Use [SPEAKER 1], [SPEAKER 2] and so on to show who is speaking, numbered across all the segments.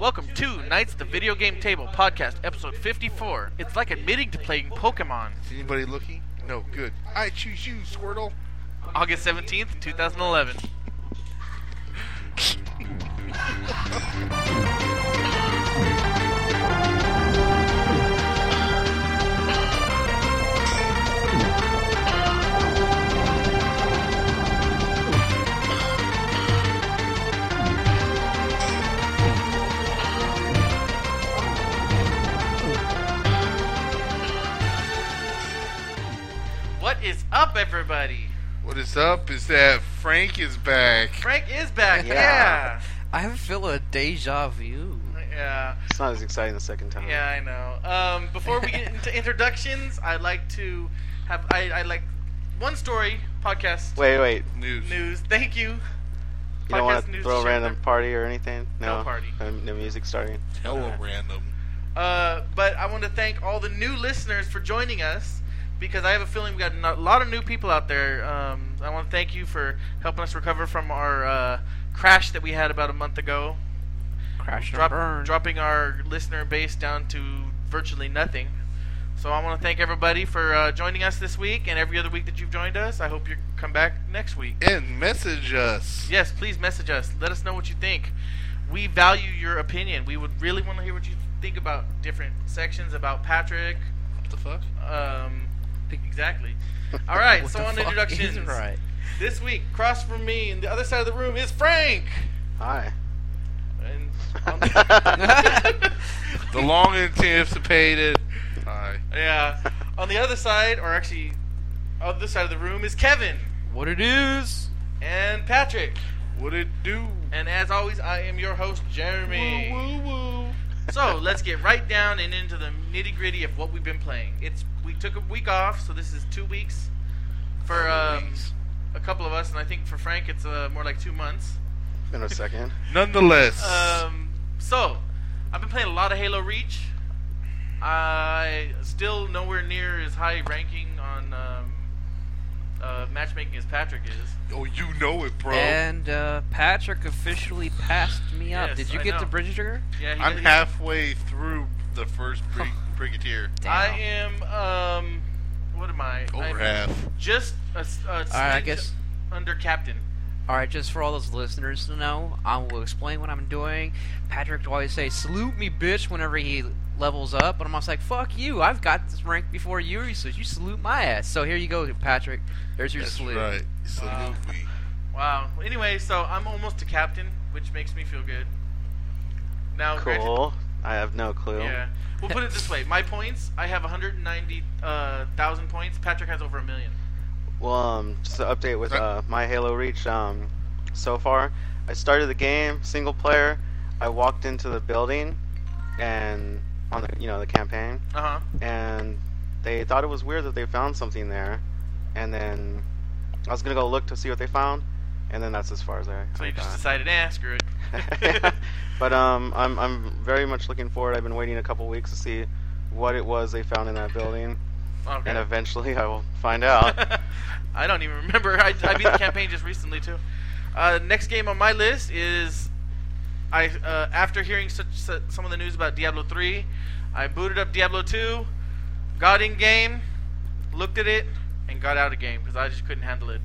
[SPEAKER 1] Welcome to Knights the Video Game Table Podcast, episode 54. It's like admitting to playing Pokemon.
[SPEAKER 2] Is anybody looking? No, good. I choose you, Squirtle.
[SPEAKER 1] August 17th, 2011. What is up, everybody?
[SPEAKER 2] What is up is that Frank is back.
[SPEAKER 1] Frank is back. Yeah.
[SPEAKER 3] Yeah. I feel a deja vu.
[SPEAKER 1] Yeah.
[SPEAKER 4] It's not as exciting the second time.
[SPEAKER 1] Yeah, I know. Um, before we get into introductions, I'd like to have I, I like one story podcast
[SPEAKER 4] Wait, wait.
[SPEAKER 2] News.
[SPEAKER 1] news. Thank you.
[SPEAKER 4] You don't want
[SPEAKER 1] Podcast
[SPEAKER 4] to
[SPEAKER 1] news
[SPEAKER 4] throw a
[SPEAKER 1] share
[SPEAKER 4] random
[SPEAKER 1] their-
[SPEAKER 4] party or anything?
[SPEAKER 1] No party.
[SPEAKER 4] No, no music starting.
[SPEAKER 2] Hello, random.
[SPEAKER 1] Uh, but I want to thank all the new listeners for joining us because I have a feeling we got a lot of new people out there. Um, I want to thank you for helping us recover from our uh, crash that we had about a month ago,
[SPEAKER 3] Crash and
[SPEAKER 1] drop,
[SPEAKER 3] burn.
[SPEAKER 1] dropping our listener base down to virtually nothing. So I want to thank everybody for uh, joining us this week and every other week that you've joined us. I hope you come back next week.
[SPEAKER 2] And message us.
[SPEAKER 1] Yes, please message us. Let us know what you think. We value your opinion. We would really want to hear what you think about different sections about Patrick.
[SPEAKER 2] What the fuck?
[SPEAKER 1] Um, exactly. All right.
[SPEAKER 3] What
[SPEAKER 1] so
[SPEAKER 3] the
[SPEAKER 1] on
[SPEAKER 3] fuck
[SPEAKER 1] introductions,
[SPEAKER 3] is Right.
[SPEAKER 1] this week, across from me, in the other side of the room is Frank.
[SPEAKER 4] Hi.
[SPEAKER 1] And um, on the-
[SPEAKER 2] The long anticipated. Hi.
[SPEAKER 1] yeah, on the other side, or actually, other side of the room is Kevin
[SPEAKER 3] What it is?
[SPEAKER 1] and Patrick.
[SPEAKER 2] What it do?
[SPEAKER 1] And as always, I am your host, Jeremy.
[SPEAKER 2] Woo woo woo.
[SPEAKER 1] So let's get right down and into the nitty gritty of what we've been playing. It's we took a week off, so this is two weeks for um,
[SPEAKER 2] Weeks.
[SPEAKER 1] a couple of us, and I think for Frank it's uh, more like two months.
[SPEAKER 4] In a second.
[SPEAKER 2] Nonetheless.
[SPEAKER 1] Um, so I've been playing a lot of Halo Reach. I still nowhere near as high ranking on um, uh, matchmaking as Patrick is.
[SPEAKER 2] oh, you know it, bro.
[SPEAKER 3] And uh, Patrick officially passed me up.
[SPEAKER 1] Yes,
[SPEAKER 3] Did you
[SPEAKER 1] I
[SPEAKER 3] get
[SPEAKER 1] know.
[SPEAKER 3] the Bridger?
[SPEAKER 1] Yeah, he
[SPEAKER 2] I'm
[SPEAKER 1] did-
[SPEAKER 2] halfway through the first brig- Brigadier.
[SPEAKER 1] I am. Um, what am I? I'm
[SPEAKER 2] Over half.
[SPEAKER 1] Just a, s- a
[SPEAKER 3] All right, I
[SPEAKER 1] smidge
[SPEAKER 3] guess.
[SPEAKER 1] under captain.
[SPEAKER 3] All right, just for all those listeners to know, I will explain what I'm doing. Patrick will always say, "Salute me, bitch!" Whenever he levels up, and I'm always like, "Fuck you! I've got this rank before you, so you salute my ass." So here you go, Patrick. There's your
[SPEAKER 2] That's
[SPEAKER 3] salute.
[SPEAKER 2] right. Salute
[SPEAKER 1] Wow.
[SPEAKER 2] me.
[SPEAKER 1] Wow. Anyway, so I'm almost a captain, which makes me feel good. Now, granted,
[SPEAKER 4] Cool. I have no clue.
[SPEAKER 1] Oh, yeah. We'll put it this way: my points, I have 190,000 uh, thousand points. Patrick has over a million.
[SPEAKER 4] Well, um, just an update with
[SPEAKER 2] Right.
[SPEAKER 4] uh, my Halo Reach. Um, so far, I started the game single player. I walked into the building, and on the you know the campaign,
[SPEAKER 1] Uh huh.
[SPEAKER 4] and they thought it was weird that they found something there, and then I was gonna go look to see what they found, and then that's as far as I.
[SPEAKER 1] So
[SPEAKER 4] I
[SPEAKER 1] you just
[SPEAKER 4] got.
[SPEAKER 1] decided, eh, screw it.
[SPEAKER 4] but um, I'm I'm very much looking forward. I've been waiting a couple weeks to see what it was they found in that building,
[SPEAKER 1] okay.
[SPEAKER 4] and eventually I will find out.
[SPEAKER 1] I don't even remember. I, I beat the campaign just recently too. Uh, next game on my list is I. Uh, after hearing such, su- some of the news about Diablo 3, I booted up Diablo 2, got in game, looked at it, and got out of game because I just couldn't handle it.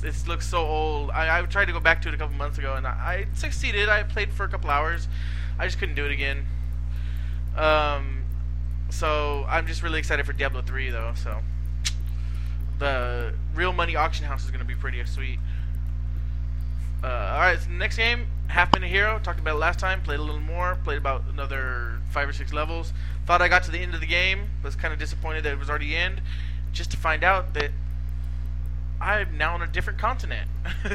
[SPEAKER 1] This looks so old. I, I tried to go back to it a couple months ago, and I, I succeeded. I played for a couple hours. I just couldn't do it again. Um, so I'm just really excited for Diablo 3 though. So the real money auction house is going to be pretty sweet. Uh, all right, so next game, Half Minute Hero. Talked about it last time. Played a little more. Played about another five or six levels. Thought I got to the end of the game. Was kind of disappointed that it was already end. Just to find out that I'm now on a different continent.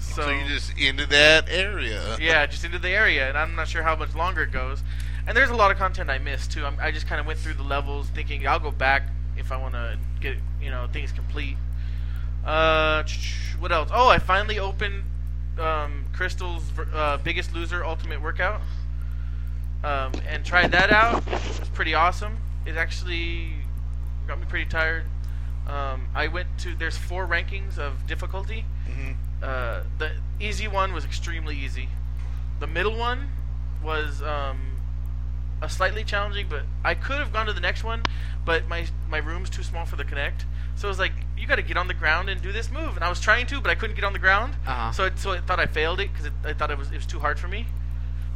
[SPEAKER 2] So, you just into that area.
[SPEAKER 1] yeah, just into the area, and I'm not sure how much longer it goes. And there's a lot of content I missed too. I'm, I just kind of went through the levels, thinking I'll go back if I want to get you know things complete. Uh, ch- what else? Oh, I finally opened um, Crystal's ver- uh, Biggest Loser Ultimate Workout, um, and tried that out. It's pretty awesome. It actually got me pretty tired. Um, I went to there's four rankings of difficulty
[SPEAKER 2] Mhm.
[SPEAKER 1] uh, the easy one was extremely easy. The middle one was um, a slightly challenging, but I could have gone to the next one, but my my room's too small for the Kinect. So it was like, you got to get on the ground and do this move, and I was trying to, but I couldn't get on the ground.
[SPEAKER 3] Uh-huh.
[SPEAKER 1] So it, so I thought I failed it because it, I thought it was it was too hard for me.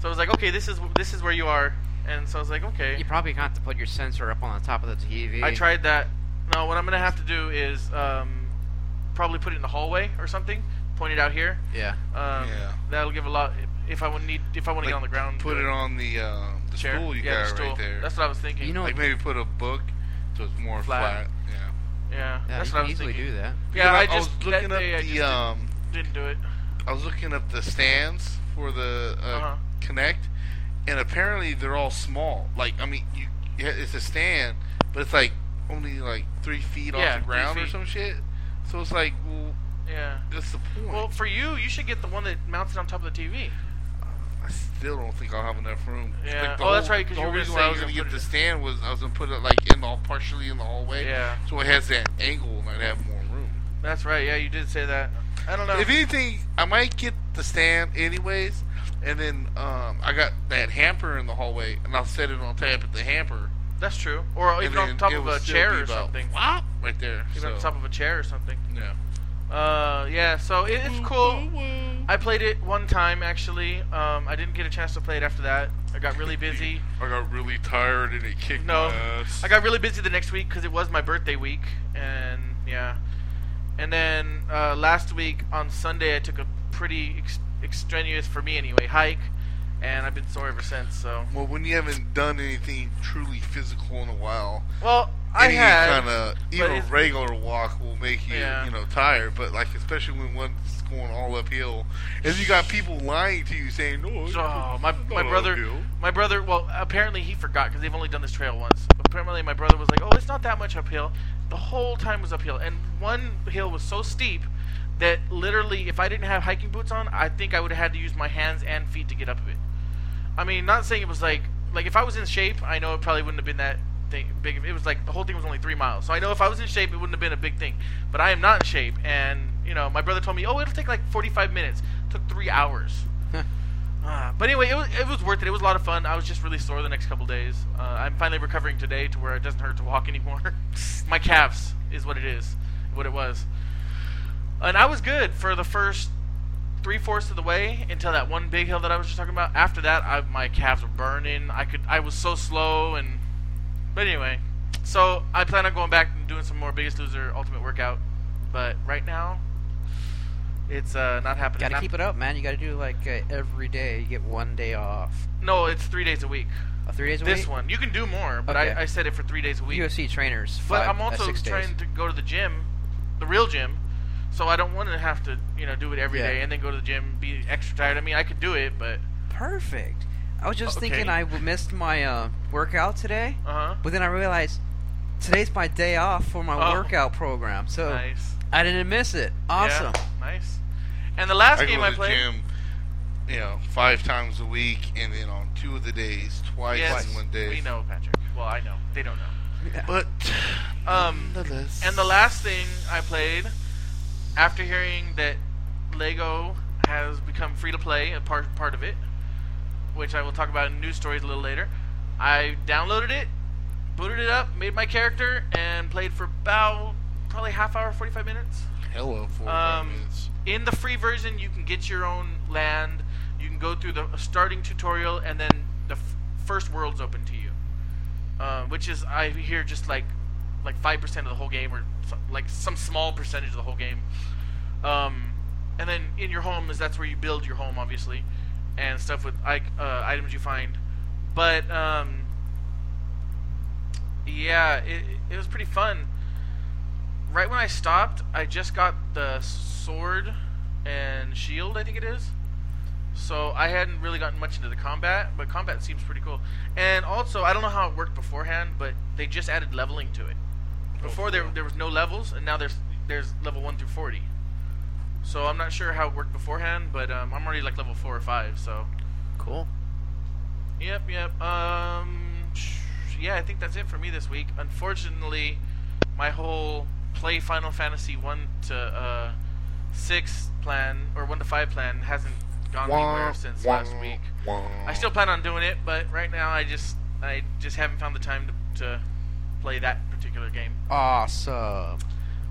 [SPEAKER 1] So I was like, okay, this is this is where you are, and so I was like, okay.
[SPEAKER 3] You probably got to put your sensor up on the top of the TV.
[SPEAKER 1] I tried that. No, what I'm gonna have to do is um, probably put it in the hallway or something. Point it out here.
[SPEAKER 3] Yeah.
[SPEAKER 1] Um,
[SPEAKER 2] Yeah.
[SPEAKER 1] That'll give a lot. If I would need, if I want to get on the ground,
[SPEAKER 2] Put
[SPEAKER 1] do
[SPEAKER 2] it on the uh, the
[SPEAKER 1] chair.
[SPEAKER 2] stool you
[SPEAKER 1] yeah, the
[SPEAKER 2] got
[SPEAKER 1] stool.
[SPEAKER 2] right there.
[SPEAKER 1] That's what I was thinking.
[SPEAKER 3] You know,
[SPEAKER 2] like maybe put a book so it's more
[SPEAKER 1] Flat.
[SPEAKER 2] flat. Yeah.
[SPEAKER 1] yeah,
[SPEAKER 3] yeah,
[SPEAKER 1] that's
[SPEAKER 3] you
[SPEAKER 1] what I
[SPEAKER 3] can
[SPEAKER 1] was
[SPEAKER 3] easily
[SPEAKER 1] thinking.
[SPEAKER 3] do that.
[SPEAKER 1] Yeah, I
[SPEAKER 2] Because
[SPEAKER 1] just
[SPEAKER 2] was looking
[SPEAKER 1] that
[SPEAKER 2] up
[SPEAKER 1] day I
[SPEAKER 2] the
[SPEAKER 1] just
[SPEAKER 2] um
[SPEAKER 1] didn't, didn't do it.
[SPEAKER 2] I was looking up the stands for the uh,
[SPEAKER 1] Uh-huh.
[SPEAKER 2] Connect, and apparently they're all small. Like I mean, you yeah, it's a stand, but it's like only like three feet
[SPEAKER 1] Yeah,
[SPEAKER 2] off
[SPEAKER 1] three
[SPEAKER 2] the ground or
[SPEAKER 1] feet.
[SPEAKER 2] some shit. So it's like, well,
[SPEAKER 1] Yeah.
[SPEAKER 2] that's the point.
[SPEAKER 1] Well, for you, you should get the one that mounts it on top of the TV.
[SPEAKER 2] I still don't think I'll have enough room.
[SPEAKER 1] Yeah.
[SPEAKER 2] Like, the
[SPEAKER 1] Oh, that's
[SPEAKER 2] whole-
[SPEAKER 1] right, 'cause
[SPEAKER 2] the
[SPEAKER 1] you were
[SPEAKER 2] whole
[SPEAKER 1] gonna
[SPEAKER 2] reason
[SPEAKER 1] say
[SPEAKER 2] why I
[SPEAKER 1] you were
[SPEAKER 2] was gonna
[SPEAKER 1] gonna
[SPEAKER 2] get the
[SPEAKER 1] put it-
[SPEAKER 2] stand was I was gonna put it like in the partially in the hallway.
[SPEAKER 1] Yeah.
[SPEAKER 2] So it has that angle and I'd have more room.
[SPEAKER 1] That's right. Yeah, you did say that. I don't know.
[SPEAKER 2] If anything, I might get the stand anyways, and then um, I got that hamper in the hallway, and I'll set it on top of the hamper,
[SPEAKER 1] that's true. Or
[SPEAKER 2] and
[SPEAKER 1] even Oh, on
[SPEAKER 2] then
[SPEAKER 1] top
[SPEAKER 2] it
[SPEAKER 1] of
[SPEAKER 2] would
[SPEAKER 1] a
[SPEAKER 2] still
[SPEAKER 1] chair
[SPEAKER 2] be
[SPEAKER 1] or
[SPEAKER 2] about
[SPEAKER 1] something.
[SPEAKER 2] whop, right there.
[SPEAKER 1] Even
[SPEAKER 2] so,
[SPEAKER 1] on top of a chair or something.
[SPEAKER 2] yeah.
[SPEAKER 1] Uh, yeah. So it, it's cool. I played it one time actually. Um, I didn't get a chance to play it after that. I got really busy.
[SPEAKER 2] I got really tired and it kicked
[SPEAKER 1] No,
[SPEAKER 2] my ass.
[SPEAKER 1] I got really busy the next week because it was my birthday week, and yeah. And then uh, last week on Sunday, I took a pretty ex- extraneous for me anyway hike, and I've been sore ever since. So
[SPEAKER 2] well, when you haven't done anything truly physical in a while,
[SPEAKER 1] well, I
[SPEAKER 2] any
[SPEAKER 1] had
[SPEAKER 2] kind of
[SPEAKER 1] but
[SPEAKER 2] even a
[SPEAKER 1] it's-
[SPEAKER 2] regular walk will make you
[SPEAKER 1] Yeah.
[SPEAKER 2] you know tired, but like especially when one's going all uphill, and you got people lying to you saying, "No, it's
[SPEAKER 1] Oh, my
[SPEAKER 2] not
[SPEAKER 1] my brother,
[SPEAKER 2] uphill."
[SPEAKER 1] my brother. Well, apparently he forgot because they've only done this trail once. Apparently my brother was like, "Oh, it's not that much uphill." The whole time was uphill, and one hill was so steep that literally, if I didn't have hiking boots on, I think I would have had to use my hands and feet to get up it. I mean, not saying it was like like if I was in shape, I know it probably wouldn't have been that thing big. It was like the whole thing was only three miles, so I know if I was in shape, it wouldn't have been a big thing. But I am not in shape, and you know, my brother told me, "Oh, it'll take like 45 minutes." took three hours. Ah, but anyway, it was, it was worth it. It was a lot of fun. I was just really sore the next couple days. Uh, I'm finally recovering today to where it doesn't hurt to walk anymore. My calves is what it is, what it was. And I was good for the first three fourths of the way until that one big hill that I was just talking about. After that, I, my calves were burning. I could, I was so slow and. But anyway, so I plan on going back and doing some more Biggest Loser Ultimate workout. But right now, it's uh, not happening.
[SPEAKER 3] Got to
[SPEAKER 1] Not-
[SPEAKER 3] keep it up, man. You got to do like uh, every day. You get one day off.
[SPEAKER 1] No, it's three days a week.
[SPEAKER 3] Uh, three days a
[SPEAKER 1] This
[SPEAKER 3] week.
[SPEAKER 1] one. You can do more, but
[SPEAKER 3] Okay.
[SPEAKER 1] I, I said it for three days a week.
[SPEAKER 3] UFC trainers.
[SPEAKER 1] but
[SPEAKER 3] Five,
[SPEAKER 1] I'm
[SPEAKER 3] uh,
[SPEAKER 1] also
[SPEAKER 3] six days.
[SPEAKER 1] trying to go to the gym, the real gym, so I don't want to have to, you know, do it every day
[SPEAKER 3] Yeah.
[SPEAKER 1] and then go to the gym, be extra tired. I mean, I could do it, but
[SPEAKER 3] Perfect. I was just
[SPEAKER 1] Okay.
[SPEAKER 3] thinking I w- missed my uh, workout today,
[SPEAKER 1] uh huh.
[SPEAKER 3] but then I realized today's my day off for my
[SPEAKER 1] Oh.
[SPEAKER 3] workout program, so
[SPEAKER 1] Nice.
[SPEAKER 3] I didn't miss it. uh, Awesome.
[SPEAKER 1] Yeah, nice. And the last
[SPEAKER 2] I
[SPEAKER 1] game
[SPEAKER 2] go
[SPEAKER 1] I
[SPEAKER 2] to the
[SPEAKER 1] played.
[SPEAKER 2] gym, you know, five times a week, and then on two of the days, twice
[SPEAKER 1] Yes,
[SPEAKER 2] in one day.
[SPEAKER 1] we know, Patrick. Well, I know. They don't know.
[SPEAKER 2] But
[SPEAKER 1] Um,
[SPEAKER 2] nonetheless,
[SPEAKER 1] And the last thing I played, after hearing that Lego has become free to play, a part part of it, which I will talk about in news stories a little later, I downloaded it, booted it up, made my character, and played for about probably half hour, forty five minutes.
[SPEAKER 2] hello for
[SPEAKER 1] Um, in the free version, you can get your own land. You can go through the starting tutorial, and then the f- first world's open to you, uh, which is I hear just like like five percent of the whole game, or so- like some small percentage of the whole game. Um, and then in your home is that's where you build your home, obviously, and stuff with like uh, items you find. But um, yeah, it it was pretty fun right when I stopped, I just got the sword and shield, I think it is. So I hadn't really gotten much into the combat, but combat seems pretty cool. And also, I don't know how it worked beforehand, but they just added leveling to it. Before there there was no levels, and now there's there's level one through forty. So I'm not sure how it worked beforehand, but um, I'm already like level four or five. So
[SPEAKER 3] Cool.
[SPEAKER 1] Yep, yep. Um, sh- yeah, I think that's it for me this week. Unfortunately, my whole play Final Fantasy one to uh, six plan or one to five plan hasn't gone anywhere since last week. I still plan on doing it, but right now I just I just haven't found the time to, to play that particular game.
[SPEAKER 3] Awesome.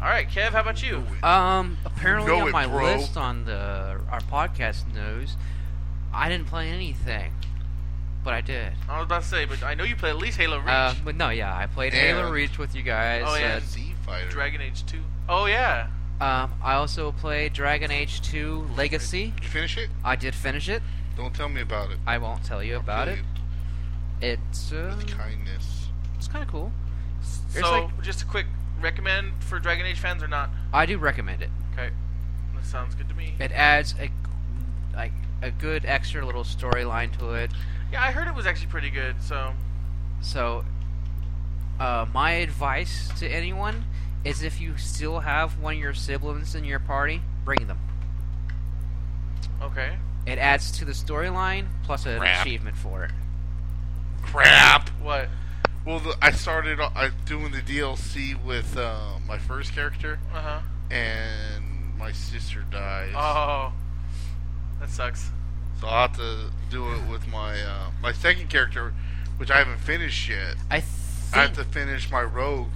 [SPEAKER 1] All right, Kev, how about you?
[SPEAKER 3] Um, apparently
[SPEAKER 2] know
[SPEAKER 3] on
[SPEAKER 2] it,
[SPEAKER 3] my
[SPEAKER 2] bro.
[SPEAKER 3] list on the our podcast news, I didn't play anything, but I did.
[SPEAKER 1] I was about to say, but I know you play at least Halo Reach,
[SPEAKER 3] Uh, but no, yeah, I played Halo
[SPEAKER 2] And-
[SPEAKER 3] Reach with you guys.
[SPEAKER 1] Oh, yeah.
[SPEAKER 2] Z Fighter.
[SPEAKER 1] Dragon Age Two. Oh yeah,
[SPEAKER 3] Uh, um, I also played Dragon Age 2 Legacy.
[SPEAKER 2] Did you finish it?
[SPEAKER 3] I did finish it.
[SPEAKER 2] Don't tell me about it.
[SPEAKER 3] I won't tell you about it. It's uh,
[SPEAKER 2] With kindness.
[SPEAKER 3] it's kind of cool. It's
[SPEAKER 1] so
[SPEAKER 3] like-
[SPEAKER 1] just a quick recommend for Dragon Age fans or not?
[SPEAKER 3] I do recommend it.
[SPEAKER 1] Okay, that sounds good to me.
[SPEAKER 3] It adds a like a good extra little storyline to it.
[SPEAKER 1] Yeah, I heard it was actually pretty good. So
[SPEAKER 3] So, uh, my advice to anyone is if you still have one of your siblings in your party, bring them.
[SPEAKER 1] okay,
[SPEAKER 3] It adds to the storyline plus an
[SPEAKER 2] Crap.
[SPEAKER 3] achievement for it.
[SPEAKER 2] Crap.
[SPEAKER 1] what?
[SPEAKER 2] Well, the, I started o- I doing the DLC with uh, my first character,
[SPEAKER 1] Uh
[SPEAKER 2] and my sister dies.
[SPEAKER 1] huh. Oh, that sucks.
[SPEAKER 2] So I'll have to do it with my uh, my second character, which I haven't finished yet.
[SPEAKER 3] I
[SPEAKER 2] I have
[SPEAKER 3] think
[SPEAKER 2] to finish my rogue,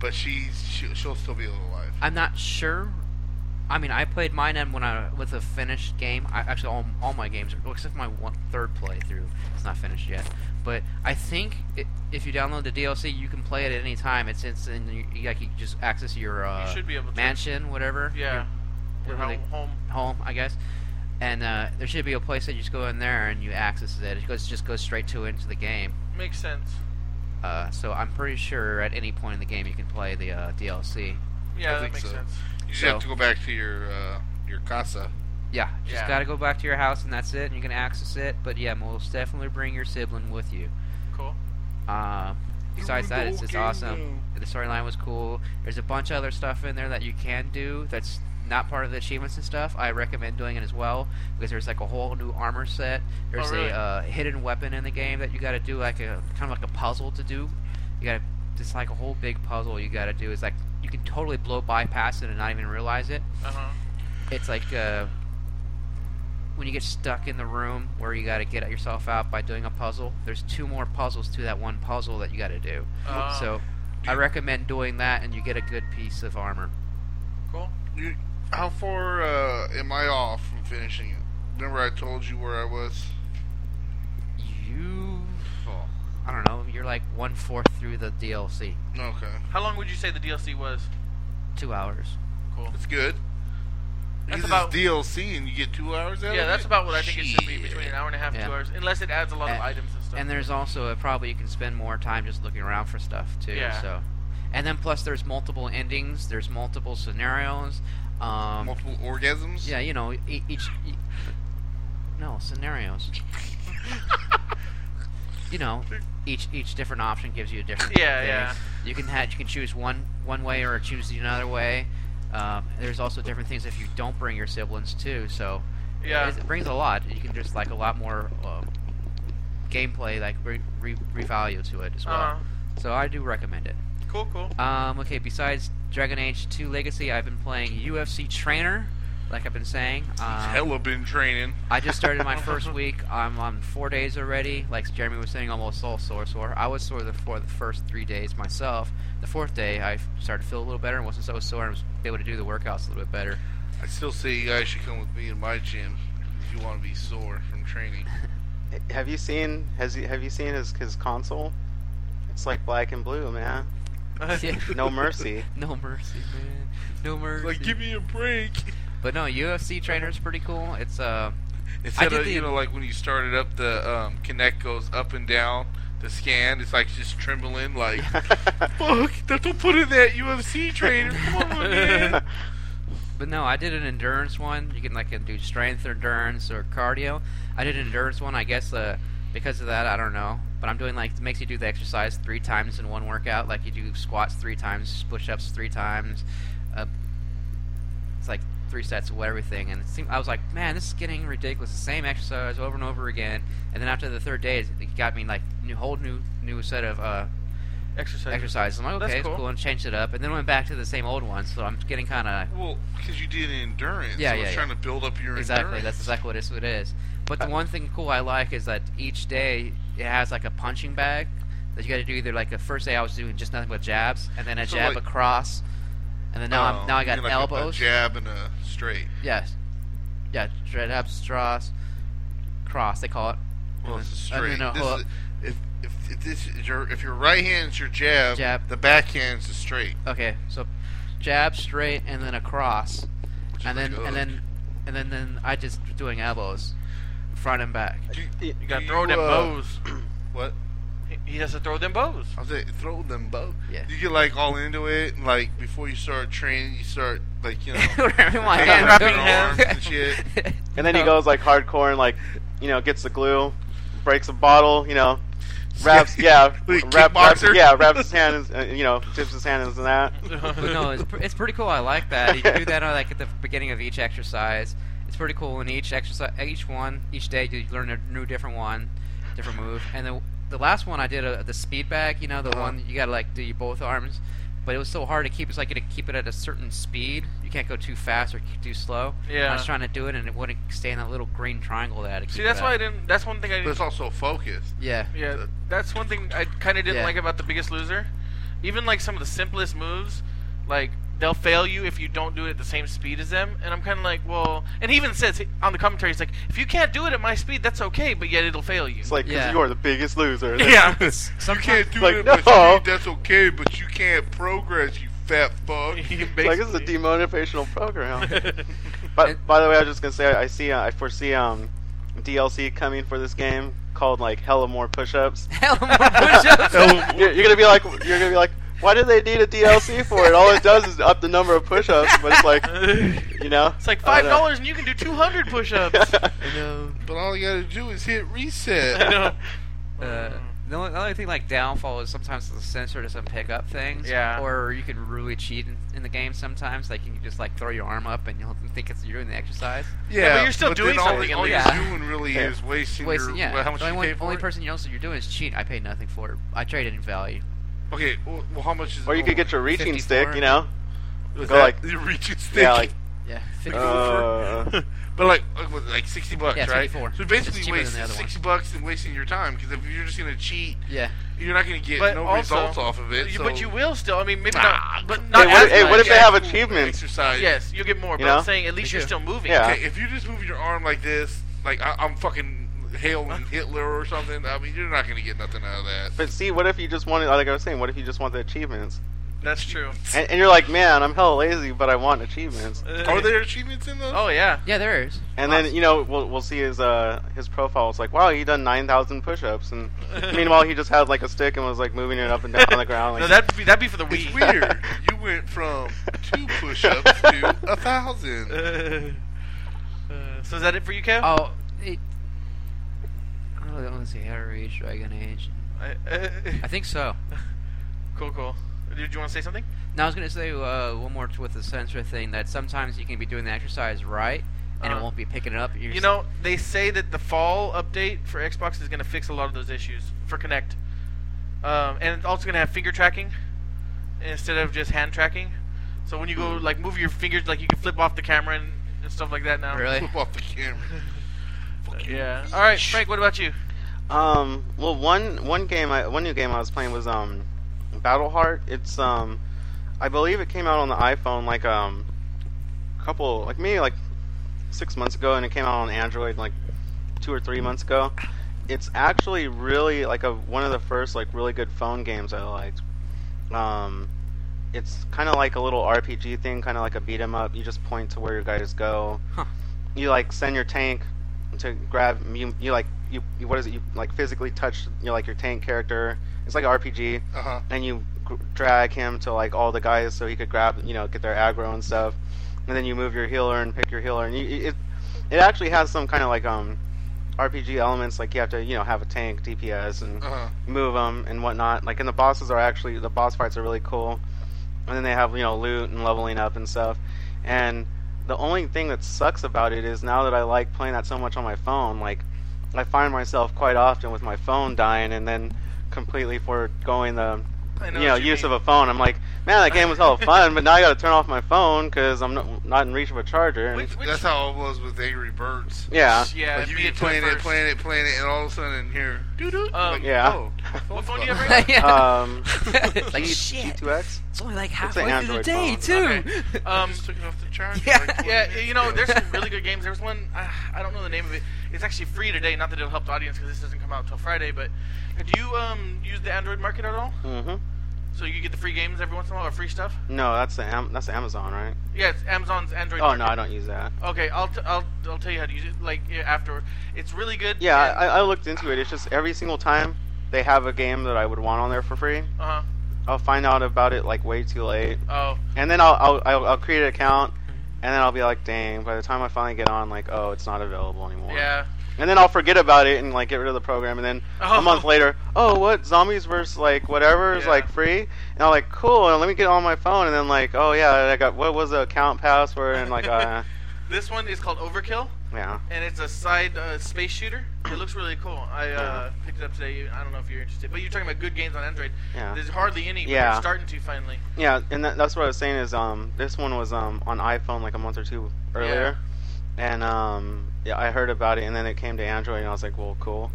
[SPEAKER 2] but she's she, she'll still be alive.
[SPEAKER 3] I'm not sure. I mean, I played mine and when I with a finished game. I actually all, all my games are- except for my one third playthrough. It's not finished yet. But I think it, if you download the DLC, you can play it at any time. It's it's in you, like you just access your uh,
[SPEAKER 1] should be able to.
[SPEAKER 3] mansion, whatever.
[SPEAKER 1] Yeah,
[SPEAKER 3] your
[SPEAKER 1] your
[SPEAKER 3] really-
[SPEAKER 1] home, home.
[SPEAKER 3] home, I guess. And uh, there should be a place that you just go in there and you access it. It goes just goes straight to into the game.
[SPEAKER 1] makes sense.
[SPEAKER 3] Uh, so I'm pretty sure at any point in the game you can play the uh, DLC.
[SPEAKER 1] Yeah,
[SPEAKER 2] I
[SPEAKER 1] that
[SPEAKER 2] think
[SPEAKER 1] makes
[SPEAKER 2] so.
[SPEAKER 1] sense.
[SPEAKER 2] You just
[SPEAKER 3] So-
[SPEAKER 2] have to go back to your uh, your casa.
[SPEAKER 3] Yeah, just
[SPEAKER 1] Yeah.
[SPEAKER 3] gotta go back to your house and that's it, and you can access it. But yeah, most definitely bring your sibling with you.
[SPEAKER 1] Cool.
[SPEAKER 3] Uh, besides that, it's, it's awesome. The storyline was cool. There's a bunch of other stuff in there that you can do that's not part of the achievements and stuff. I recommend doing it as well because there's like a whole new armor set. There's
[SPEAKER 1] Oh, really?
[SPEAKER 3] a uh, hidden weapon in the game that you got to do like a kind of like a puzzle to do. You got to it's like a whole big puzzle you got to do. It's like you can totally blow bypass it and not even realize it
[SPEAKER 1] Uh huh.
[SPEAKER 3] it's like uh, when you get stuck in the room where you got to get yourself out by doing a puzzle. There's two more puzzles to that one puzzle that you got to do.
[SPEAKER 1] Uh,
[SPEAKER 3] so I recommend doing that, and you get a good piece of armor.
[SPEAKER 1] cool.
[SPEAKER 2] You, how far uh, am I off from finishing it? Remember I told you where I was.
[SPEAKER 3] You, I don't know, you're like one fourth through the DLC,
[SPEAKER 2] Okay,
[SPEAKER 1] How long would you say the DLC was?
[SPEAKER 3] two hours.
[SPEAKER 1] Cool.
[SPEAKER 2] that's good.
[SPEAKER 1] That's
[SPEAKER 2] Because
[SPEAKER 1] about-
[SPEAKER 2] it's DLC and you get two hours out
[SPEAKER 1] Yeah,
[SPEAKER 2] of
[SPEAKER 1] that's
[SPEAKER 2] it?
[SPEAKER 1] about what I think it should be between
[SPEAKER 2] Shit.
[SPEAKER 1] an hour and a half,
[SPEAKER 3] Yeah.
[SPEAKER 1] two hours, unless it adds a lot of
[SPEAKER 3] And-
[SPEAKER 1] items and stuff.
[SPEAKER 3] And there's also a, probably you can spend more time just looking around for stuff too.
[SPEAKER 1] Yeah.
[SPEAKER 3] So, and then plus there's multiple endings, there's multiple scenarios. Um,
[SPEAKER 2] multiple orgasms.
[SPEAKER 3] Yeah, you know, e- each. E- no scenarios. you know, each each different option gives you a different.
[SPEAKER 1] Yeah,
[SPEAKER 3] thing.
[SPEAKER 1] yeah.
[SPEAKER 3] You can have you can choose one one way or choose another way. Um, there's also different things if you don't bring your siblings too. So
[SPEAKER 1] Yeah.
[SPEAKER 3] it, it brings a lot. You can just like a lot more um, gameplay like re- re- revalue to it as well.
[SPEAKER 1] Uh-huh.
[SPEAKER 3] So I do recommend it.
[SPEAKER 1] Cool, cool.
[SPEAKER 3] Um, okay, besides Dragon Age 2 Legacy, I've been playing UFC Trainer, like I've been saying. Um,
[SPEAKER 2] Hella been training.
[SPEAKER 3] I just started my first week. I'm on four days already. Like Jeremy was saying, almost all sore, sore. I was sore the, for the first three days myself. The fourth day, I started to feel a little better and wasn't so sore and was able to do the workouts a little bit better.
[SPEAKER 2] I still say you guys should come with me in my gym if you want to be sore from training.
[SPEAKER 4] H- Have you seen has he, have you seen his his console? It's like black and blue, man.
[SPEAKER 3] Yeah.
[SPEAKER 4] No mercy.
[SPEAKER 3] No mercy, man. No mercy.
[SPEAKER 2] like, give me a break.
[SPEAKER 3] but no, UFC Trainer is pretty cool. It's uh,
[SPEAKER 2] Instead
[SPEAKER 3] did
[SPEAKER 2] of, you
[SPEAKER 3] the-
[SPEAKER 2] know, like when you started up, the um, Kinect goes up and down. The scan, it's like just trembling, like, fuck, that's what put in that UFC trainer. Come on, man.
[SPEAKER 3] But no, I did an endurance one. You can like do strength or endurance or cardio. I did an endurance one. I guess uh, because of that, I don't know. But I'm doing like it makes you do the exercise three times in one workout. Like you do squats three times, push-ups three times. Uh, it's like three sets of everything. And it seemed I was like, man, this is getting ridiculous. The same exercise over and over again. And then after the third day, it got me like new whole new new set of uh,
[SPEAKER 1] Exercise.
[SPEAKER 3] exercises. I'm like,
[SPEAKER 1] That's
[SPEAKER 3] okay, it's
[SPEAKER 1] cool.
[SPEAKER 3] cool, and changed it up, and then went back to the same old one. So I'm getting kind of
[SPEAKER 2] Well, because you did endurance.
[SPEAKER 3] Yeah,
[SPEAKER 2] so
[SPEAKER 3] yeah,
[SPEAKER 2] It's
[SPEAKER 3] yeah.
[SPEAKER 2] trying to build up your
[SPEAKER 3] exactly.
[SPEAKER 2] endurance.
[SPEAKER 3] That's exactly what it is- what it is. But
[SPEAKER 2] Uh,
[SPEAKER 3] the one thing cool I like is that each day it has like a punching bag that you got to do. Either like the first day I was doing just nothing but jabs, and then a
[SPEAKER 2] So,
[SPEAKER 3] jab
[SPEAKER 2] like-
[SPEAKER 3] across, and then now
[SPEAKER 2] Oh,
[SPEAKER 3] I'm now I
[SPEAKER 2] you
[SPEAKER 3] got
[SPEAKER 2] mean like a-
[SPEAKER 3] elbows.
[SPEAKER 2] A, jab and a straight.
[SPEAKER 3] Yes. Yeah, dread up, straws, cross. They call it.
[SPEAKER 2] Well,
[SPEAKER 3] And
[SPEAKER 2] it's a
[SPEAKER 3] then-
[SPEAKER 2] straight.
[SPEAKER 3] no, no,
[SPEAKER 2] This
[SPEAKER 3] hold
[SPEAKER 2] is- if, if, if this is your if your right hand's your jab,
[SPEAKER 3] Jab.
[SPEAKER 2] the backhand's the straight.
[SPEAKER 3] Okay, so jab, straight, and then across,
[SPEAKER 2] which is
[SPEAKER 3] and
[SPEAKER 2] like oh.
[SPEAKER 3] then
[SPEAKER 2] a
[SPEAKER 3] and
[SPEAKER 2] hook.
[SPEAKER 3] then and then then I just doing elbows, front and back.
[SPEAKER 2] Do-
[SPEAKER 4] You
[SPEAKER 1] You gotta
[SPEAKER 2] do
[SPEAKER 1] throw them
[SPEAKER 2] uh,
[SPEAKER 1] bows.
[SPEAKER 2] What?
[SPEAKER 1] He- He has to throw them bows.
[SPEAKER 2] I was like, throw them both.
[SPEAKER 3] Yeah.
[SPEAKER 2] You get like all into it, and like before you start training, you start like you know.
[SPEAKER 3] Whatever my
[SPEAKER 2] Yeah,
[SPEAKER 3] hand-
[SPEAKER 2] wrapping arms and shit.
[SPEAKER 4] And then he goes like hardcore and like, you know, gets the glue, breaks a bottle, you know, wraps yeah,
[SPEAKER 2] Like
[SPEAKER 4] wrap, wraps
[SPEAKER 2] kickboxer?
[SPEAKER 4] yeah, wraps his hand, in, uh, you know, dips his hand in that.
[SPEAKER 3] But no, it's, pr- it's pretty cool. I like that. You can do that uh, like at the beginning of each exercise. It's pretty cool. In each exercise, each one, each day, you learn a new different one, different move. And the the last one I did uh, the speed bag. You know, the
[SPEAKER 2] Uh-huh.
[SPEAKER 3] one that you gotta like do your both arms. But it was so hard to keep. It's like you gotta keep it at a certain speed. You can't go too fast or keep too slow. And I
[SPEAKER 1] Yeah.
[SPEAKER 3] was trying to do it, and it wouldn't stay in that little green triangle that I had to
[SPEAKER 1] See,
[SPEAKER 3] keep
[SPEAKER 1] that's
[SPEAKER 3] it
[SPEAKER 1] why I
[SPEAKER 3] at.
[SPEAKER 1] didn't. That's one thing I
[SPEAKER 2] But it's
[SPEAKER 1] didn't.
[SPEAKER 2] also focused.
[SPEAKER 3] Yeah.
[SPEAKER 1] Yeah, that's one thing I kind of didn't
[SPEAKER 3] Yeah.
[SPEAKER 1] like about The Biggest Loser. Even like some of the simplest moves, like they'll fail you if you don't do it at the same speed as them. And I'm kind of like, well, and he even says on the commentary, he's like, if you can't do it at my speed, that's okay, but yet it'll fail you.
[SPEAKER 4] It's like 'cause
[SPEAKER 3] Yeah.
[SPEAKER 4] you are the biggest loser.
[SPEAKER 1] yeah,
[SPEAKER 2] You can't do
[SPEAKER 4] Like,
[SPEAKER 2] it.
[SPEAKER 4] no.
[SPEAKER 2] But you, that's okay, but you can't progress. You fat fuck.
[SPEAKER 4] It's like this is a demotivational program. But
[SPEAKER 3] And-
[SPEAKER 4] by the way, I was just gonna say I I see uh, I foresee um DLC coming for this game called like hella more push-ups.
[SPEAKER 3] Hell, more push-ups.
[SPEAKER 4] you're, you're gonna be like you're gonna be like, why do they need a DLC for it? All it does is up the number of push-ups, but it's like you know,
[SPEAKER 1] it's like
[SPEAKER 4] I
[SPEAKER 1] five
[SPEAKER 4] don't know.
[SPEAKER 1] dollars and you can do 200 push-ups.
[SPEAKER 2] uh, But all you gotta do is hit reset.
[SPEAKER 1] I know.
[SPEAKER 3] Uh,
[SPEAKER 2] Mm-hmm.
[SPEAKER 3] the only, the only thing like downfall is sometimes the sensor doesn't pick up things.
[SPEAKER 1] Yeah.
[SPEAKER 3] Or you can really cheat in, in the game sometimes. Like you can just like throw your arm up and you'll think it's you're doing the exercise.
[SPEAKER 2] Yeah,
[SPEAKER 1] Yeah, but you're still
[SPEAKER 2] then
[SPEAKER 1] doing
[SPEAKER 2] all,
[SPEAKER 1] something at
[SPEAKER 2] All
[SPEAKER 3] least.
[SPEAKER 2] you're doing really
[SPEAKER 4] Yeah.
[SPEAKER 2] is wasting, your.
[SPEAKER 3] Wasting, yeah.
[SPEAKER 2] well, how much
[SPEAKER 3] the
[SPEAKER 2] you
[SPEAKER 3] only,
[SPEAKER 2] pay
[SPEAKER 3] one-
[SPEAKER 2] for
[SPEAKER 3] only
[SPEAKER 2] it?
[SPEAKER 3] person you also you're doing is cheat. I paid nothing for it. I traded in value.
[SPEAKER 2] Okay, well, well, how much is?
[SPEAKER 4] or you could get your reaching stick,
[SPEAKER 3] 54.
[SPEAKER 4] you know.
[SPEAKER 2] your
[SPEAKER 4] go like-
[SPEAKER 2] your reaching stick.
[SPEAKER 4] Yeah, like
[SPEAKER 3] Yeah.
[SPEAKER 4] uh,
[SPEAKER 3] fifty-
[SPEAKER 2] but like like, what, like sixty bucks,
[SPEAKER 3] Yeah,
[SPEAKER 2] right?
[SPEAKER 3] 54.
[SPEAKER 2] So
[SPEAKER 3] It's
[SPEAKER 2] basically,
[SPEAKER 3] cheaper than the
[SPEAKER 2] wasting
[SPEAKER 3] other one.
[SPEAKER 2] sixty bucks and wasting your time because if you're just gonna cheat,
[SPEAKER 3] yeah.
[SPEAKER 2] you're not gonna get
[SPEAKER 1] But
[SPEAKER 2] no
[SPEAKER 1] also-
[SPEAKER 2] results off of it.
[SPEAKER 1] You-
[SPEAKER 2] so-
[SPEAKER 1] But you will still. I mean, maybe
[SPEAKER 2] Nah,
[SPEAKER 1] not. But
[SPEAKER 4] Hey,
[SPEAKER 1] not
[SPEAKER 4] what-
[SPEAKER 1] as
[SPEAKER 4] hey, what
[SPEAKER 1] much.
[SPEAKER 4] if they have
[SPEAKER 2] Actual
[SPEAKER 4] achievements?
[SPEAKER 2] Exercise.
[SPEAKER 1] Yes, you'll get more. But
[SPEAKER 4] You know?
[SPEAKER 1] I'm saying at least
[SPEAKER 3] They
[SPEAKER 1] you're
[SPEAKER 3] do.
[SPEAKER 1] still moving.
[SPEAKER 4] Yeah.
[SPEAKER 2] Okay, if you're just moving your arm like this, like I, I'm fucking hailing Hitler or something, I mean, you're not gonna get nothing out of that.
[SPEAKER 4] But see, what if you just wanted? Like I was saying, what if you just want the achievements?
[SPEAKER 1] that's true.
[SPEAKER 4] And, and you're like, man, I'm hella lazy, but I want achievements.
[SPEAKER 2] Are there achievements in those?
[SPEAKER 1] Oh yeah.
[SPEAKER 3] Yeah, there is.
[SPEAKER 4] And then you know we'll we'll see his uh his profile. It's like, wow, he done nine thousand push-ups, and meanwhile he just had like a stick and was like moving it up and down on the ground. Like,
[SPEAKER 1] No, that'd be that'd be for the
[SPEAKER 2] It's
[SPEAKER 1] Wii.
[SPEAKER 2] weird. You went from two push-ups to a thousand.
[SPEAKER 1] uh, so is that it for you, Kev?
[SPEAKER 3] Oh. It, I don't know, let's see. How to reach Dragon Age.
[SPEAKER 1] I- uh,
[SPEAKER 3] I think so.
[SPEAKER 1] cool, cool. Did you want to say something?
[SPEAKER 3] Now I was gonna say uh, one more t- with the sensor thing that sometimes you can be doing the exercise right and it
[SPEAKER 1] Uh-huh.
[SPEAKER 3] won't be picking it up. You're
[SPEAKER 1] You
[SPEAKER 3] just-
[SPEAKER 1] know, they say that the fall update for Xbox is going to fix a lot of those issues for Connect, um, and it's also going to have finger tracking instead of just hand tracking. So when you go
[SPEAKER 2] Hmm.
[SPEAKER 1] like move your fingers, like you can flip off the camera and, and stuff like that now.
[SPEAKER 3] Really?
[SPEAKER 2] Flip off the camera.
[SPEAKER 1] Yeah. All right, Frank. What about you?
[SPEAKER 4] Um, well, one one game, I, one new game I was playing was um, Battleheart. It's um, I believe it came out on the iPhone like um, a couple, like maybe like six months ago, and it came out on Android like two or three months ago. It's actually really like a one of the first like really good phone games I liked. Um, it's kind of like a little RPG thing, kind of like a beat 'em up. You just point to where your guys go.
[SPEAKER 3] Huh.
[SPEAKER 4] You like send your tank to grab you. You like you, you what is it? You like physically touch you know, like your tank character. It's like an RPG,
[SPEAKER 2] Uh huh.
[SPEAKER 4] and you gr- drag him to like all the guys so he could grab you know get their aggro and stuff. And then you move your healer and pick your healer, and you, you- it it actually has some kind of like um RPG elements. Like you have to you know have a tank DPS and
[SPEAKER 2] Uh huh.
[SPEAKER 4] move them and whatnot. Like, and the bosses are actually the boss fights are really cool. And then they have you know loot and leveling up and stuff. And the only thing that sucks about it is now that I like playing that so much on my phone, like I find myself quite often with my phone dying and then completely foregoing the
[SPEAKER 1] I know
[SPEAKER 4] you know
[SPEAKER 1] what you
[SPEAKER 4] use
[SPEAKER 1] mean.
[SPEAKER 4] of a phone. I'm like, man, that game was hella fun, but now I got to turn off my phone because I'm not, not in reach of a charger. And,
[SPEAKER 1] Which- which-
[SPEAKER 2] That's how it was with Angry Birds.
[SPEAKER 4] yeah,
[SPEAKER 1] Yeah,
[SPEAKER 2] like you
[SPEAKER 1] me
[SPEAKER 2] be
[SPEAKER 1] too
[SPEAKER 2] playing
[SPEAKER 1] at
[SPEAKER 2] it,
[SPEAKER 1] first. Um,
[SPEAKER 2] playing it, playing it, and all of a sudden here, doo doo. like,
[SPEAKER 4] Yeah.
[SPEAKER 2] Oh,
[SPEAKER 1] What
[SPEAKER 2] phone's
[SPEAKER 1] phone do
[SPEAKER 2] gone.
[SPEAKER 1] you have right
[SPEAKER 3] Yeah.
[SPEAKER 4] um,
[SPEAKER 3] like
[SPEAKER 4] G,
[SPEAKER 3] shit.
[SPEAKER 4] G2X.
[SPEAKER 3] It's only like
[SPEAKER 4] It's an
[SPEAKER 3] halfway through the
[SPEAKER 4] Android phone.
[SPEAKER 3] day
[SPEAKER 1] now?
[SPEAKER 3] too.
[SPEAKER 2] I
[SPEAKER 1] Um,
[SPEAKER 2] just took it off the charger.
[SPEAKER 3] Yeah.
[SPEAKER 2] like, 20
[SPEAKER 1] yeah,
[SPEAKER 2] minutes
[SPEAKER 1] you know,
[SPEAKER 2] ago.
[SPEAKER 1] there's some really good games. There was one uh, I don't know the name of it. It's actually free today. Not that it'll help the audience because this doesn't come out till Friday. But do you um use the Android market at all?
[SPEAKER 4] hmm
[SPEAKER 1] So you get the free games every once in a while or free stuff?
[SPEAKER 4] No, that's the Am- that's the Amazon, right?
[SPEAKER 1] Yeah, it's Amazon's Android.
[SPEAKER 4] Oh no,
[SPEAKER 1] market.
[SPEAKER 4] I don't use that.
[SPEAKER 1] Okay, I'll, t- I'll I'll tell you how to use it. Like yeah, after, it's really good.
[SPEAKER 4] Yeah, I, I looked into it. It's just every single time they have a game that I would want on there for free,
[SPEAKER 1] uh huh.
[SPEAKER 4] I'll find out about it like way too late,
[SPEAKER 1] Oh,
[SPEAKER 4] and then I'll I'll, I'll, I'll create an account.
[SPEAKER 1] Mm-hmm.
[SPEAKER 4] And then I'll be like, dang, by the time I finally get on, like, oh, it's not available anymore.
[SPEAKER 1] yeah.
[SPEAKER 4] And then I'll forget about it and like get rid of the program. And then
[SPEAKER 1] Oh.
[SPEAKER 4] a month later, oh, what zombies versus like whatever is
[SPEAKER 1] Yeah.
[SPEAKER 4] like free. And I'm like, cool. And let me get on my phone. And then like, oh yeah, I got what was the account password and like, uh,
[SPEAKER 1] This one is called Overkill,
[SPEAKER 4] yeah,
[SPEAKER 1] and it's a side uh, space shooter. It looks really cool. I uh, picked it up today. I don't know if you're interested, but you're talking about good games on Android.
[SPEAKER 4] yeah,
[SPEAKER 1] There's hardly any. but
[SPEAKER 4] Yeah.
[SPEAKER 1] they're starting to finally.
[SPEAKER 4] yeah. And that, that's what I was saying is um this one was um on iPhone like a month or two earlier, and um yeah I heard about it and then it came to Android and I was like, well, cool.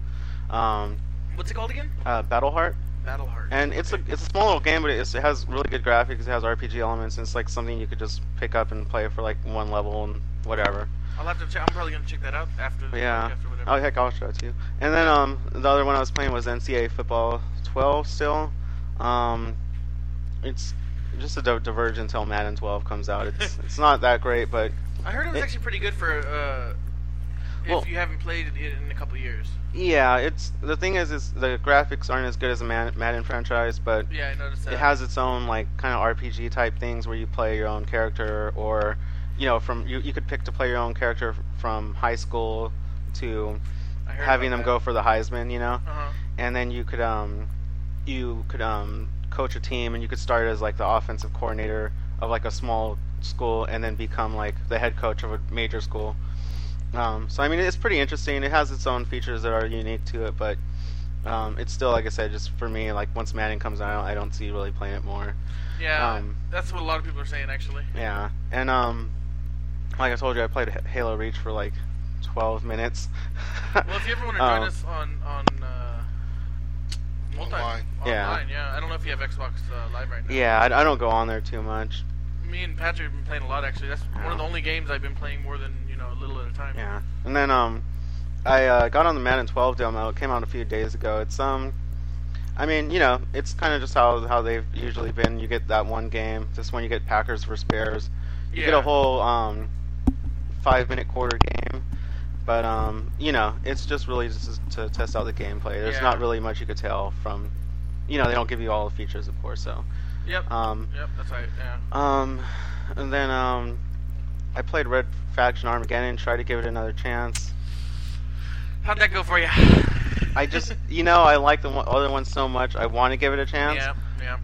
[SPEAKER 4] Um,
[SPEAKER 1] What's it called again?
[SPEAKER 4] uh, Battleheart.
[SPEAKER 1] Battleheart.
[SPEAKER 4] And it's a it's a small little game, but it's, it has really good graphics. It has RPG elements. And it's like something you could just pick up and play for like one level and whatever.
[SPEAKER 1] I'll have to check. I'm probably gonna check that out after. the-
[SPEAKER 4] Yeah.
[SPEAKER 1] After whatever.
[SPEAKER 4] Oh heck, I'll show it to you. And then um the other one I was playing was NCAA Football 12 still. Um, it's just a di- diverge until Madden 12 comes out. It's it's not that great, but
[SPEAKER 1] I heard it was
[SPEAKER 4] It-
[SPEAKER 1] actually pretty good for uh, if
[SPEAKER 4] Well-
[SPEAKER 1] you haven't played it in a couple of years.
[SPEAKER 4] yeah, it's the thing is is the graphics aren't as good as the Man- Madden franchise, but
[SPEAKER 1] Yeah, uh, I noticed that.
[SPEAKER 4] it has its own like kind of RPG type things where you play your own character, or you know, from you, you could pick to play your own character from high school to
[SPEAKER 1] I heard
[SPEAKER 4] having
[SPEAKER 1] about
[SPEAKER 4] them
[SPEAKER 1] that.
[SPEAKER 4] go for the Heisman, you know,
[SPEAKER 1] Uh-huh.
[SPEAKER 4] and then you could um you could um coach a team and you could start as like the offensive coordinator of like a small school and then become like the head coach of a major school. Um, so I mean, it's pretty interesting. It has its own features that are unique to it, but um, it's still like I said, just for me, like once Madden comes out, I don't see really playing it more.
[SPEAKER 1] Yeah,
[SPEAKER 4] Um,
[SPEAKER 1] that's what a lot of people are saying actually.
[SPEAKER 4] Yeah, and um, like I told you, I played H- Halo Reach for like 12 minutes.
[SPEAKER 1] Well, if you ever want to join
[SPEAKER 4] Um,
[SPEAKER 1] us on on uh, multi-
[SPEAKER 2] Online.
[SPEAKER 4] Yeah.
[SPEAKER 1] online, yeah. I don't know if you have Xbox uh, Live right now.
[SPEAKER 4] yeah, I, I don't go on there too much.
[SPEAKER 1] Me and Patrick have been playing a lot actually. That's one
[SPEAKER 4] Yeah.
[SPEAKER 1] of the only games I've been playing more than you know a little at a time.
[SPEAKER 4] Yeah, and then um, I uh, got on the Madden 12 demo. It came out a few days ago. It's um, I mean, you know, it's kind of just how how they've usually been. You get that one game. This one you get Packers versus Bears. You get
[SPEAKER 1] Yeah.
[SPEAKER 4] a whole um, five minute quarter game. But um, you know, it's just really just to test out the gameplay. There's
[SPEAKER 1] Yeah.
[SPEAKER 4] not really much you could tell from, you know, they don't give you all the features, of course. So,
[SPEAKER 1] Yep.
[SPEAKER 4] um,
[SPEAKER 1] yep. That's right. Yeah.
[SPEAKER 4] um, and then um, I played Red Faction Armageddon. Tried to give it another chance.
[SPEAKER 1] How'd that go for you?
[SPEAKER 4] I just, you know, I like the one, other one so much. I want to give it a chance,
[SPEAKER 1] yeah. Yeah.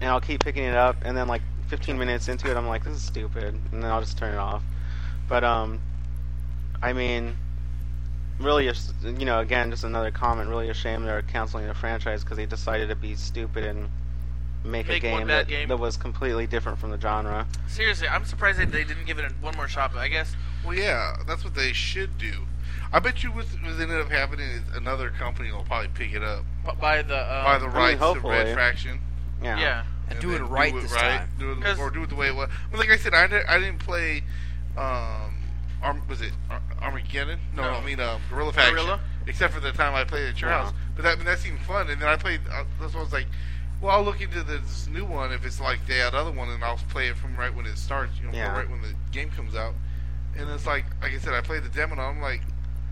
[SPEAKER 4] and I'll keep picking it up. And then, like, 15 minutes into it, I'm like, this is stupid, and then I'll just turn it off. But um, I mean, really, it's- you know, again, just another comment. Really a shame they're canceling the franchise because they decided to be stupid and make, a
[SPEAKER 1] Make one
[SPEAKER 4] game
[SPEAKER 1] bad
[SPEAKER 4] that,
[SPEAKER 1] game.
[SPEAKER 4] that was completely different from the genre.
[SPEAKER 1] Seriously, I'm surprised that they didn't give it a, one more shot. But I guess
[SPEAKER 2] Well, yeah, that's what they should do. I bet you what's what's ended up happening is another company will probably pick it up
[SPEAKER 1] b- by the um,
[SPEAKER 2] by the rights of
[SPEAKER 4] hopefully.
[SPEAKER 2] Red Faction.
[SPEAKER 4] Yeah.
[SPEAKER 1] yeah.
[SPEAKER 3] And
[SPEAKER 2] and
[SPEAKER 3] do it
[SPEAKER 2] then
[SPEAKER 3] right this time.
[SPEAKER 2] Do it-
[SPEAKER 1] 'Cause-
[SPEAKER 2] or do it the way it was. Well, like I said, I, di- I didn't play. Um, Arm, was it Ar- Armageddon? No,
[SPEAKER 1] No.
[SPEAKER 2] I mean um, Gorilla Faction.
[SPEAKER 1] Guerrilla? Uh-huh.
[SPEAKER 2] Except for the time I played at your
[SPEAKER 4] Yeah.
[SPEAKER 2] house, but that, I mean, that seemed fun. And then I played. Uh, this one was like, well, I'll look into this new one if it's like that other one, and I'll play it from right when it starts. You know,
[SPEAKER 4] Yeah.
[SPEAKER 2] right when the game comes out. And it's like, like I said, I played the demo, and I'm like,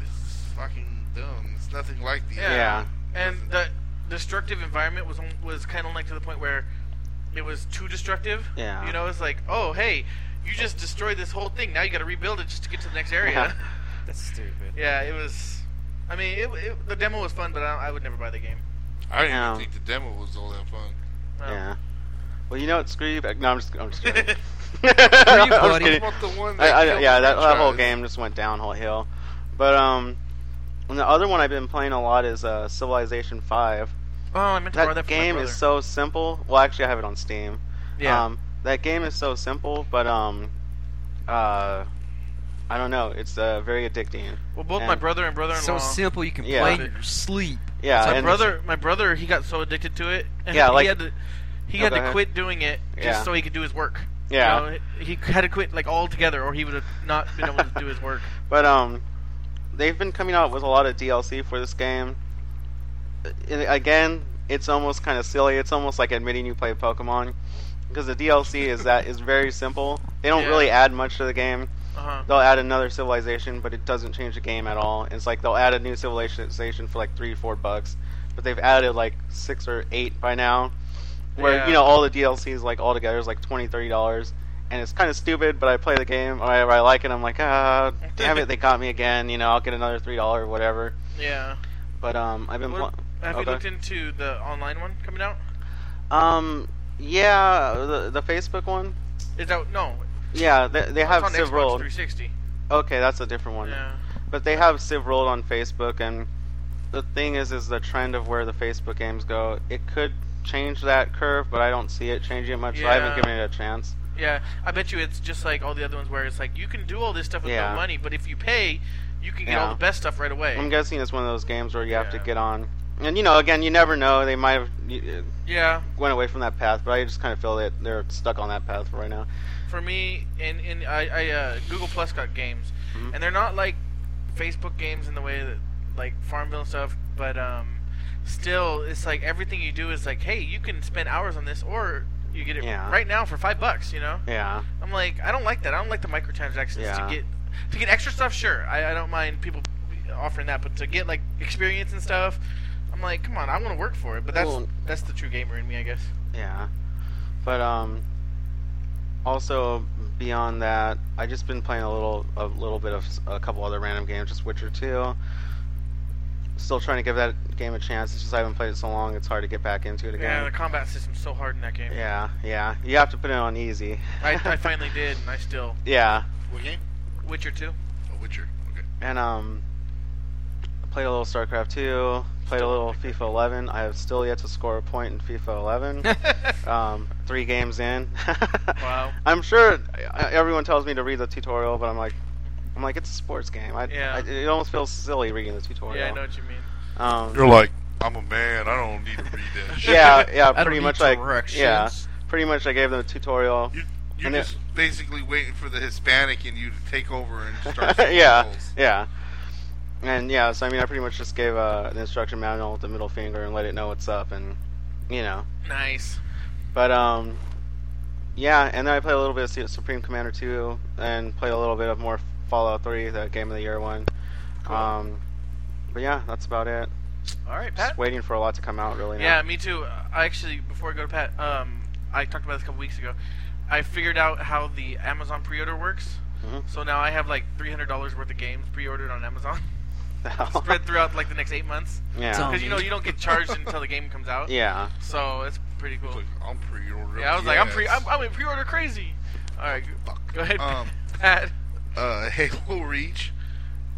[SPEAKER 2] this is fucking dumb. It's nothing like the.
[SPEAKER 1] Yeah.
[SPEAKER 4] Yeah.
[SPEAKER 1] And the destructive environment was was kind of like to the point where it was too destructive.
[SPEAKER 4] Yeah.
[SPEAKER 1] You know, it's like, oh hey, you just destroyed this whole thing. Now you got to rebuild it just to get to the next area.
[SPEAKER 3] That's stupid.
[SPEAKER 1] yeah, it was. I mean, it, it, the demo was fun, but I, I would never buy the game.
[SPEAKER 2] I didn't
[SPEAKER 4] Um,
[SPEAKER 2] even think the demo was all that fun.
[SPEAKER 1] No.
[SPEAKER 4] Yeah. Well, you know what? Screw you back. No, I'm just, I'm just kidding.
[SPEAKER 3] buddy.
[SPEAKER 4] I'm just kidding.
[SPEAKER 2] What about the one
[SPEAKER 4] I,
[SPEAKER 2] that
[SPEAKER 4] I,
[SPEAKER 2] killed
[SPEAKER 4] yeah,
[SPEAKER 2] the
[SPEAKER 4] that, that whole
[SPEAKER 2] franchise?
[SPEAKER 4] game just went downhill hill. But um, and the other one I've been playing a lot is uh, Civilization Five.
[SPEAKER 1] Oh, I meant to borrow
[SPEAKER 4] that,
[SPEAKER 1] that from my
[SPEAKER 4] game
[SPEAKER 1] brother.
[SPEAKER 4] is so simple. Well, actually, I have it on Steam.
[SPEAKER 1] yeah.
[SPEAKER 4] Um, that game is so simple, but um, uh, I don't know. It's uh, very addicting.
[SPEAKER 1] well, both my
[SPEAKER 4] and-
[SPEAKER 1] brother and brother-in-law.
[SPEAKER 3] So simple you can
[SPEAKER 4] Yeah.
[SPEAKER 3] play in your sleep.
[SPEAKER 4] Yeah,
[SPEAKER 1] my
[SPEAKER 4] and-
[SPEAKER 1] brother, my brother, he got so addicted to it. And
[SPEAKER 4] Yeah,
[SPEAKER 1] he
[SPEAKER 4] like-
[SPEAKER 1] had to, he
[SPEAKER 4] No,
[SPEAKER 1] had
[SPEAKER 4] go
[SPEAKER 1] to
[SPEAKER 4] ahead.
[SPEAKER 1] quit doing it just
[SPEAKER 4] Yeah.
[SPEAKER 1] so he could do his work. You
[SPEAKER 4] Yeah.
[SPEAKER 1] know, he had to quit like altogether, or he would have not been able to do his work.
[SPEAKER 4] But um, they've been coming out with a lot of DLC for this game. And again, it's almost kind of silly. It's almost like admitting you play Pokemon, because the DLC is that is very simple. They don't
[SPEAKER 1] Yeah.
[SPEAKER 4] really add much to the game.
[SPEAKER 1] Uh-huh.
[SPEAKER 4] They'll add another civilization, but it doesn't change the game at all. It's like they'll add a new civilization for like three, four bucks, but they've added like six or eight by now. Where
[SPEAKER 1] Yeah.
[SPEAKER 4] you know all the DLCs like all together is like twenty, thirty dollars, and it's kind of stupid. But I play the game, or I, I like it. I'm like, ah, damn it, they got me again. You know, I'll get another three dollar or whatever.
[SPEAKER 1] Yeah.
[SPEAKER 4] But um, I've been
[SPEAKER 1] What-
[SPEAKER 4] pl-
[SPEAKER 1] Have
[SPEAKER 4] Okay.
[SPEAKER 1] you looked into the online one coming out?
[SPEAKER 4] um, yeah, the, the Facebook one.
[SPEAKER 1] Is that no?
[SPEAKER 4] Yeah, they, they have
[SPEAKER 1] it's on
[SPEAKER 4] Civ
[SPEAKER 1] Xbox
[SPEAKER 4] Rolled.
[SPEAKER 1] 360.
[SPEAKER 4] Okay, that's a different one.
[SPEAKER 1] Yeah.
[SPEAKER 4] But they have Civ rolled on Facebook, and the thing is, is the trend of where the Facebook games go. It could change that curve, but I don't see it changing much. So I haven't
[SPEAKER 1] Yeah.
[SPEAKER 4] given it a chance.
[SPEAKER 1] Yeah, I bet you it's just like all the other ones where it's like you can do all this stuff with
[SPEAKER 4] Yeah.
[SPEAKER 1] no money, but if you pay, you can get all
[SPEAKER 4] Yeah.
[SPEAKER 1] the best stuff right away.
[SPEAKER 4] I'm guessing it's one of those games where you have to
[SPEAKER 1] Yeah.
[SPEAKER 4] get on, and you know, again, you never know. They might have y-
[SPEAKER 1] yeah,
[SPEAKER 4] uh, went away from that path, but I just kind of feel that they're stuck on that path for right now.
[SPEAKER 1] for me, and and I, I uh, Google Plus got games,
[SPEAKER 4] Mhm.
[SPEAKER 1] and they're not like Facebook games in the way that like Farmville and stuff, but um, still, it's like everything you do is like, hey, you can spend hours on this, or you get it
[SPEAKER 4] Yeah.
[SPEAKER 1] right now for five bucks, you know.
[SPEAKER 4] Yeah,
[SPEAKER 1] I'm like, I don't like that. I don't like the microtransactions
[SPEAKER 4] Yeah.
[SPEAKER 1] to get to get extra stuff. Sure, I, I don't mind people offering that, but to get like experience and stuff, I'm like, come on, I want to work for it. But that's
[SPEAKER 4] Well-
[SPEAKER 1] that's the true gamer in me, I guess.
[SPEAKER 4] yeah. But um, also beyond that, I just been playing a little, a little bit of s- a couple other random games, just Witcher Two. Still trying to give that game a chance. It's just I haven't played it so long; it's hard to get back into it
[SPEAKER 1] Yeah, the
[SPEAKER 4] again.
[SPEAKER 1] combat system's so hard in that game.
[SPEAKER 4] Yeah, yeah. You have to put it on easy.
[SPEAKER 1] I, I finally did, and I still
[SPEAKER 4] yeah,
[SPEAKER 2] What game?
[SPEAKER 1] Witcher two.
[SPEAKER 2] Oh, Witcher. Okay.
[SPEAKER 4] and um, I played a little StarCraft Two. Played a little FIFA 11. I have still yet to score a point in FIFA 11. um, three games in.
[SPEAKER 1] Wow.
[SPEAKER 4] I'm sure uh, everyone tells me to read the tutorial, but I'm like, I'm like, it's a sports game. I,
[SPEAKER 1] Yeah.
[SPEAKER 4] I- it almost feels silly reading the tutorial.
[SPEAKER 1] Yeah, I know what you mean.
[SPEAKER 4] Um,
[SPEAKER 2] You're like, I'm a man. I don't need to read that shit.
[SPEAKER 4] yeah, yeah,
[SPEAKER 3] I don't
[SPEAKER 4] Uh, pretty
[SPEAKER 3] need
[SPEAKER 4] much like, yeah,
[SPEAKER 3] directions.
[SPEAKER 4] pretty much I gave them a tutorial.
[SPEAKER 2] You, you're
[SPEAKER 4] And it-
[SPEAKER 2] just basically waiting for the Hispanic in you to take over and start. some
[SPEAKER 4] yeah,
[SPEAKER 2] roles.
[SPEAKER 4] yeah. And yeah, so I mean, I pretty much just gave uh, the instruction manual with the middle finger and let it know what's up, and you know.
[SPEAKER 1] Nice.
[SPEAKER 4] But um, yeah, and then I played a little bit of Su- Supreme Commander two, and played a little bit of more Fallout three, the Game of the Year one. Um, but yeah, that's about it.
[SPEAKER 1] All right, Pat.
[SPEAKER 4] Just waiting for a lot to come out, really.
[SPEAKER 1] Yeah,
[SPEAKER 4] Now.
[SPEAKER 1] me too. Uh, I actually, before I go to Pat, um, I talked about this a couple weeks ago. I figured out how the Amazon pre-order works.
[SPEAKER 4] Mhm.
[SPEAKER 1] So now I have like three hundred dollars worth of games pre-ordered on Amazon, spread throughout like the next eight months.
[SPEAKER 4] yeah.
[SPEAKER 3] Dumb.
[SPEAKER 1] Because you know you don't get charged until the game comes out.
[SPEAKER 4] Oh. Yeah.
[SPEAKER 1] So it's pretty
[SPEAKER 2] I was
[SPEAKER 1] cool.
[SPEAKER 2] like, I'm pre-ordering.
[SPEAKER 1] Yeah, I was like, I'm
[SPEAKER 2] Yes.
[SPEAKER 1] pre, I'm, I'm in pre-order crazy. All right, go-
[SPEAKER 2] Fuck.
[SPEAKER 1] go ahead,
[SPEAKER 2] Um,
[SPEAKER 1] Pat.
[SPEAKER 2] uh, Halo Reach.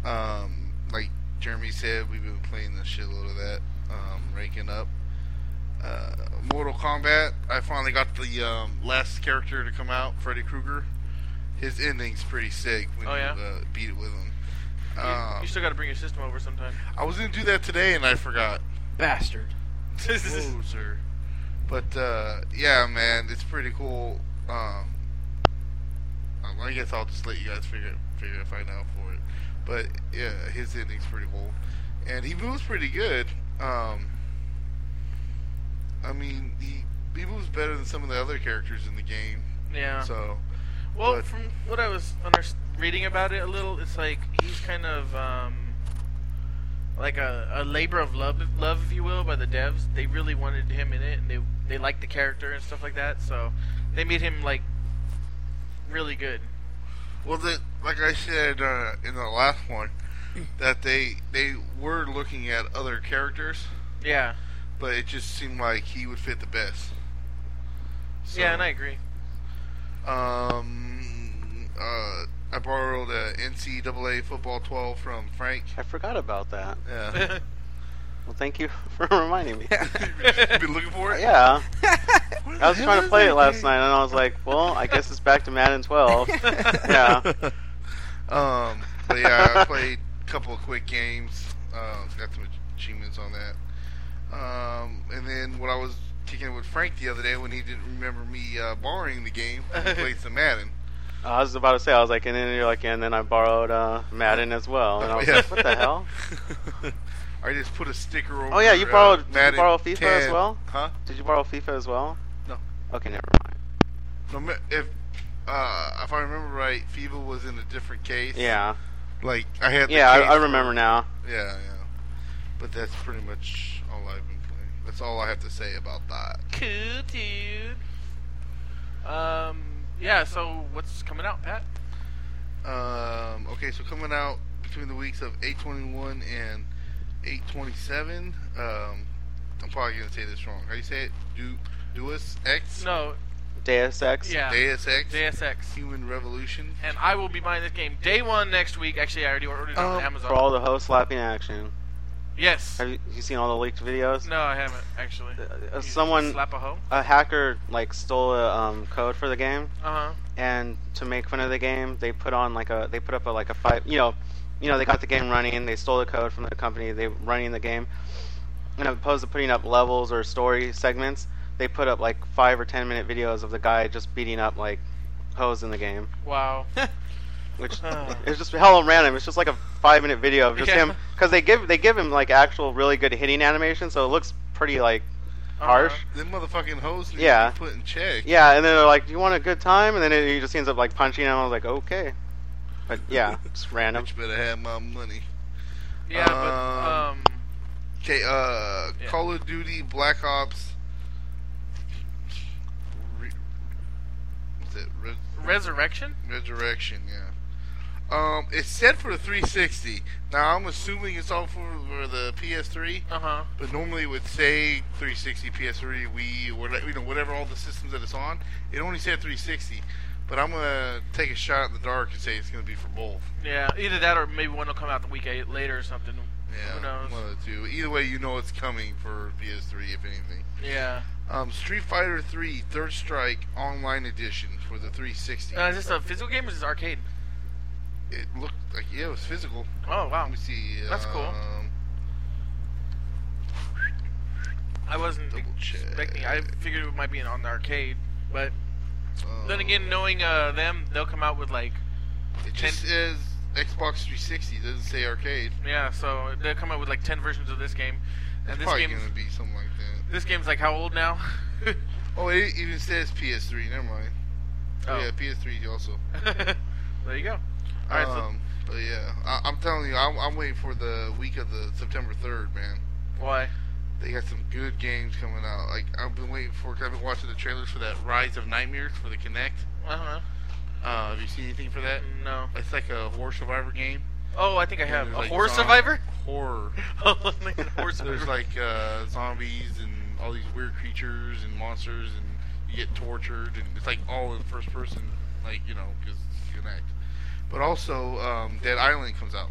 [SPEAKER 2] Um, like Jeremy said, we've been playing the shitload of that, um, ranking up. Uh, Mortal Kombat. I finally got the um, last character to come out, Freddy Krueger. His ending's pretty sick when
[SPEAKER 1] Oh, yeah?
[SPEAKER 2] you uh, beat it with him.
[SPEAKER 1] You-
[SPEAKER 2] Um,
[SPEAKER 1] you, still got to bring your system over sometime.
[SPEAKER 2] I was gonna do that today and I forgot.
[SPEAKER 3] Bastard.
[SPEAKER 2] Loser. But uh, yeah, man, it's pretty cool. Um, um, I guess I'll just let you guys figure figure find out for it. But yeah, his ending's pretty cool, and he moves pretty good. Um, I mean, he he moves better than some of the other characters in the game.
[SPEAKER 1] yeah.
[SPEAKER 2] So
[SPEAKER 1] Well,
[SPEAKER 2] But-
[SPEAKER 1] from what I was under- reading about it a little, it's like he's kind of um, like a, a labor of love, love, if you will, by the devs. They really wanted him in it, and they they liked the character and stuff like that. So they made him like really good.
[SPEAKER 2] Well, the, like I said uh, in the last one, that they they were looking at other characters,
[SPEAKER 1] Yeah,
[SPEAKER 2] but it just seemed like he would fit the best. So,
[SPEAKER 1] yeah, and I agree.
[SPEAKER 2] um, uh, I borrowed uh, NCAA football twelve from Frank.
[SPEAKER 4] I forgot about that.
[SPEAKER 2] Yeah,
[SPEAKER 1] yeah,
[SPEAKER 4] Well, thank you for reminding me.
[SPEAKER 2] Been looking for it.
[SPEAKER 4] yeah,
[SPEAKER 2] What the
[SPEAKER 4] I was
[SPEAKER 2] hell
[SPEAKER 4] trying to
[SPEAKER 2] is
[SPEAKER 4] play
[SPEAKER 2] that
[SPEAKER 4] it last
[SPEAKER 2] game?
[SPEAKER 4] night, and I was like, well, I guess it's back to Madden 12. yeah.
[SPEAKER 2] Um, but yeah, I played a couple of quick games. Uh, got some achievements on that. Um, and then when I was kicking it with Frank the other day when he didn't remember me uh, borrowing the game, we played some Madden.
[SPEAKER 4] I was about to say, I was like, and then you're like, and then I borrowed uh, Madden as well, and I was
[SPEAKER 2] Yeah.
[SPEAKER 4] like, what the hell?
[SPEAKER 2] I just put a sticker over.
[SPEAKER 4] Oh, yeah, you
[SPEAKER 2] uh,
[SPEAKER 4] borrowed- did you
[SPEAKER 2] Madden
[SPEAKER 4] borrow FIFA as
[SPEAKER 2] 10.
[SPEAKER 4] well?
[SPEAKER 2] Huh?
[SPEAKER 4] Did you borrow FIFA as well?
[SPEAKER 2] No.
[SPEAKER 4] Okay, never mind.
[SPEAKER 2] No, ma- if uh, if I remember right, FIFA was in a different case.
[SPEAKER 4] Yeah,
[SPEAKER 2] Like I had. The
[SPEAKER 4] yeah, I,
[SPEAKER 2] case
[SPEAKER 4] I
[SPEAKER 2] for-
[SPEAKER 4] remember now.
[SPEAKER 2] Yeah, yeah. But that's pretty much all I've been playing. That's all I have to say about that.
[SPEAKER 1] Cool, dude. Um, yeah. So what's coming out, Pat?
[SPEAKER 2] Um, okay, so coming out between the weeks of 821 and 827, um, I'm probably gonna say this wrong. How do you say it? Do Deus Ex?
[SPEAKER 1] No.
[SPEAKER 4] Deus Ex.
[SPEAKER 1] Yeah.
[SPEAKER 2] Deus Ex.
[SPEAKER 1] Deus Ex.
[SPEAKER 2] Human Revolution.
[SPEAKER 1] And I will be buying this game day one next week. Actually, I already ordered it on
[SPEAKER 2] Um,
[SPEAKER 1] Amazon.
[SPEAKER 4] For all the hoes slapping action.
[SPEAKER 1] yes.
[SPEAKER 4] Have you, you seen all the leaked videos?
[SPEAKER 1] No, I haven't actually.
[SPEAKER 4] Uh,
[SPEAKER 1] You
[SPEAKER 4] Uh, someone,
[SPEAKER 1] slap a hoe.
[SPEAKER 4] a hacker, like stole a um, code for the game,
[SPEAKER 1] Uh huh.
[SPEAKER 4] and to make fun of the game, they put on like a, they put up a like a fight, you know, you know, they got the game running, they stole the code from the company, they running the game, and opposed to putting up levels or story segments, they put up like five or ten minute videos of the guy just beating up like hoes in the game.
[SPEAKER 1] Wow. Uh-huh.
[SPEAKER 4] which is just hella random. It's just like a five minute video of just
[SPEAKER 1] Yeah.
[SPEAKER 4] him because they give they give him like actual really good hitting animation, so it looks pretty like harsh.
[SPEAKER 1] Uh-huh.
[SPEAKER 2] Them motherfucking hoes need
[SPEAKER 4] Yeah.
[SPEAKER 2] to be put in check.
[SPEAKER 4] Yeah, and then they're like, "Do you want a good time?" And then it, he just ends up like punching, him. I was like, "Okay," but yeah, it's random.
[SPEAKER 2] Bitch better have my money.
[SPEAKER 1] Yeah,
[SPEAKER 2] Um,
[SPEAKER 1] but um.
[SPEAKER 2] Okay, uh,
[SPEAKER 1] Yeah.
[SPEAKER 2] Call of Duty Black Ops. Re- what's it? Res-
[SPEAKER 1] Resurrection?
[SPEAKER 2] Resurrection, yeah. Um, it's set for the 360. Now I'm assuming it's all for, for the PS3,
[SPEAKER 1] Uh huh.
[SPEAKER 2] but normally it would say 360, PS3, Wii, or like, you know whatever all the systems that it's on. It only said 360, but I'm gonna take a shot in the dark and say it's gonna be for both.
[SPEAKER 1] Yeah, either that or maybe one will come out the week eight- later or something.
[SPEAKER 2] Yeah,
[SPEAKER 1] Who knows?
[SPEAKER 2] one of the two. Either way, you know it's coming for PS3 if anything.
[SPEAKER 1] Yeah.
[SPEAKER 2] Um, Street Fighter 3 Third Strike Online Edition for the 360.
[SPEAKER 1] Uh, is this a physical game or is this arcade?
[SPEAKER 2] it looked like yeah, it was physical.
[SPEAKER 1] Oh wow,
[SPEAKER 2] Let me see.
[SPEAKER 1] That's cool.
[SPEAKER 2] um,
[SPEAKER 1] I wasn't
[SPEAKER 2] Double check.
[SPEAKER 1] expecting. I figured it might be an on the arcade, but then
[SPEAKER 2] Um,
[SPEAKER 1] again, knowing uh, them, they'll come out with like
[SPEAKER 2] it just says Xbox 360. It doesn't say arcade.
[SPEAKER 1] yeah, so they'll come out with like ten versions of this game,
[SPEAKER 2] It's
[SPEAKER 1] and this
[SPEAKER 2] probably
[SPEAKER 1] game,
[SPEAKER 2] gonna be something like that.
[SPEAKER 1] this game's like how old now?
[SPEAKER 2] Oh, it even says PS3. Never mind. Oh,
[SPEAKER 1] Oh.
[SPEAKER 2] yeah, PS3 also.
[SPEAKER 1] there you go. All right,
[SPEAKER 2] um, but yeah, I, I'm telling you, I'm, I'm waiting for the week of the September 3rd, man.
[SPEAKER 1] so why?
[SPEAKER 2] They got some good games coming out. Like I've been waiting for. i I've been watching the trailers for that Rise of Nightmares for the Kinect.
[SPEAKER 1] Uh huh.
[SPEAKER 2] Uh, have you seen anything for that?
[SPEAKER 1] No.
[SPEAKER 2] It's like a horror survivor game.
[SPEAKER 1] Oh, I think I
[SPEAKER 2] And
[SPEAKER 1] have
[SPEAKER 2] there's,
[SPEAKER 1] a
[SPEAKER 2] like,
[SPEAKER 1] horse
[SPEAKER 2] zombie-
[SPEAKER 1] survivor.
[SPEAKER 2] Horror.
[SPEAKER 1] Oh, like a horse survivor.
[SPEAKER 2] There's like uh, zombies and all these weird creatures and monsters, and you get tortured, and it's like all in first person, like you know, because connect. But also, um, Dead Island comes out.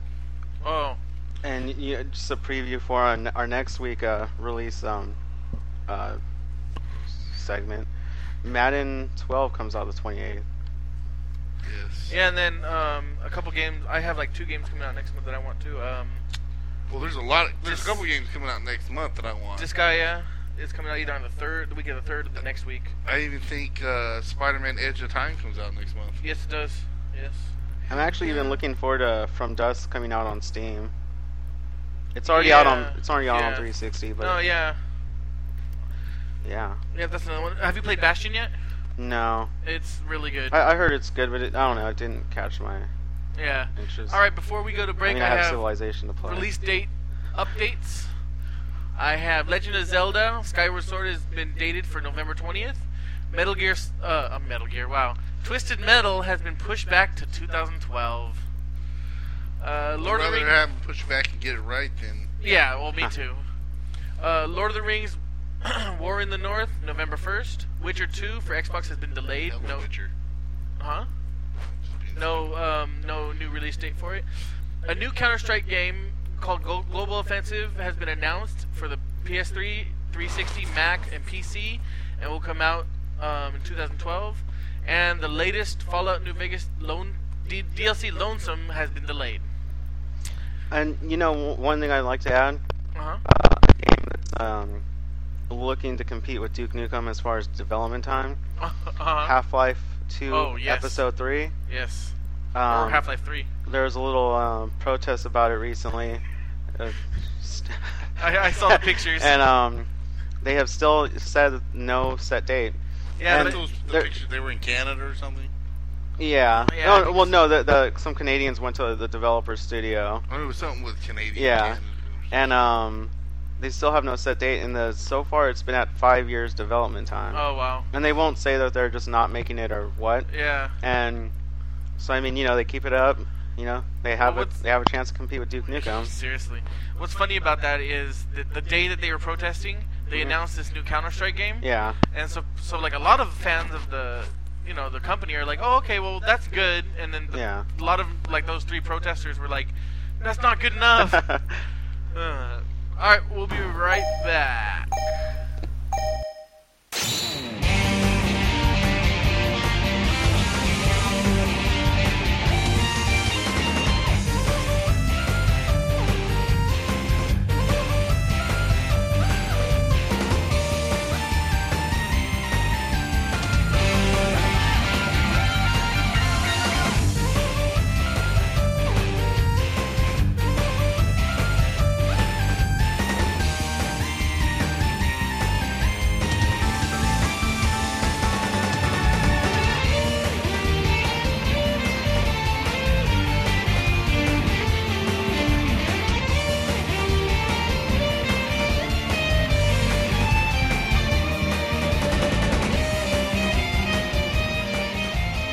[SPEAKER 1] Oh,
[SPEAKER 4] And you, just a preview for our, ne- our next week uh, release um, uh, segment. Madden 12 comes out the 28th.
[SPEAKER 2] Yes.
[SPEAKER 1] yeah, and then um, a couple games. I have like two games coming out next month that I want to. Um,
[SPEAKER 2] Well, there's a lot. Of, there's a
[SPEAKER 1] Dis-
[SPEAKER 2] couple games coming out next month that I want.
[SPEAKER 1] Disgaea uh, is coming out either on the third, the week of the third, or the next week.
[SPEAKER 2] I even think uh, Spider-Man: Edge of Time comes out next month.
[SPEAKER 1] Yes, it does. Yes.
[SPEAKER 4] I'm actually even looking forward to From Dust coming out on Steam. It's already out
[SPEAKER 1] Yeah,
[SPEAKER 4] on it's already out on
[SPEAKER 1] yeah.
[SPEAKER 4] 360, but
[SPEAKER 1] No, Oh, yeah,
[SPEAKER 4] yeah,
[SPEAKER 1] yeah. That's another one. Have you played Bastion yet?
[SPEAKER 4] no.
[SPEAKER 1] It's really good.
[SPEAKER 4] I, I heard it's good, but it, I don't know. It didn't catch my
[SPEAKER 1] yeah.
[SPEAKER 4] interest.
[SPEAKER 1] All right. Before we go to break,
[SPEAKER 4] I mean, I have, Civilization to play.
[SPEAKER 1] release date updates. I have Legend of Zelda: Skyward Sword has been dated for November 20th. Metal Gear, s- uh, uh, Metal Gear, wow. Twisted Metal has been pushed back to 2012. Uh, Lord
[SPEAKER 2] I'd
[SPEAKER 1] of the
[SPEAKER 2] rather
[SPEAKER 1] Rings.
[SPEAKER 2] have them push back and get it right than
[SPEAKER 1] Yeah, well, me too. Uh, Lord of the Rings, War in the North, November 1st. Witcher 2 for Xbox has been delayed.
[SPEAKER 2] Hell
[SPEAKER 1] No,
[SPEAKER 2] Witcher.
[SPEAKER 1] huh? No, um, no new release date for it. A new Counter Strike game called Glo- Global Offensive has been announced for the PS3, 360, Mac, and PC, and will come out um, in 2012. And the latest Fallout New Vegas Lone D- DLC Lonesome has been delayed.
[SPEAKER 4] And you know, w- one thing I'd like to add,
[SPEAKER 1] Uh-huh.
[SPEAKER 4] uh, a game that's um, looking to compete with Duke Nukem as far as development time,
[SPEAKER 1] Uh-huh.
[SPEAKER 4] Half-Life 2
[SPEAKER 1] Oh, yes.
[SPEAKER 4] Episode 3.
[SPEAKER 1] yes. or
[SPEAKER 4] Um,
[SPEAKER 1] Half Life 3.
[SPEAKER 4] there was a little um, protest about it recently. Uh, st-
[SPEAKER 1] I- I saw the pictures.
[SPEAKER 4] and um, they have still said no set date.
[SPEAKER 1] Yeah,
[SPEAKER 4] and
[SPEAKER 1] but-
[SPEAKER 2] those, the
[SPEAKER 4] there-
[SPEAKER 2] picture they were in Canada or something.
[SPEAKER 4] Yeah.
[SPEAKER 1] Oh, Yeah, I
[SPEAKER 4] no,
[SPEAKER 1] think
[SPEAKER 4] well, no, the, the, some Canadians went to the developer studio,
[SPEAKER 2] I mean, it was something with Canadian.
[SPEAKER 4] Yeah.
[SPEAKER 2] Canada or
[SPEAKER 4] and um, they still have no set date. And the, so far, it's been at five years development time.
[SPEAKER 1] oh, wow.
[SPEAKER 4] And they won't say that they're just not making it or what.
[SPEAKER 1] Yeah.
[SPEAKER 4] And so, I mean, you know, they keep it up. You know, they have
[SPEAKER 1] Well,
[SPEAKER 4] a,
[SPEAKER 1] what's-
[SPEAKER 4] they have a chance to compete with Duke Nukem.
[SPEAKER 1] Seriously. What's funny about that is that the day that they were protesting, they
[SPEAKER 4] Mhm.
[SPEAKER 1] announced this new Counter Strike game.
[SPEAKER 4] Yeah.
[SPEAKER 1] And so, so like a lot of fans of the, you know, the company are like, oh, okay, well that's good. And then the,
[SPEAKER 4] Yeah.
[SPEAKER 1] a lot of like those three protesters were like, that's not good enough. uh, all right, we'll be right back.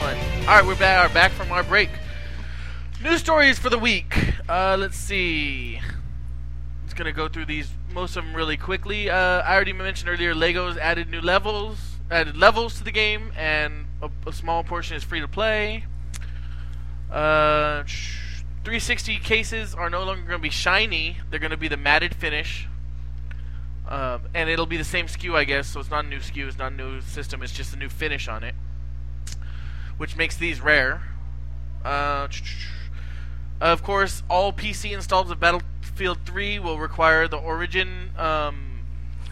[SPEAKER 1] One. All right, we're back. Are back from our break. News stories for the week. Uh, let's see. Just gonna go through these most of them really quickly. Uh, I already mentioned earlier. Legos added new levels, added levels to the game, and a, a small portion is free to play. Uh, sh- 360 cases are no longer gonna be shiny. They're gonna be the matted finish. Um, and it'll be the same SKU, I guess. So it's not a new SKU, it's not a new system. It's just a new finish on it which makes these rare. Uh, ch- ch- of course, all PC installs of Battlefield 3 will require the Origin um,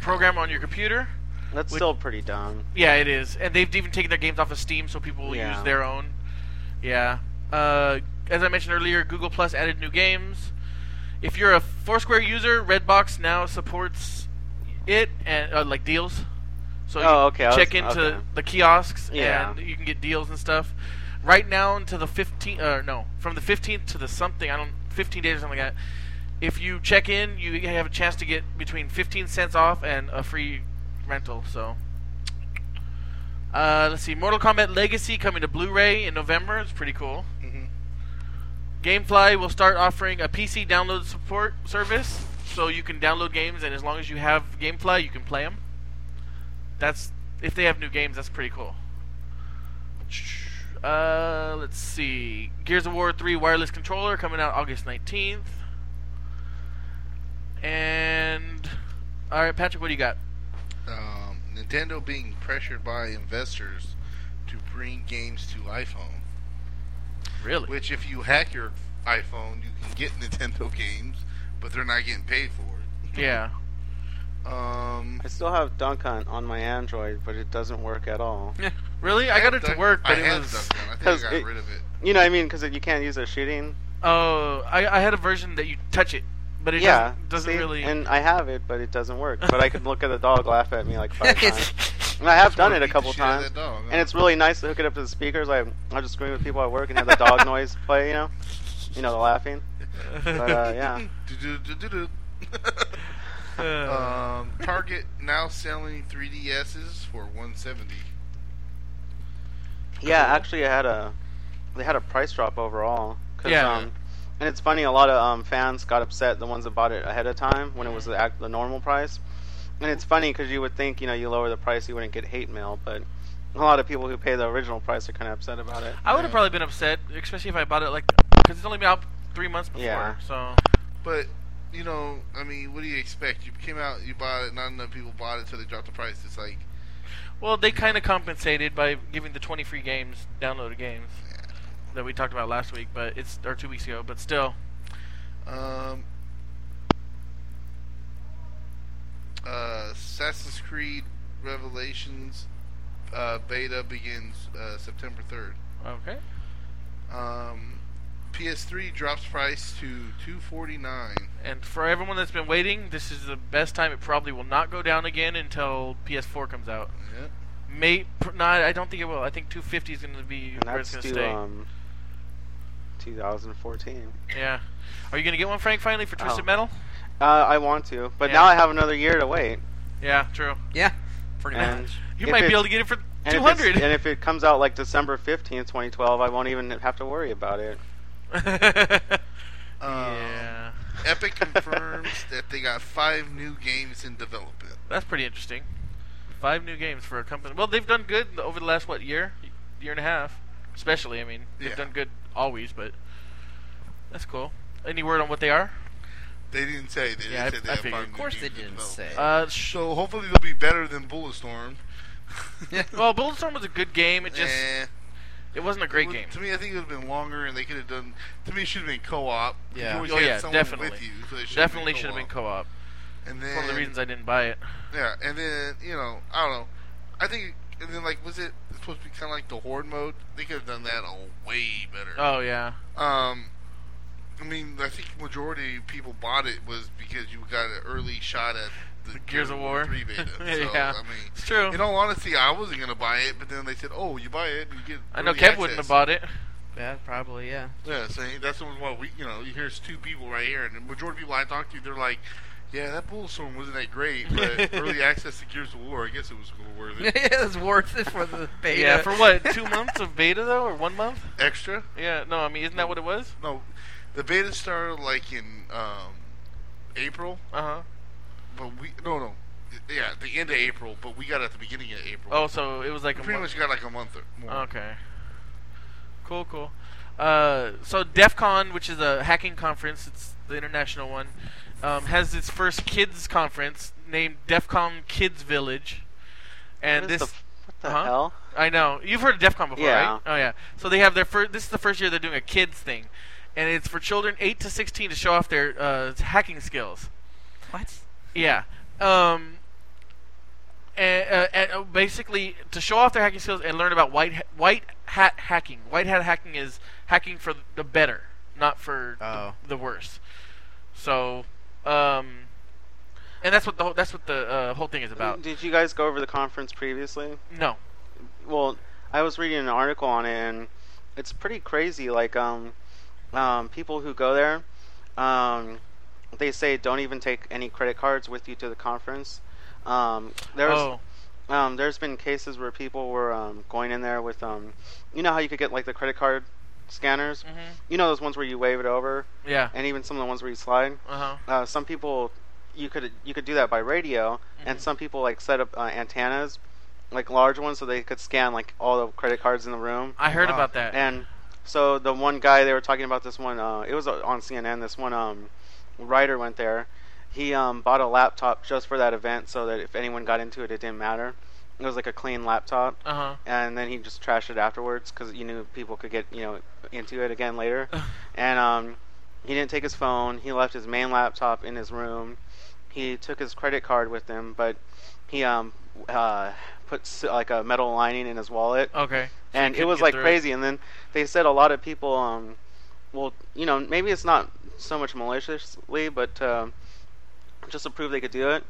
[SPEAKER 1] program on your computer.
[SPEAKER 4] That's
[SPEAKER 1] Which-
[SPEAKER 4] still pretty dumb.
[SPEAKER 1] Yeah, it is, and they've even taken their games off of Steam, so people will
[SPEAKER 4] Yeah.
[SPEAKER 1] use their own. Yeah. Uh, as I mentioned earlier, Google Plus added new games. If you're a Foursquare user, Redbox now supports it and uh, like deals. So you
[SPEAKER 4] Oh, okay, I was-
[SPEAKER 1] check into
[SPEAKER 4] okay.
[SPEAKER 1] the kiosks
[SPEAKER 4] Yeah.
[SPEAKER 1] and you can get deals and stuff. Right now until the 15th, uh, no, from the 15th to the something, I don't, 15 days or something like that. If you check in, you have a chance to get between 15 cents off and a free rental. So, uh, let's see, Mortal Kombat Legacy coming to Blu-ray in November. It's pretty cool.
[SPEAKER 2] something.
[SPEAKER 1] GameFly will start offering a PC download support service, so you can download games, and as long as you have GameFly, you can play them. That's if they have new games. That's pretty cool. Uh, let's see. Gears of War 3 wireless controller coming out August 19th. And all right, Patrick, what do you got?
[SPEAKER 2] Um, Nintendo being pressured by investors to bring games to iPhone.
[SPEAKER 1] Really?
[SPEAKER 2] Which, if you hack your iPhone, you can get Nintendo games, but they're not getting paid for it.
[SPEAKER 1] Yeah.
[SPEAKER 2] Um,
[SPEAKER 4] I still have Dunk Hunt on my Android, but it doesn't work at all.
[SPEAKER 1] Really? I got it to
[SPEAKER 2] Duck-
[SPEAKER 1] work, but
[SPEAKER 2] I
[SPEAKER 1] it
[SPEAKER 2] had
[SPEAKER 1] was
[SPEAKER 2] Duck Hunt. I
[SPEAKER 4] Cause
[SPEAKER 2] think I got
[SPEAKER 4] it-
[SPEAKER 2] rid of it.
[SPEAKER 4] You know what I mean? Because you can't use it shooting.
[SPEAKER 1] oh, I, I had a version that you touch it, but it
[SPEAKER 4] yeah.
[SPEAKER 1] doesn't, doesn't
[SPEAKER 4] see?
[SPEAKER 1] really.
[SPEAKER 4] And I have it, but it doesn't work. But I can look at the dog laugh at me like five times. And I have
[SPEAKER 2] Just
[SPEAKER 4] done
[SPEAKER 2] wanna
[SPEAKER 4] it a
[SPEAKER 2] beat the
[SPEAKER 4] couple
[SPEAKER 2] shit out of
[SPEAKER 4] times.
[SPEAKER 2] that dog, huh?
[SPEAKER 4] And it's really nice to hook it up to the speakers. I I just scream with people at work and have the dog noise play. You know, you know the laughing. But uh, yeah.
[SPEAKER 2] Do-do-do-do-do.
[SPEAKER 1] Uh,
[SPEAKER 2] um, Target now selling 3DSs for 170.
[SPEAKER 4] Yeah,
[SPEAKER 1] Cool.
[SPEAKER 4] actually, I had a they had a price drop overall. 'cause,
[SPEAKER 1] Yeah.
[SPEAKER 4] Um, and it's funny, a lot of um, fans got upset the ones that bought it ahead of time when it was the, act, the normal price. And it's funny because you would think you know you lower the price you wouldn't get hate mail, but a lot of people who pay the original price are kind of upset about it.
[SPEAKER 1] I would have
[SPEAKER 2] Yeah.
[SPEAKER 1] probably been upset, especially if I bought it like because it's only been out three months before.
[SPEAKER 4] Yeah.
[SPEAKER 1] So
[SPEAKER 2] But you know, I mean, what do you expect? You came out, you bought it, not enough people bought it, so they dropped the price. It's like,
[SPEAKER 1] Well, they kind of compensated by giving the 20 free games, downloaded games that we talked about last week, but it's or two weeks ago. But still,
[SPEAKER 2] um, uh, Assassin's Creed Revelations uh, beta begins uh, September third.
[SPEAKER 1] okay.
[SPEAKER 2] Um, PS3 drops price to two forty nine.
[SPEAKER 1] And for everyone that's been waiting, this is the best time. It probably will not go down again until PS4 comes out.
[SPEAKER 2] Yep.
[SPEAKER 1] May pr- not. I don't think it will. I think 250 is going to be
[SPEAKER 4] And
[SPEAKER 1] where it's
[SPEAKER 4] that's um,
[SPEAKER 1] going to
[SPEAKER 4] due
[SPEAKER 1] stay.
[SPEAKER 4] um, 2014.
[SPEAKER 1] Yeah. Are you going to get one, Frank? Finally for Twisted
[SPEAKER 4] Oh.
[SPEAKER 1] Metal?
[SPEAKER 4] Uh, I want to, but
[SPEAKER 1] Yeah.
[SPEAKER 4] now I have another year to wait.
[SPEAKER 1] Yeah, true.
[SPEAKER 3] Yeah, pretty
[SPEAKER 4] And
[SPEAKER 3] much.
[SPEAKER 1] You
[SPEAKER 4] If
[SPEAKER 1] might be
[SPEAKER 4] it's-
[SPEAKER 1] able to get it for
[SPEAKER 4] and if it's-
[SPEAKER 1] 200.
[SPEAKER 4] and if it comes out like December 15th, 2012, I won't even have to worry about it.
[SPEAKER 2] Um,
[SPEAKER 1] yeah,
[SPEAKER 2] Epic confirms that they got five new games in development.
[SPEAKER 1] that's pretty interesting. Five new games for a company. Well, they've done good over the last what year, year and a half, especially. I mean, they've
[SPEAKER 2] Yeah.
[SPEAKER 1] done good always, but that's cool. Any word on what they are?
[SPEAKER 2] They didn't say. They
[SPEAKER 1] Yeah, I-
[SPEAKER 2] didn't say they
[SPEAKER 1] I
[SPEAKER 2] had
[SPEAKER 1] figured.
[SPEAKER 2] five
[SPEAKER 1] Of
[SPEAKER 2] new
[SPEAKER 3] course
[SPEAKER 2] games
[SPEAKER 3] they
[SPEAKER 2] in
[SPEAKER 3] didn't
[SPEAKER 2] development.
[SPEAKER 3] say.
[SPEAKER 1] Uh, sh-
[SPEAKER 2] So hopefully they'll be better than Bulletstorm.
[SPEAKER 1] well, Bulletstorm was a good game. It just
[SPEAKER 2] Eh.
[SPEAKER 1] it wasn't a great
[SPEAKER 2] Well,
[SPEAKER 1] game.
[SPEAKER 2] To me, I think it would have been longer, and they could have done. To me, it should have been co-op. You
[SPEAKER 3] Yeah.
[SPEAKER 2] always
[SPEAKER 1] Oh,
[SPEAKER 2] had
[SPEAKER 1] yeah,
[SPEAKER 2] someone
[SPEAKER 1] definitely.
[SPEAKER 2] With you, so it should've
[SPEAKER 1] Definitely should have been co-op.
[SPEAKER 2] And
[SPEAKER 1] It's
[SPEAKER 2] then
[SPEAKER 1] one of the reasons I didn't buy it.
[SPEAKER 2] Yeah, and then you know, I don't know. I think, and then like, was it supposed to be kind of like the horde mode? They could have done that a way better.
[SPEAKER 1] Oh yeah,
[SPEAKER 2] Um, I mean, I think majority of people bought it was because you got an early shot at the
[SPEAKER 1] Gears of War.
[SPEAKER 2] three beta. So,
[SPEAKER 1] Yeah.
[SPEAKER 2] I mean,
[SPEAKER 1] it's true.
[SPEAKER 2] in all honesty, I wasn't gonna buy it, but then they said, "Oh, you buy it, and you get."
[SPEAKER 1] I know
[SPEAKER 2] early
[SPEAKER 1] Kev wouldn't have
[SPEAKER 2] access."
[SPEAKER 1] bought it.
[SPEAKER 3] Yeah, probably. Yeah.
[SPEAKER 2] Yeah, so that's the one why we, you know, here's two people right here, and the majority of people I talked to, they're like, "Yeah, that Bulletstorm wasn't that great, but early access to Gears of War, I guess it was worth
[SPEAKER 3] yeah,
[SPEAKER 2] it."
[SPEAKER 3] it's worth it for the beta.
[SPEAKER 1] Yeah, for what? Two months of beta though, or one month?
[SPEAKER 2] Extra?
[SPEAKER 1] Yeah, no, I mean, isn't that what it was?
[SPEAKER 2] No, the beta started like in um, April,
[SPEAKER 1] Uh huh.
[SPEAKER 2] but we no no, yeah, the end of April, but we got it at the beginning of April.
[SPEAKER 1] Oh, so it was like
[SPEAKER 2] we
[SPEAKER 1] a
[SPEAKER 2] pretty
[SPEAKER 1] mo-
[SPEAKER 2] much got like a month or more.
[SPEAKER 1] Okay. Cool, cool. Uh, so DEF CON, which is a hacking conference, it's the international one, um, has its first kids conference named DEF CON Kids Village, and
[SPEAKER 4] what is
[SPEAKER 1] this.
[SPEAKER 4] the, f- what the
[SPEAKER 1] Uh-huh.
[SPEAKER 4] hell?
[SPEAKER 1] I know. You've heard of DEF CON before,
[SPEAKER 4] Yeah.
[SPEAKER 1] right? Oh yeah. So they have their first. This is the first year they're doing a kids thing, and it's for children eight to sixteen to show off their uh, hacking skills.
[SPEAKER 3] What?
[SPEAKER 1] Yeah. Um. And, uh, and uh, basically, to show off their hacking skills and learn about white ha- white hat hacking. White hat hacking is hacking for the better, not for the-
[SPEAKER 3] Oh.
[SPEAKER 1] the, worse. So, um, and that's what the whole, that's what the uh, whole thing is about.
[SPEAKER 4] Did you guys go over the conference previously?
[SPEAKER 1] No.
[SPEAKER 4] well i was reading an article on it and it's pretty crazy like um um people who go there um they say don't even take any credit cards with you to the conference um there's
[SPEAKER 1] Oh.
[SPEAKER 4] um there's been cases where people were um going in there with um you know how you could get like the credit card scanners
[SPEAKER 1] Mhm.
[SPEAKER 4] you know those ones where you wave it over
[SPEAKER 1] Yeah.
[SPEAKER 4] and even some of the ones where you slide
[SPEAKER 1] Uh huh.
[SPEAKER 4] uh, some people you could you could do that by radio, and some people like set up uh, antennas, like large ones, so they could scan like all the credit cards in the room.
[SPEAKER 1] I heard
[SPEAKER 2] Wow.
[SPEAKER 1] about that.
[SPEAKER 4] And so the one guy they were talking about this one, uh, it was uh, on CNN. This one um, writer went there. He um, bought a laptop just for that event, so that if anyone got into it, it didn't matter. It was like a clean laptop,
[SPEAKER 1] uh huh.
[SPEAKER 4] and then he just trashed it afterwards because you knew people could get you know into it again later. and um, he didn't take his phone. He left his main laptop in his room. He took his credit card with him, but he um uh put s- like a metal lining in his wallet,
[SPEAKER 1] Okay. So you
[SPEAKER 4] and it
[SPEAKER 1] couldn't
[SPEAKER 4] was
[SPEAKER 1] get
[SPEAKER 4] like
[SPEAKER 1] through it.
[SPEAKER 4] crazy. And then they said a lot of people um, well, you know, maybe it's not so much maliciously, but um just to prove they could do it,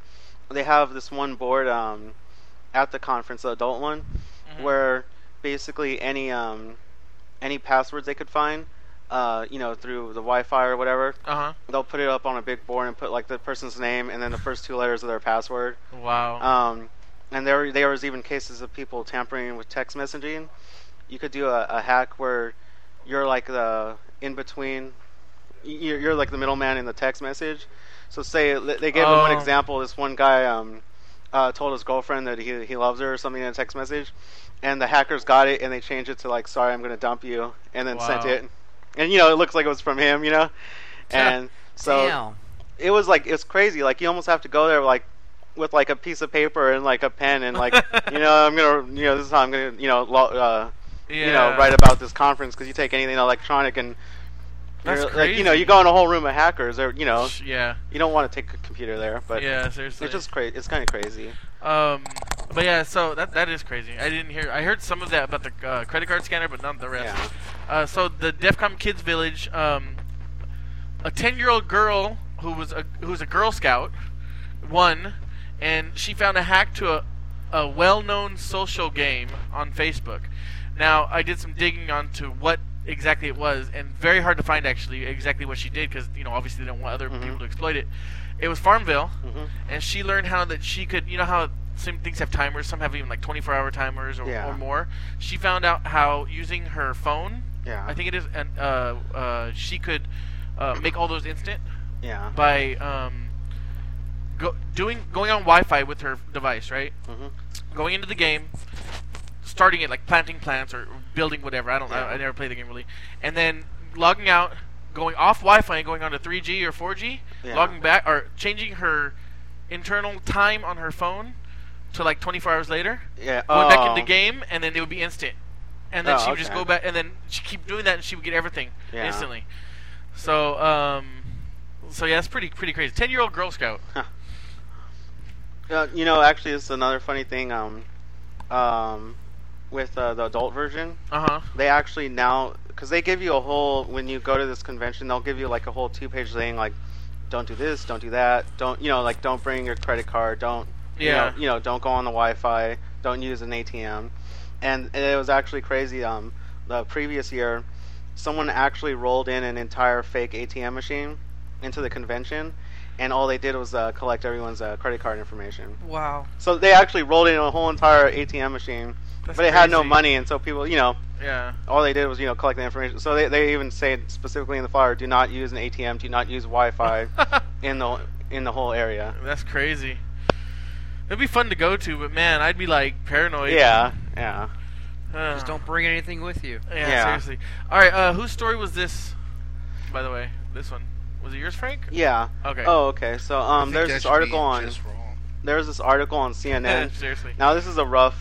[SPEAKER 4] they have this one board um at the conference, the adult one,
[SPEAKER 1] Mm-hmm.
[SPEAKER 4] where basically any um any passwords they could find. Uh, you know, through the Wi-Fi or whatever,
[SPEAKER 1] Uh
[SPEAKER 4] they'll put it up on a big board and put like the person's name and then the first two letters of their password.
[SPEAKER 1] huh. Wow.
[SPEAKER 4] Um, and there there was even cases of people tampering with text messaging. You could do a, a hack where you're like the in between. You're, you're like the middleman in the text message. So say th- they gave him one
[SPEAKER 1] Oh.
[SPEAKER 4] example. This one guy um, uh, told his girlfriend that he he loves her or something in a text message, and the hackers got it and they changed it to like "Sorry, I'm gonna dump you," and then sent
[SPEAKER 1] Wow.
[SPEAKER 4] it. And you know it looks like it was from him, you know. And so
[SPEAKER 3] Damn.
[SPEAKER 4] it was like it's crazy. Like you almost have to go there like with like a piece of paper and like a pen and like you know I'm gonna you know this is how I'm gonna you know lo- uh, you know
[SPEAKER 1] Yeah.
[SPEAKER 4] write about this conference because you take anything electronic and you're,
[SPEAKER 1] That's
[SPEAKER 4] like you know
[SPEAKER 1] crazy.
[SPEAKER 4] you go in a whole room of hackers or you know
[SPEAKER 1] Yeah.
[SPEAKER 4] you don't want to take a computer there but
[SPEAKER 1] yeah, seriously.
[SPEAKER 4] it's just crazy. It's kind of crazy.
[SPEAKER 1] Um, but yeah, so that that is crazy. I didn't hear. I heard some of that about the uh, credit card scanner, but not the rest. Uh, so the DefCon Kids Village, um, a ten-year-old girl who was a who was a Girl Scout, won, and she found a hack to a a well-known social game on Facebook. Now I did some digging onto what exactly it was, and very hard to find actually exactly what she did because you know obviously they don't want other
[SPEAKER 4] Mhm.
[SPEAKER 1] people to exploit it. It was Farmville
[SPEAKER 4] hmm
[SPEAKER 1] and she learned how that she could you know how some things have timers some have even like 24 hour timers or,
[SPEAKER 4] Yeah.
[SPEAKER 1] or more she found out how using her phone
[SPEAKER 4] Yeah.
[SPEAKER 1] i think it is and uh, uh, she could uh, make all those instant
[SPEAKER 4] Yeah.
[SPEAKER 1] by um, go, doing going on wi-fi with her device right
[SPEAKER 4] hmm
[SPEAKER 1] going into the game, starting it like planting plants or building whatever. I don't.
[SPEAKER 4] Yeah.
[SPEAKER 1] I, I never played the game really. And then logging out, going off Wi-Fi and going on to 3G or 4G,
[SPEAKER 4] Yeah.
[SPEAKER 1] logging back or changing her internal time on her phone to like 24 hours later,
[SPEAKER 4] Yeah.
[SPEAKER 1] going back
[SPEAKER 4] oh.
[SPEAKER 1] into game, and then it would be instant. And then
[SPEAKER 4] Oh,
[SPEAKER 1] she would just
[SPEAKER 4] okay.
[SPEAKER 1] go back, and then she keep doing that, and she would get everything
[SPEAKER 4] Yeah.
[SPEAKER 1] instantly. So, um, so yeah, it's pretty pretty crazy. Ten year old Girl Scout.
[SPEAKER 4] Uh, you know, actually, it's another funny thing. Um, um, with uh, the adult version,
[SPEAKER 1] Uh huh.
[SPEAKER 4] they actually now because they give you a whole when you go to this convention, they'll give you like a whole two-page thing like, don't do this, don't do that, don't you know, like don't bring your credit card, don't you know-
[SPEAKER 1] Yeah.
[SPEAKER 4] you know, don't go on the Wi-Fi, don't use an ATM, and it was actually crazy. Um, the previous year, someone actually rolled in an entire fake ATM machine into the convention. And all they did was uh, collect everyone's uh, credit card information.
[SPEAKER 3] Wow.
[SPEAKER 4] So they actually rolled in a whole entire ATM machine,
[SPEAKER 1] That's
[SPEAKER 4] but it had no
[SPEAKER 1] crazy.
[SPEAKER 4] money, and so people, you know,
[SPEAKER 1] Yeah.
[SPEAKER 4] all they did was you know collect the information. So they, they even say specifically in the flyer, do not use an ATM, do not use Wi-Fi in the in the whole area.
[SPEAKER 1] That's crazy. It'd be fun to go to, but man, I'd be like paranoid.
[SPEAKER 4] Yeah, yeah.
[SPEAKER 1] Uh,
[SPEAKER 3] Just don't bring anything with you.
[SPEAKER 1] Yeah,
[SPEAKER 4] Yeah.
[SPEAKER 1] seriously. All right, uh, whose story was this? By the way, this one was it yours, Frank?
[SPEAKER 4] Yeah.
[SPEAKER 1] Okay.
[SPEAKER 4] Oh, okay. So
[SPEAKER 2] I
[SPEAKER 4] um,
[SPEAKER 2] think
[SPEAKER 4] there's
[SPEAKER 2] that
[SPEAKER 4] this
[SPEAKER 2] should be
[SPEAKER 4] article on
[SPEAKER 2] Just wrong.
[SPEAKER 4] there's this article on CNN.
[SPEAKER 1] seriously.
[SPEAKER 4] Now this is a rough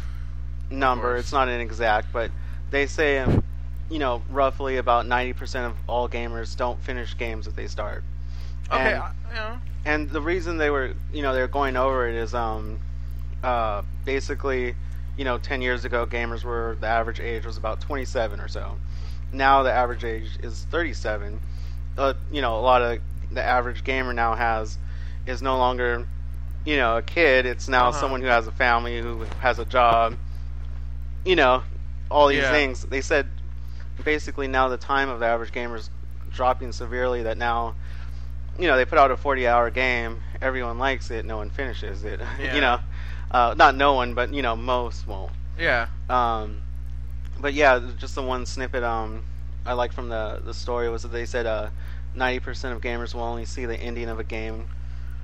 [SPEAKER 4] number.
[SPEAKER 1] course.
[SPEAKER 4] It's not an exact, but they say, um, you know, roughly about 90% of all gamers don't finish games that they start.
[SPEAKER 1] okay.
[SPEAKER 4] and-
[SPEAKER 1] I, you know,
[SPEAKER 4] and the reason they were you know they're going over it is um uh basically you know 10 years ago gamers were the average age was about 27 or so now the average age is 37 uh, you know a lot of the average gamer now has is no longer you know a kid it's now
[SPEAKER 1] Uh-huh.
[SPEAKER 4] someone who has a family who has a job you know all these
[SPEAKER 1] Yeah.
[SPEAKER 4] things they said basically now the time of the average gamers dropping severely that now you know they put out a 40 hour game everyone likes it no one finishes it
[SPEAKER 1] Yeah.
[SPEAKER 4] you know uh, not no one but you know most won't
[SPEAKER 1] yeah.
[SPEAKER 4] um, but yeah just the one snippet um, i like from the, the story was that they said uh, 90% of gamers will only see the ending of a game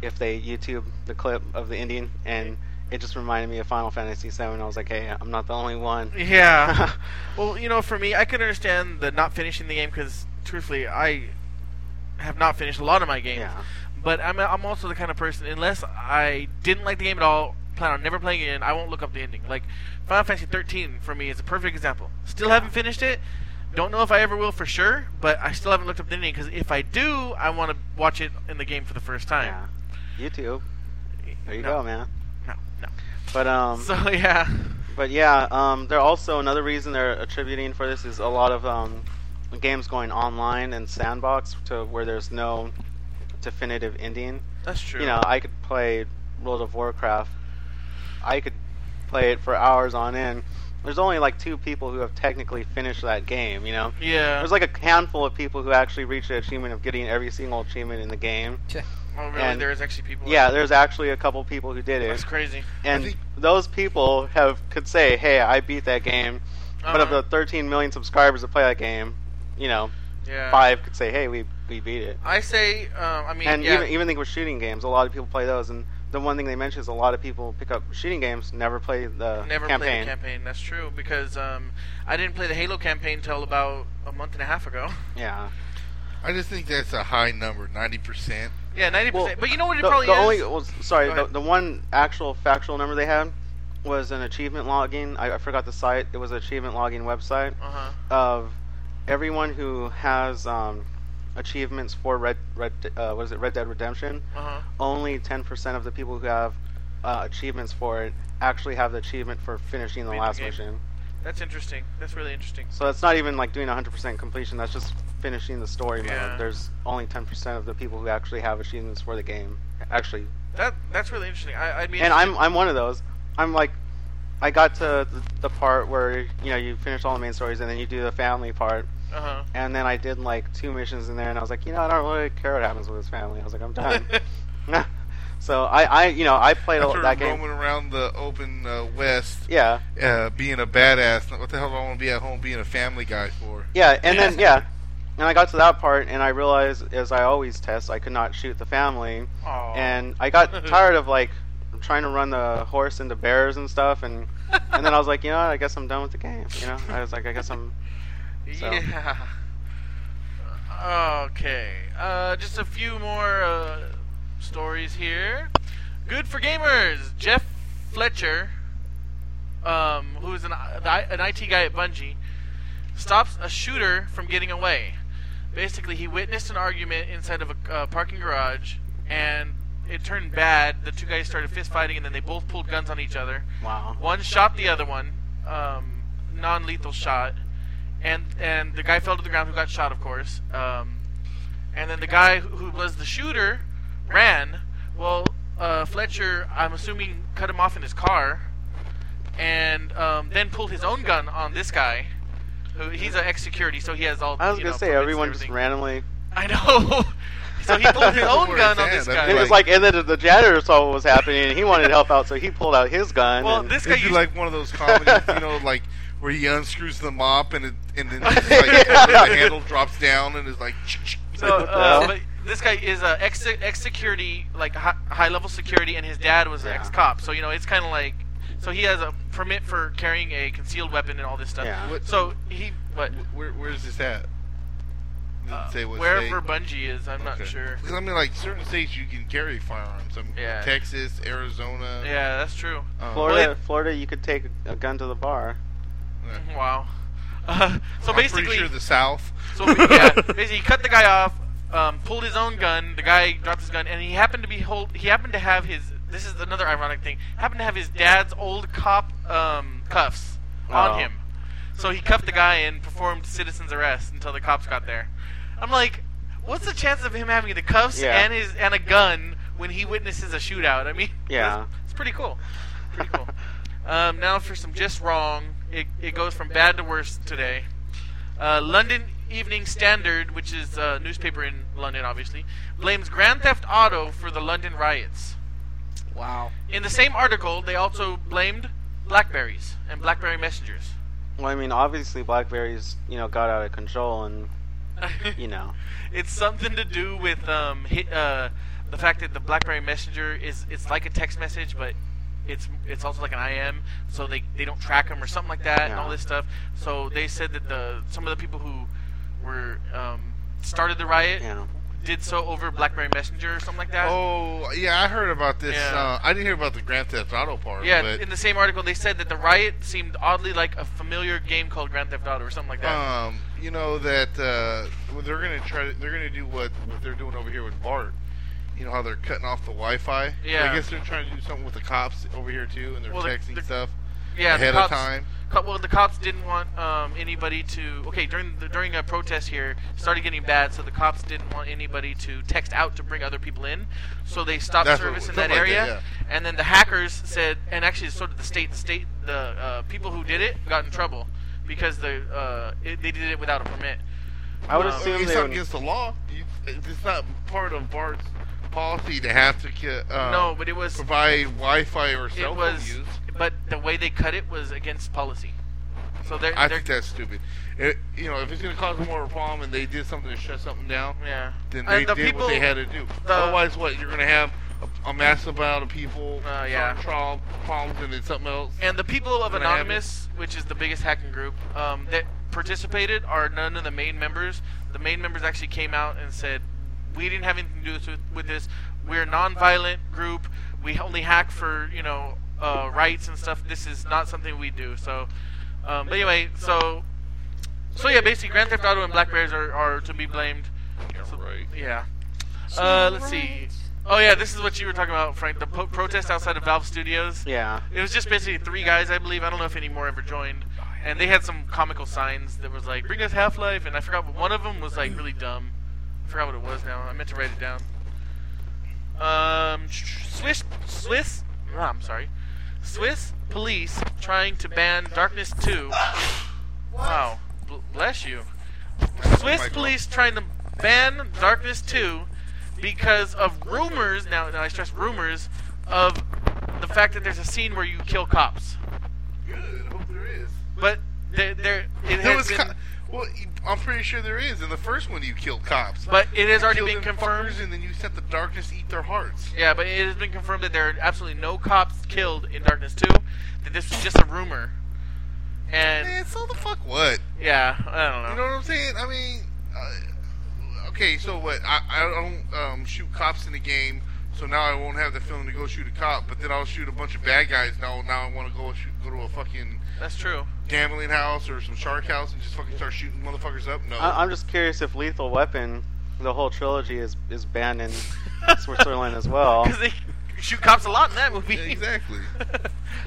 [SPEAKER 4] if they youtube the clip of the ending and it just reminded me of final fantasy 7 i was like hey i'm not the only one
[SPEAKER 1] Yeah. well, you know, for me, I could understand the not finishing the game because, truthfully, I have not finished a lot of my games.
[SPEAKER 4] yeah
[SPEAKER 1] But I'm I'm also the kind of person unless I didn't like the game at all, plan on never playing it again, I won't look up the ending. Like Final Fantasy 13 for me is a perfect example. Still haven't finished it. Don't know if I ever will for sure, but I still haven't looked up the ending because if I do, I want to watch it in the game for the first
[SPEAKER 4] yeah
[SPEAKER 1] time.
[SPEAKER 4] youtube there you
[SPEAKER 1] no,
[SPEAKER 4] go man
[SPEAKER 1] No, no.
[SPEAKER 4] but um
[SPEAKER 1] so yeah,
[SPEAKER 4] But yeah, um, they're also another reason they're attributing for this is a lot of um, games going online and sandbox to where there's no definitive ending.
[SPEAKER 1] that's true.
[SPEAKER 4] You know, I could play World of Warcraft. I could play it for hours on end. There's only like two people who have technically finished that game. You know,
[SPEAKER 1] yeah.
[SPEAKER 4] there's like a handful of people who actually reached the achievement of getting every single achievement in the game.
[SPEAKER 1] oh really?
[SPEAKER 4] and-
[SPEAKER 1] there is actually people.
[SPEAKER 4] Yeah, there's actually a couple people who did it,
[SPEAKER 1] that's crazy.
[SPEAKER 4] and
[SPEAKER 2] think-
[SPEAKER 4] those people have could say, "Hey, I beat that game." But of
[SPEAKER 1] Uh-huh.
[SPEAKER 4] the 13 million subscribers that play that game, you know,
[SPEAKER 1] yeah.
[SPEAKER 4] five could say, "Hey, we we beat it."
[SPEAKER 1] I say, um, I mean,
[SPEAKER 4] And
[SPEAKER 1] yeah,
[SPEAKER 4] even even think with shooting games, a lot of people play those. And the one thing they mention is a lot of people pick up shooting games, never play the
[SPEAKER 1] never
[SPEAKER 4] campaign.
[SPEAKER 1] played the campaign. That's true because um, I didn't play the Halo campaign till about a month and a half ago.
[SPEAKER 4] Yeah,
[SPEAKER 2] I just think that's a high number, ninety percent.
[SPEAKER 1] Yeah, ninety
[SPEAKER 4] Well,
[SPEAKER 1] percent. But you know what it
[SPEAKER 4] the,
[SPEAKER 1] probably
[SPEAKER 4] the
[SPEAKER 1] is.
[SPEAKER 4] only well, sorry
[SPEAKER 1] Go
[SPEAKER 4] the,
[SPEAKER 1] ahead.
[SPEAKER 4] the one actual factual number they had was an achievement logging I, I forgot the site it was an achievement logging website
[SPEAKER 1] uh-huh.
[SPEAKER 4] of everyone who has um, achievements for red red uh, what is it red dead redemption
[SPEAKER 1] Uh-huh.
[SPEAKER 4] only 10% of the people who have uh, achievements for it actually have the achievement for finishing the
[SPEAKER 1] Beat the
[SPEAKER 4] last
[SPEAKER 1] game.
[SPEAKER 4] mission
[SPEAKER 1] That's interesting. That's really interesting.
[SPEAKER 4] so that's not even like doing 100% completion that's just finishing the story
[SPEAKER 1] Yeah.
[SPEAKER 4] mode there's only 10% of the people who actually have achievements for the game actually
[SPEAKER 1] That that's really interesting. I I mean,
[SPEAKER 4] and I'm I'm one of those. I'm like, I got to the, the part where you know you finish all the main stories and then you do the family part,
[SPEAKER 1] uh
[SPEAKER 4] and then I did like two missions in there, and I was like, you know, I don't really care what happens with his family. I was like, I'm
[SPEAKER 1] huh.
[SPEAKER 4] done. so I I you know I played a,
[SPEAKER 2] After
[SPEAKER 4] that
[SPEAKER 2] roaming
[SPEAKER 4] game.
[SPEAKER 2] around the open uh, west,
[SPEAKER 4] Yeah,
[SPEAKER 2] uh, being a badass. What the hell do I want to be at home being a family guy for?
[SPEAKER 4] yeah, and then yeah, and I got to that part, and I realized, as I always test, I could not shoot the family.
[SPEAKER 1] Aw. Mm-hmm.
[SPEAKER 4] and I got tired of like trying to run the horse into bears and stuff, and and then I was like, you know, what, I guess I'm done with the game. You know, I was like, I guess I'm. so-
[SPEAKER 1] Yeah. Okay. Uh, just a few more uh, stories here. Good for gamers. Jeff Fletcher, um, who is an, an IT guy at Bungie, stops a shooter from getting away. Basically, he witnessed an argument inside of a uh, parking garage, and it turned bad. The two guys started fist fighting, and then they both pulled guns on each other.
[SPEAKER 4] Wow.
[SPEAKER 1] One shot the other one, um, non-lethal shot, and and the guy fell to the ground who got shot, of course. Um, and then the guy who who was the shooter ran. Well, uh, Fletcher, I'm assuming, cut him off in his car, and um, then pulled his own gun on this guy. Who he's an ex-security, so he has all.
[SPEAKER 4] I was
[SPEAKER 1] you
[SPEAKER 4] gonna
[SPEAKER 1] know,
[SPEAKER 4] say
[SPEAKER 1] permits and
[SPEAKER 4] everyone just
[SPEAKER 1] everything.
[SPEAKER 4] randomly.
[SPEAKER 1] I know. so he pulled his own gun on this
[SPEAKER 2] That's
[SPEAKER 1] guy.
[SPEAKER 4] It was like, and then the janitor saw what was happening, and he wanted to help out, so he pulled out his gun.
[SPEAKER 1] well,
[SPEAKER 4] and-
[SPEAKER 1] this guy
[SPEAKER 2] It'd be
[SPEAKER 1] used
[SPEAKER 2] like one of those comedies, you know, like where he unscrews the mop and it, and then just, like,
[SPEAKER 4] Yeah.
[SPEAKER 2] the handle drops down and is like.
[SPEAKER 1] So,
[SPEAKER 4] What the hell?
[SPEAKER 1] uh, but this guy is a ex ex security, like high, high level security, and his dad was an
[SPEAKER 4] Yeah.
[SPEAKER 1] ex cop. So you know, it's kind of like, so he has a permit for carrying a concealed weapon and all this stuff.
[SPEAKER 4] Yeah.
[SPEAKER 2] What-
[SPEAKER 1] So he, what,
[SPEAKER 2] Wh- Where, where's this at? Didn't
[SPEAKER 1] uh,
[SPEAKER 2] say what
[SPEAKER 1] wherever
[SPEAKER 2] state.
[SPEAKER 1] Bungie is, I'm not
[SPEAKER 2] Okay.
[SPEAKER 1] sure.
[SPEAKER 2] 'Cause I mean, like certain states you can carry firearms. I mean,
[SPEAKER 1] Yeah.
[SPEAKER 2] Texas, Arizona,
[SPEAKER 1] Yeah, that's true.
[SPEAKER 2] um,
[SPEAKER 4] Florida,
[SPEAKER 1] Well,
[SPEAKER 4] Florida, you could take a gun to the bar.
[SPEAKER 2] yeah.
[SPEAKER 1] Wow. Uh, Mm-hmm. so
[SPEAKER 2] I'm
[SPEAKER 1] basically,
[SPEAKER 2] pretty sure the South.
[SPEAKER 1] So yeah, basically he cut the guy off, um, pulled his own gun. The guy dropped his gun, and he happened to be hold. He happened to have his. This is another ironic thing. Happened to have his dad's old cop um, cuffs on
[SPEAKER 4] Oh.
[SPEAKER 1] him. So he cuffed the guy and performed citizen's arrest until the cops got there. I'm like, what's the chance of him having the cuffs
[SPEAKER 4] Yeah.
[SPEAKER 1] and his and a gun when he witnesses a shootout? I mean,
[SPEAKER 4] Yeah.
[SPEAKER 1] it's, it's pretty cool. Pretty cool. Um, now for some just wrong. It, it goes from bad to worse today. Uh, London Evening Standard, which is a newspaper in London, obviously, blames Grand Theft Auto for the London riots.
[SPEAKER 3] Wow.
[SPEAKER 1] In the same article, they also blamed Blackberries and Blackberry messengers.
[SPEAKER 4] Well, I mean, obviously, Blackberries, you know, got out of control, and you know,
[SPEAKER 1] it's something to do with um, hit, uh, the fact that the BlackBerry Messenger is it's like a text message, but it's it's also like an IM, so they, they don't track them or something like that and
[SPEAKER 4] Yeah.
[SPEAKER 1] all this stuff. So they said that the some of the people who were um, started the riot
[SPEAKER 4] you know.
[SPEAKER 1] did so over BlackBerry Messenger or something like that.
[SPEAKER 2] Oh, yeah, I heard about this.
[SPEAKER 1] Yeah.
[SPEAKER 2] Uh, I didn't hear about the Grand Theft Auto part.
[SPEAKER 1] yeah,
[SPEAKER 2] but,
[SPEAKER 1] in the same article they said that the riot seemed oddly like a familiar game called Grand Theft Auto or something like that.
[SPEAKER 2] um, you know that uh, well, they're gonna try. To, they're gonna do what, what they're doing over here with Bart. You know how they're cutting off the Wi-Fi.
[SPEAKER 1] Yeah.
[SPEAKER 2] I guess they're trying to do something with the cops over here too, and they're
[SPEAKER 1] Well, they're-
[SPEAKER 2] texting
[SPEAKER 1] they're-
[SPEAKER 2] stuff
[SPEAKER 1] yeah, the
[SPEAKER 2] ahead
[SPEAKER 1] cops,
[SPEAKER 2] of time.
[SPEAKER 1] Co- well, the cops didn't want um, anybody to. Okay, during the, during a protest here, it started getting bad, so the cops didn't want anybody to text out to bring other people in, so they stopped
[SPEAKER 2] That's what it
[SPEAKER 1] service
[SPEAKER 2] was,
[SPEAKER 1] in that
[SPEAKER 2] something like
[SPEAKER 1] area.
[SPEAKER 2] that,
[SPEAKER 1] And then the hackers said, and actually, sort of the state, the state, the uh, people who did it got in trouble because the uh, it, they did it without a permit.
[SPEAKER 4] I would
[SPEAKER 1] Well,
[SPEAKER 4] assume
[SPEAKER 2] it's
[SPEAKER 4] they
[SPEAKER 2] not
[SPEAKER 4] would.
[SPEAKER 2] against the law. You, it's not part of Bart's policy to have to ki- uh,
[SPEAKER 1] no, but it was
[SPEAKER 2] provide Wi-Fi or
[SPEAKER 1] it
[SPEAKER 2] cell phone
[SPEAKER 1] was,
[SPEAKER 2] use.
[SPEAKER 1] but the way they cut it was against policy. So they're,
[SPEAKER 2] I
[SPEAKER 1] they're
[SPEAKER 2] think that's stupid. It, you know, if it's going to cause more of a problem and they did something to shut something down,
[SPEAKER 1] yeah.
[SPEAKER 2] then
[SPEAKER 1] And
[SPEAKER 2] they
[SPEAKER 1] the
[SPEAKER 2] did
[SPEAKER 1] people,
[SPEAKER 2] what they had to do.
[SPEAKER 1] the-
[SPEAKER 2] Otherwise, what you're going to have a, a massive amount of people
[SPEAKER 1] Uh, yeah.
[SPEAKER 2] starting trial problems and then something else.
[SPEAKER 1] And the people of
[SPEAKER 2] Gonna have
[SPEAKER 1] Anonymous, which is the biggest hacking group um, that participated, are none of the main members. The main members actually came out and said we didn't have anything to do with, with this. We're a non-violent group. We only hack for you know uh, rights and stuff. This is not something we do. So, um, but anyway, so so yeah, basically, Grand Theft Auto and Black Bears are, are to be blamed.
[SPEAKER 2] Yeah,
[SPEAKER 1] So-
[SPEAKER 2] right.
[SPEAKER 1] Yeah. Uh, let's see. Oh yeah, this is what you were talking about, Frank. The po- protest outside of Valve Studios.
[SPEAKER 4] Yeah.
[SPEAKER 1] It was just basically three guys, I believe. I don't know if any more ever joined. And they had some comical signs that was like, "Bring us Half Life," and I forgot. One of them was like really dumb. I forgot what it was now. I meant to write it down. Um, Swiss, Swiss. ah, I'm sorry. Swiss police trying to ban Darkness 2. Wow, bl- bless you. Swiss
[SPEAKER 2] Michael.
[SPEAKER 1] police trying to ban Darkness 2 because of rumors. Now, now I stress rumors of the fact that there's a scene where you kill cops.
[SPEAKER 2] oh, Good. I hope there is.
[SPEAKER 1] But there, there it
[SPEAKER 2] There
[SPEAKER 1] has
[SPEAKER 2] was.
[SPEAKER 1] been,
[SPEAKER 2] Co- well, you- I'm pretty sure there is. In the first one, you killed cops.
[SPEAKER 1] but it has
[SPEAKER 2] You
[SPEAKER 1] already
[SPEAKER 2] killed
[SPEAKER 1] been
[SPEAKER 2] them
[SPEAKER 1] confirmed.
[SPEAKER 2] fuckers, and then you set the darkness eat their hearts.
[SPEAKER 1] Yeah, but it has been confirmed that there are absolutely no cops killed in Darkness 2. That this was just a rumor. And
[SPEAKER 2] Man, so the fuck what?
[SPEAKER 1] yeah, I don't know.
[SPEAKER 2] You know what I'm saying? I mean, uh, okay, so what? I, I don't um, shoot cops in the game, so now I won't have the feeling to go shoot a cop. But then I'll shoot a bunch of bad guys. Now, now I want to go shoot, go to a fucking
[SPEAKER 1] That's true.
[SPEAKER 2] gambling house or some shark house and just fucking start shooting motherfuckers up. No,
[SPEAKER 4] I- I'm just curious if Lethal Weapon, the whole trilogy, is is banned in Switzerland as well.
[SPEAKER 1] Because they shoot cops a lot in that movie.
[SPEAKER 2] Yeah, exactly.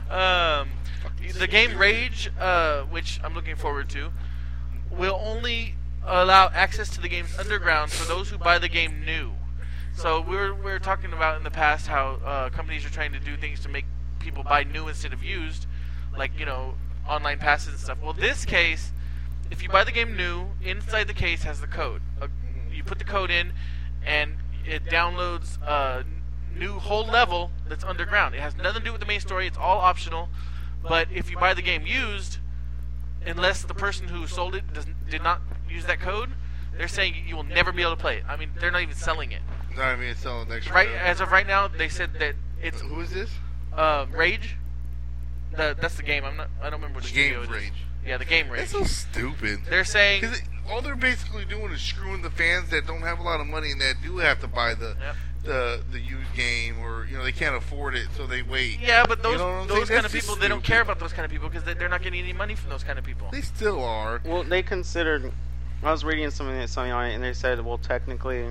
[SPEAKER 1] um, the game Rage, uh, which I'm looking forward to, will only allow access to the game's underground for those who buy the game new. So we were, we were talking about in the past how uh, companies are trying to do things to make people buy new instead of used, like you know online passes and stuff. Well, this case, if you buy the game new, inside the case has the code. Uh, you put the code in, and it downloads a new whole level that's underground. It has nothing to do with the main story. It's all optional. But if you buy the game used, unless the person who sold it does, did not use that code, they're saying you will never be able to play it. I mean, they're not even selling it.
[SPEAKER 2] no, I mean it's selling next.
[SPEAKER 1] Right as of right now, they said that it's
[SPEAKER 2] who is this?
[SPEAKER 1] uh, Rage. The, that's the game. I'm not. I don't remember which
[SPEAKER 2] The game
[SPEAKER 1] studio it is.
[SPEAKER 2] Rage.
[SPEAKER 1] Yeah, the game Rage.
[SPEAKER 2] That's so stupid.
[SPEAKER 1] They're saying
[SPEAKER 2] Because all they're basically doing is screwing the fans that don't have a lot of money and that do have to buy the
[SPEAKER 1] Yep.
[SPEAKER 2] the the used game or you know they can't afford it, so they wait.
[SPEAKER 1] Yeah, but those
[SPEAKER 2] You know what I'm saying?
[SPEAKER 1] those kind of
[SPEAKER 2] That's just
[SPEAKER 1] people, they don't
[SPEAKER 2] stupid.
[SPEAKER 1] care about those kind of people because they, they're not getting any money from those kind of people.
[SPEAKER 2] They still are.
[SPEAKER 4] Well, they considered. I was reading something something on it, and they said, well, technically,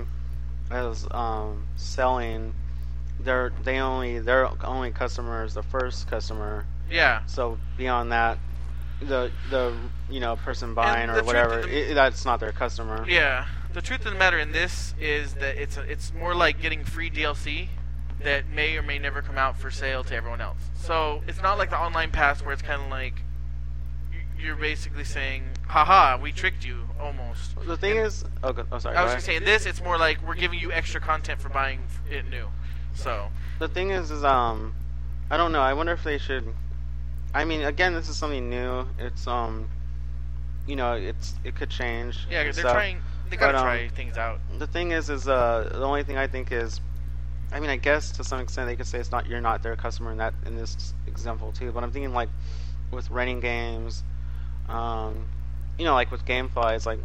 [SPEAKER 4] as um, selling, they're they only their only customer is the first customer.
[SPEAKER 1] Yeah,
[SPEAKER 4] So beyond that, the the you know person buying
[SPEAKER 1] the
[SPEAKER 4] or
[SPEAKER 1] truth
[SPEAKER 4] whatever,
[SPEAKER 1] of the-
[SPEAKER 4] i that's not their customer.
[SPEAKER 1] yeah. The truth of the matter in this is that it's a, it's more like getting free DLC that may or may never come out for sale to everyone else. So it's not like the online pass where it's kind of like y- you're basically saying, "Haha, we tricked you." Almost.
[SPEAKER 4] The thing is, oh, go- oh sorry.
[SPEAKER 1] I
[SPEAKER 4] go
[SPEAKER 1] was
[SPEAKER 4] ahead.
[SPEAKER 1] just saying this. It's more like we're giving you extra content for buying it new. So
[SPEAKER 4] The thing is, is um, I don't know. I wonder if they should. I mean, again, this is something new. It's um, you know, it's it could change.
[SPEAKER 1] yeah,
[SPEAKER 4] and
[SPEAKER 1] they're
[SPEAKER 4] stuff.
[SPEAKER 1] trying. They gotta
[SPEAKER 4] But, um,
[SPEAKER 1] try things out.
[SPEAKER 4] The thing is, is uh, the only thing I think is, I mean, I guess to some extent they could say it's not you're not their customer in that in this example too. But I'm thinking like with renting games, um, you know, like with GameFly, it's like,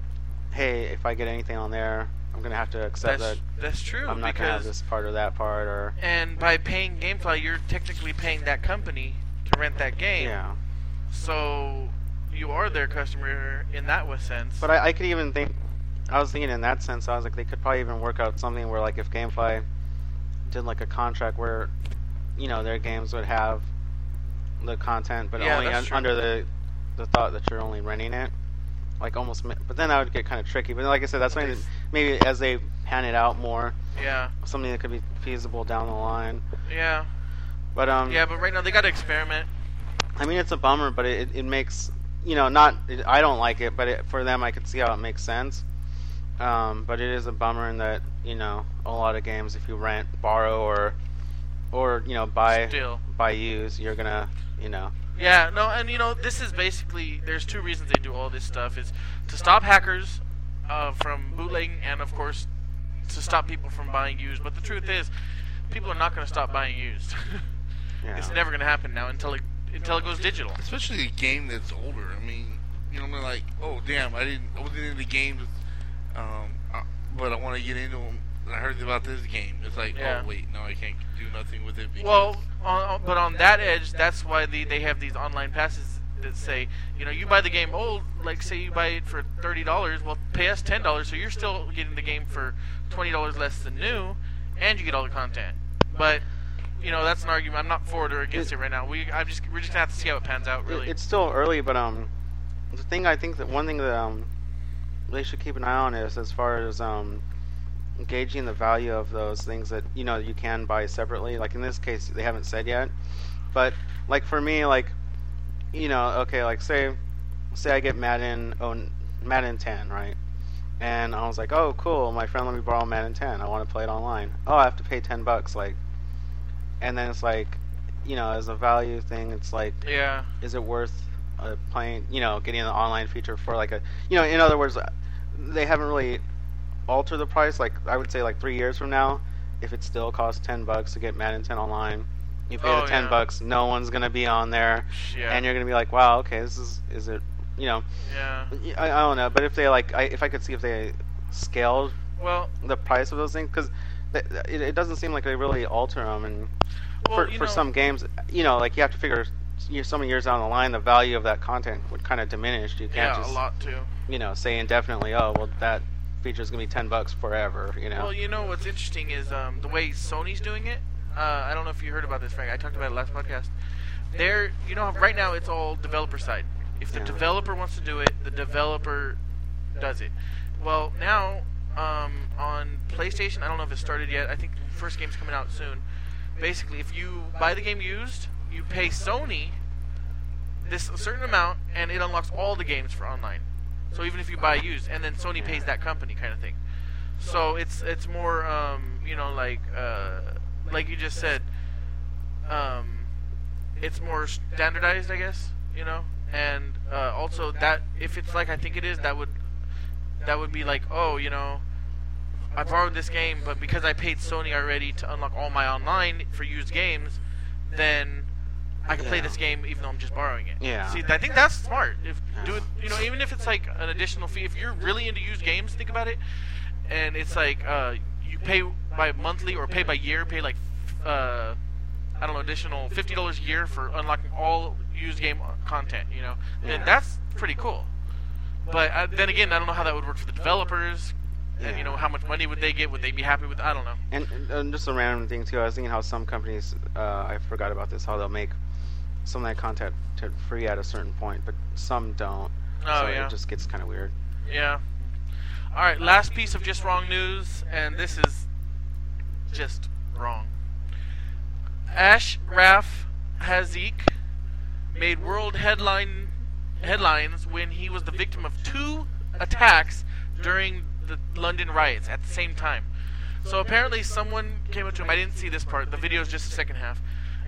[SPEAKER 4] hey, if I get anything on there, I'm gonna have to accept
[SPEAKER 1] That's
[SPEAKER 4] that
[SPEAKER 1] that's true
[SPEAKER 4] I'm not gonna have
[SPEAKER 1] because
[SPEAKER 4] this part or that part or
[SPEAKER 1] And by paying GameFly, you're technically paying that company to rent that game.
[SPEAKER 4] yeah.
[SPEAKER 1] So you are their customer in that wa- sense.
[SPEAKER 4] But I, I could even think, I was thinking in that sense, I was like, they could probably even work out something where, like, if GameFly did, like, a contract where, you know, their games would have the content, but
[SPEAKER 1] Yeah,
[SPEAKER 4] only
[SPEAKER 1] that's
[SPEAKER 4] un-
[SPEAKER 1] true.
[SPEAKER 4] under the, the thought that you're only renting it. Like, almost, mi- but then that would get kind of tricky. But like I said, that's something that maybe as they pan it out more,
[SPEAKER 1] yeah,
[SPEAKER 4] something that could be feasible down the line.
[SPEAKER 1] yeah,
[SPEAKER 4] But, um,
[SPEAKER 1] yeah. But right now they got to experiment.
[SPEAKER 4] I mean, it's a bummer, but it, it makes you know not. It, I don't like it, but it, for them, I could see how it makes sense. Um, but it is a bummer in that you know a lot of games, if you rent, borrow, or or you know buy
[SPEAKER 1] Still.
[SPEAKER 4] buy use, you're gonna you know
[SPEAKER 1] Yeah, no, and you know this is basically there's two reasons they do all this stuff is to stop hackers uh, from bootlegging and of course to stop people from buying used. But the truth is, people are not going to stop buying used.
[SPEAKER 4] yeah.
[SPEAKER 1] It's never going to happen now until it until it goes digital.
[SPEAKER 2] Especially a game that's older. I mean, you know, I'm uh, like, oh damn, I didn't, I wasn't into games, um, I, but I want to get into them. I heard about this game. It's like,
[SPEAKER 1] Yeah.
[SPEAKER 2] oh wait, no, I can't do nothing with it. Because
[SPEAKER 1] Well, on, on- but on that edge, that's why the, they have these online passes that say, you know, you buy the game old, like say you buy it for thirty dollars, well, pay us ten dollars, so you're still getting the game for twenty dollars less than new, and you get all the content. But you know, that's an argument. I'm not for it or against it right now. We, I'm just, we're just gonna have to see how it pans out, really.
[SPEAKER 4] It's still early, but um, the thing I think that one thing that um, they should keep an eye on is as far as um, gauging the value of those things that you know you can buy separately. Like in this case, they haven't said yet, but like for me, like you know, okay, like say say I get Madden oh Madden 10, right? And I was like, oh cool, my friend let me borrow Madden 10. I want to play it online. Oh, I have to pay 10 bucks, like, and then it's like. You know, as a value thing, it's like
[SPEAKER 1] yeah.
[SPEAKER 4] is it worth uh, playing you know getting an online feature for like a you know in other words uh, they haven't really altered the price like i would say like three years from now if it still costs 10 bucks to get madden 10 online you pay
[SPEAKER 1] Oh,
[SPEAKER 4] the 10
[SPEAKER 1] yeah.
[SPEAKER 4] bucks no one's gonna be on there
[SPEAKER 1] Yeah.
[SPEAKER 4] and you're gonna be like wow okay this is is it you know
[SPEAKER 1] yeah.
[SPEAKER 4] y- i, I don't know but if they like I, if i could see if they scaled
[SPEAKER 1] Well,
[SPEAKER 4] the price of those things because it, it doesn't seem like they really alter them and
[SPEAKER 1] Well,
[SPEAKER 4] for,
[SPEAKER 1] you
[SPEAKER 4] for
[SPEAKER 1] know-
[SPEAKER 4] some games you know like you have to figure you know, so many years down the line the value of that content would kind of diminish you can't
[SPEAKER 1] yeah,
[SPEAKER 4] just
[SPEAKER 1] a lot too.
[SPEAKER 4] you know say indefinitely oh well that feature's gonna be 10 bucks forever you know
[SPEAKER 1] Well, you know what's interesting is um, the way Sony's doing it. Uh, I don't know if you heard about this, Frank. I talked about it last podcast. They're, you know, right now it's all developer side. If the
[SPEAKER 4] Yeah.
[SPEAKER 1] developer wants to do it, the developer does it. Well, now um, on PlayStation, I don't know if it started yet. I think the first game's coming out soon. Basically, if you buy the game used, you pay Sony this certain amount, and it unlocks all the games for online. So even if you buy used, and then Sony pays that company kind of thing. So it's it's more um, you know like uh, like you just said, um, it's more standardized, I guess you know, and uh, also that if it's like I think it is, that would that would be like oh you know. I borrowed this game, but because I paid Sony already to unlock all my online for used games, then I can play
[SPEAKER 4] Yeah.
[SPEAKER 1] this game even though I'm just borrowing it.
[SPEAKER 4] Yeah.
[SPEAKER 1] See, I think that's smart. If
[SPEAKER 4] Yeah.
[SPEAKER 1] do it, you know, even if it's like an additional fee, if you're really into used games, think about it, and it's like uh, you pay by monthly or pay by year, pay like f- uh, I don't know, additional fifty dollars a year for unlocking all used game content. You know,
[SPEAKER 4] Yeah.
[SPEAKER 1] and that's pretty cool. But uh, then again, I don't know how that would work for the developers, and you
[SPEAKER 4] Yeah.
[SPEAKER 1] know how much money would they get? Would they be happy with? I don't know.
[SPEAKER 4] And, and- and just a random thing too. I was thinking how some companies, uh, I forgot about this, how they'll make some of that content to free at a certain point, but some don't.
[SPEAKER 1] Oh,
[SPEAKER 4] so
[SPEAKER 1] yeah.
[SPEAKER 4] it just gets kind of weird.
[SPEAKER 1] Yeah. All right, last piece of just wrong news, and this is just wrong. Ash Raf Hazik made world headline headlines when he was the victim of two attacks during the London riots at the same time. So apparently, someone came up to him. I didn't see this part. The video is just the second half,